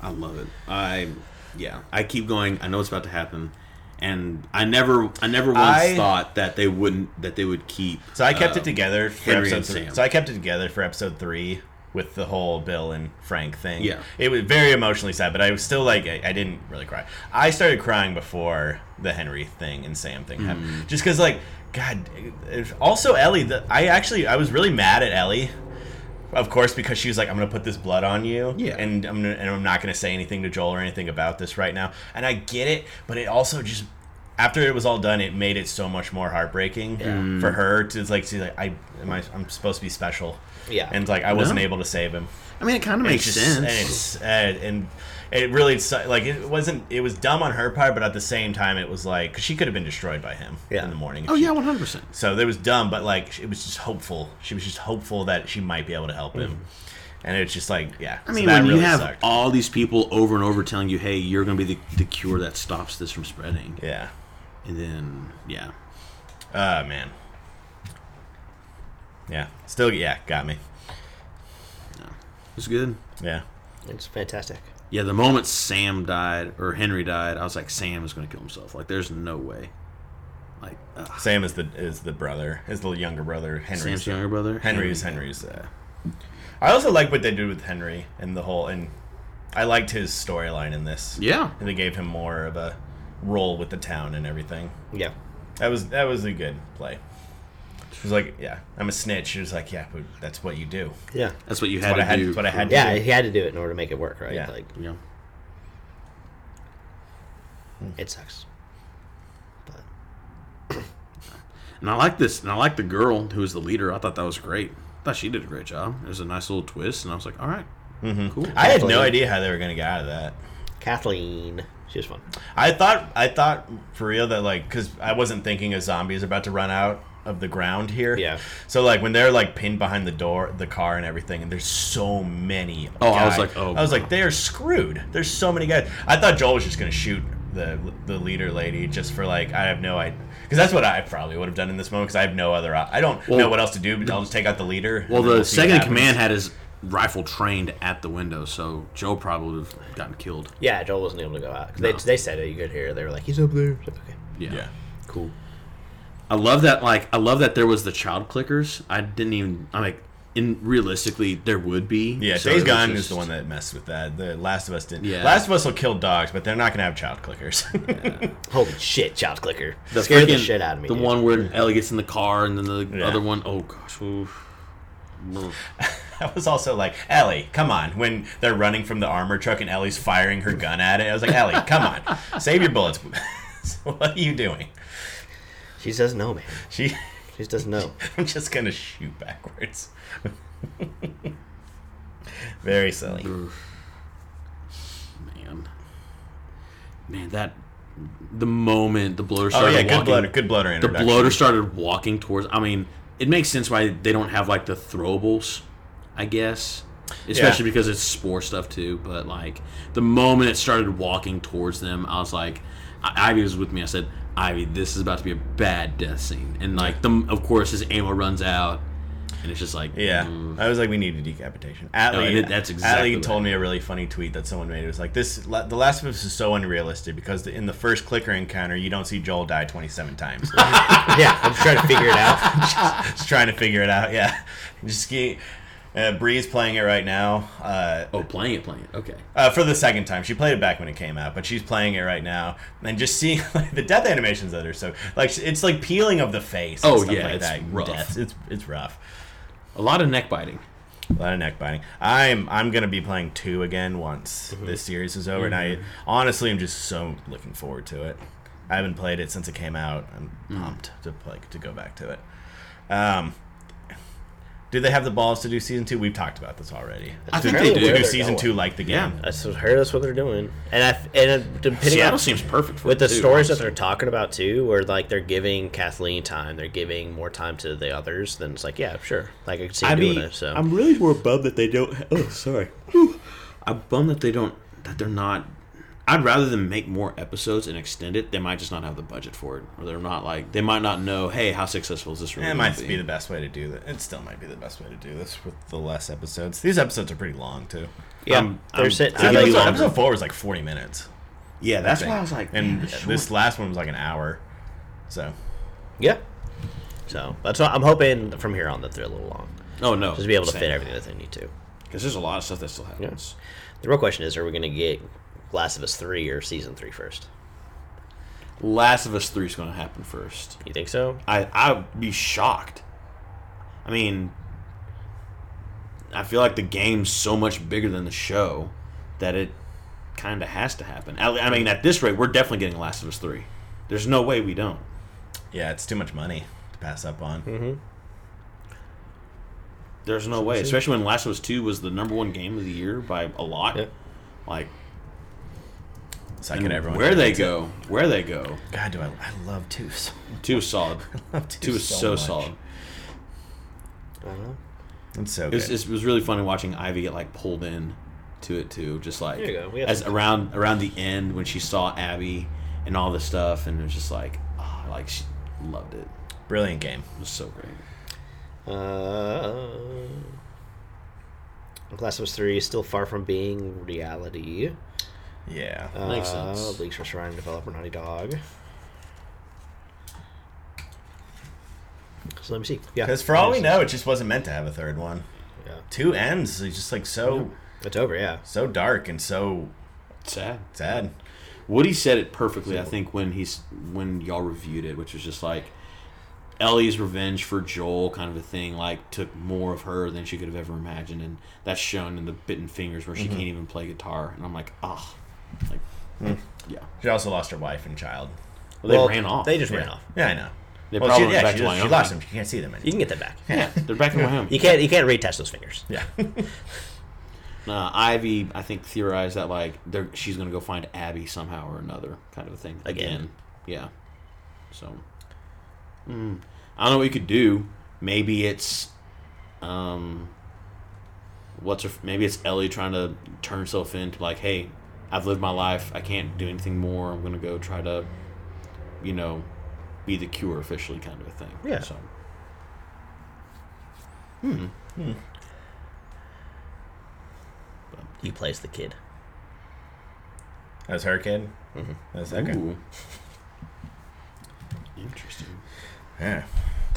S6: I love it. I yeah. I keep going. I know it's about to happen, and I never, I never once
S1: I-
S6: thought that they wouldn't, that they would keep.
S1: So I kept
S6: uh,
S1: it together for
S6: Henry and
S1: episode three.
S6: Sam.
S1: So I kept it together for episode three with the whole Bill and Frank thing.
S6: Yeah.
S1: It was very emotionally sad, but I was still like I, I didn't really cry. I started crying before the Henry thing and Sam thing
S6: Mm.
S1: happened. Just cuz like god it- also Ellie the, I actually I was really mad at Ellie. Of course because she was like I'm going to put this blood on you
S6: Yeah.
S1: and I'm gonna, and I'm not going to say anything to Joel or anything about this right now. And I get it, but it also just after it was all done, it made it so much more heartbreaking
S6: Mm.
S1: for her to like see like I am I I'm supposed to be special.
S4: Yeah.
S1: And like I wasn't
S6: No.
S1: able to save him.
S6: uh, I mean, it kind of
S1: It
S6: makes
S1: just-
S6: sense.
S1: And it's and, and it really su- like it wasn't it was dumb on her part, but at the same time it was like cause she could have been destroyed by him
S4: Yeah.
S1: in the morning. if
S6: oh
S1: she-
S6: yeah, one hundred percent.
S1: So that was dumb, but like it was just hopeful. She was just hopeful that she might be able to help him. And it's just like yeah.
S6: Mm-hmm. I mean, when you have all these people over and over telling you, "Hey, you're going to be the, the cure that stops this from spreading,"
S1: yeah.
S6: and then yeah,
S1: Oh man. Yeah. Still yeah, got me.
S6: it's good.
S1: Yeah.
S4: It's fantastic.
S6: Yeah, the moment Sam died or Henry died, I was like, Sam is going to kill himself. Like, there's no way. Like, ugh.
S1: Sam is the is the brother, is the younger brother. Henry's
S6: Sam's younger brother.
S1: Henry's Henry's. Uh, I also like what they did with Henry and the whole, and I liked his storyline in this.
S6: Yeah,
S1: and they gave him more of a role with the town and everything.
S4: Yeah.
S1: That was that was a good play. She was like, "Yeah, I'm a snitch." She was like, "Yeah, but that's what you do."
S4: Yeah.
S6: that's what you
S1: That's
S6: had
S1: what I
S6: to
S1: had.
S6: do.
S1: That's what I had. To
S4: Yeah,
S1: do.
S4: he had to do it in order to make it work, right?
S1: Yeah.
S4: Like
S6: Yeah.
S4: it sucks. But
S6: And I like this. And I like the girl who was the leader. I thought that was great. I thought she did a great job. It was a nice little twist, and I was like, all right, Cool.
S1: Mm-hmm. I had no
S4: Definitely.
S1: idea how they were going to get out of that.
S4: Kathleen. She was fun.
S1: I thought I thought for real that like because I wasn't thinking a zombie is about to run out of the ground here.
S4: Yeah.
S1: So like when they're like pinned behind the door, the car and everything, and there's so many.
S6: Oh, I was
S1: guys.
S6: like, oh,
S1: I was like,
S6: God.
S1: they are screwed. There's so many guys. I thought Joel was just gonna shoot the the leader lady just for like I have no idea because that's what I probably would have done in this moment because I have no other op- I don't
S6: Well,
S1: know what else to do but I'll just take out the leader. and
S6: Well,
S1: then
S6: the
S1: we'll see what
S6: second in
S1: happens.
S6: command had his rifle trained at the window, so Joe probably would have gotten killed.
S4: Yeah, Joel wasn't able to go out. 'Cause
S6: No.
S4: They, they said it. You could hear. it. They were like, he's up there. It's like, okay.
S6: Yeah.
S1: Yeah.
S6: Cool. I love that. Like, I love that there was the child clickers. I didn't even. I'm like, in realistically, there would be.
S1: Yeah,
S6: so
S1: Days
S6: it was
S1: Gone is
S6: just-
S1: the one that messed with that. The Last of Us didn't.
S6: Yeah.
S1: Last of Us will kill dogs, but they're not gonna have child clickers. <laughs>
S4: Holy shit, child clicker.
S6: The
S4: Scared the
S6: freaking-
S4: shit out of me.
S6: The
S4: dude.
S6: one where Ellie gets in the car, and then the
S1: Yeah.
S6: other one, oh gosh, oof.
S1: <laughs> I was also like, Ellie, come on. When they're running from the armor truck and Ellie's firing her gun at it, I was like, Ellie, come on, save your bullets. <laughs> what are you doing?
S4: She just doesn't know, man.
S1: She, <laughs>
S4: She just doesn't know.
S1: I'm just gonna shoot backwards. <laughs> Very silly.
S6: man, man, that the moment the bloater
S1: Oh
S6: started
S1: yeah, good
S6: walking,
S1: bloater, good bloater
S6: the
S1: introduction.
S6: bloater started walking towards. I mean, it makes sense why they don't have like the throwables, I guess, especially because it's spore stuff too. But like the moment it started walking towards them, I was like, I- Ivy was with me. I said, Ivy, this is about to be a bad death scene, and like the of course his ammo runs out, and it's just like
S1: Yeah,
S6: mm.
S1: I was like, we need a decapitation. Atlee,
S6: and it- that's exactly
S1: Atlee
S6: what
S1: told me a really funny tweet that someone made. It was like this: La- the Last of Us is so unrealistic because the, in the first clicker encounter, you don't see Joel die twenty-seven times.
S6: <laughs>
S4: yeah, I'm just trying to figure it out.
S1: <laughs> just trying to figure it out. Yeah, just keep, uh, Bree's playing it right now. Uh,
S6: Oh, playing it, playing it. Okay.
S1: uh, for the second time, she played it back when it came out, but she's playing it right now, and just seeing <laughs> like, the death animations that are so like it's like peeling of the face. and
S6: Oh,
S1: stuff
S6: yeah,
S1: like
S6: it's
S1: that.
S6: rough.
S1: Deaths. It's it's rough.
S6: A lot of neck biting.
S1: A lot of neck biting. I'm I'm gonna be playing two again once
S6: Mm-hmm.
S1: this series is over, and I honestly am just so looking forward to it. I haven't played it since it came out. I'm
S6: Mm.
S1: pumped to play to go back to it. Um, do they have the balls to do season two? We've talked about this already.
S6: I think
S4: apparently
S6: they do.
S4: where
S1: Do
S4: they're
S1: season
S4: going.
S1: two like the game?
S4: I just heard that's what they're doing, and I and it- depending
S6: Seattle
S4: on
S6: seems perfect for
S4: with
S6: it,
S4: the
S6: too,
S4: stories that
S6: honestly.
S4: they're talking about too, where like they're giving Kathleen time, they're giving more time to the others. Then it's like, yeah, sure, like I can see
S6: I
S4: him doing
S6: mean,
S4: it. So
S6: I'm really more bummed that they don't. Oh, sorry. Whew. I'm bummed that they don't. That they're not. I'd rather them make more episodes and extend it. They might just not have the budget for it, or they're not like they might not know. Hey, how successful is this really?
S1: It
S6: gonna
S1: might be the best way to do that. It still might be the best way to do this with the less episodes. These episodes are pretty long too.
S4: yeah,
S6: I'm-
S4: they're
S6: I'm-
S4: sitting.
S6: I
S4: I
S6: think
S1: episode,
S6: you have-
S1: episode four was like forty minutes.
S6: yeah, that's
S1: thing.
S6: why I was like,
S1: and
S6: man, sure.
S1: this last one was like an hour. So
S4: yeah. So that's what I'm hoping from here on that they're a little long,
S6: Oh no,
S4: just be able to fit everything that they need to.
S6: because there's a lot of stuff that still happens.
S4: The real question is, are we going to get Last of Us three or season three first?
S6: Last of Us Three is going to happen first.
S4: You think so?
S6: I I'd be shocked. I mean, I feel like the game's so much bigger than the show that it kind of has to happen. I, I mean, at this rate, we're definitely getting Last of Us Three. There's no way we don't.
S1: yeah, it's too much money to pass up on.
S6: Mm-hmm. There's no way, especially when Last of Us Two was the number one game of the year by a lot.
S4: Yeah.
S6: Like
S1: So I could everyone
S6: where they go, where they go.
S1: God, do I? I love two <laughs> so
S6: Two is solid.
S1: love two,
S6: Two is so,
S1: much.
S6: solid.
S1: It's so
S6: It
S1: good.
S6: was, it was really funny watching Ivy get like pulled in to it too, just like
S4: There you go. We had
S6: as
S4: some-
S6: around around the end when she saw Abby and all this stuff, and it was just like, ah, like she loved it.
S1: Brilliant game.
S6: It was so great.
S4: Uh, Last of Us 3 is still far from being reality.
S1: Yeah.
S6: Makes
S4: uh,
S6: sense.
S4: Leaks for surrounding developer Naughty Dog. So let me see. Yeah.
S1: Because for all we
S4: Yes.
S1: know, it just wasn't meant to have a third one.
S4: Yeah.
S1: Two ends. It's just like so
S4: It's over, yeah.
S1: so dark and so
S6: Sad.
S1: sad.
S6: Woody said it perfectly, I think, when he's when y'all reviewed it, which was just like Ellie's revenge for Joel kind of a thing, like took more of her than she could have ever imagined, and that's shown in the bitten fingers where she
S4: Mm-hmm.
S6: can't even play guitar. And I'm like, ah, like, yeah.
S1: She also lost her wife and child.
S6: Well, they
S4: Hmm. Well,
S6: ran off.
S4: They just
S1: Yeah,
S4: ran off.
S1: yeah I know.
S6: They
S1: well,
S6: probably
S1: she,
S6: went
S1: yeah, she,
S6: back to
S1: just- she
S6: Wyoming.
S1: lost them. She can't see them anymore.
S4: <laughs> You can get that back.
S6: Yeah, they're back in Wyoming.
S1: <laughs>
S4: You can't you can't retouch those fingers.
S1: Yeah.
S6: Uh, Ivy, I think, theorized that like they're, she's gonna go find Abby somehow or another, kind of a thing. Again,
S4: Again.
S6: yeah. So, mm, I don't know what you could do. Maybe it's, um, what's her, maybe it's Ellie trying to turn herself into like, hey, I've lived my life. I can't do anything more. I'm gonna go try to, you know, be the cure officially, kind of a thing.
S4: Yeah.
S6: So,
S4: He plays the kid.
S1: That was her kid. Mm-hmm. That's okay.
S6: Ooh. interesting.
S1: Yeah.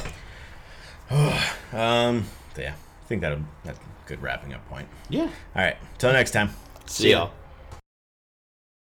S1: <sighs> um. Yeah. I think that'll that's a good wrapping up point.
S6: Yeah.
S1: All right. Till next time.
S6: See y'all.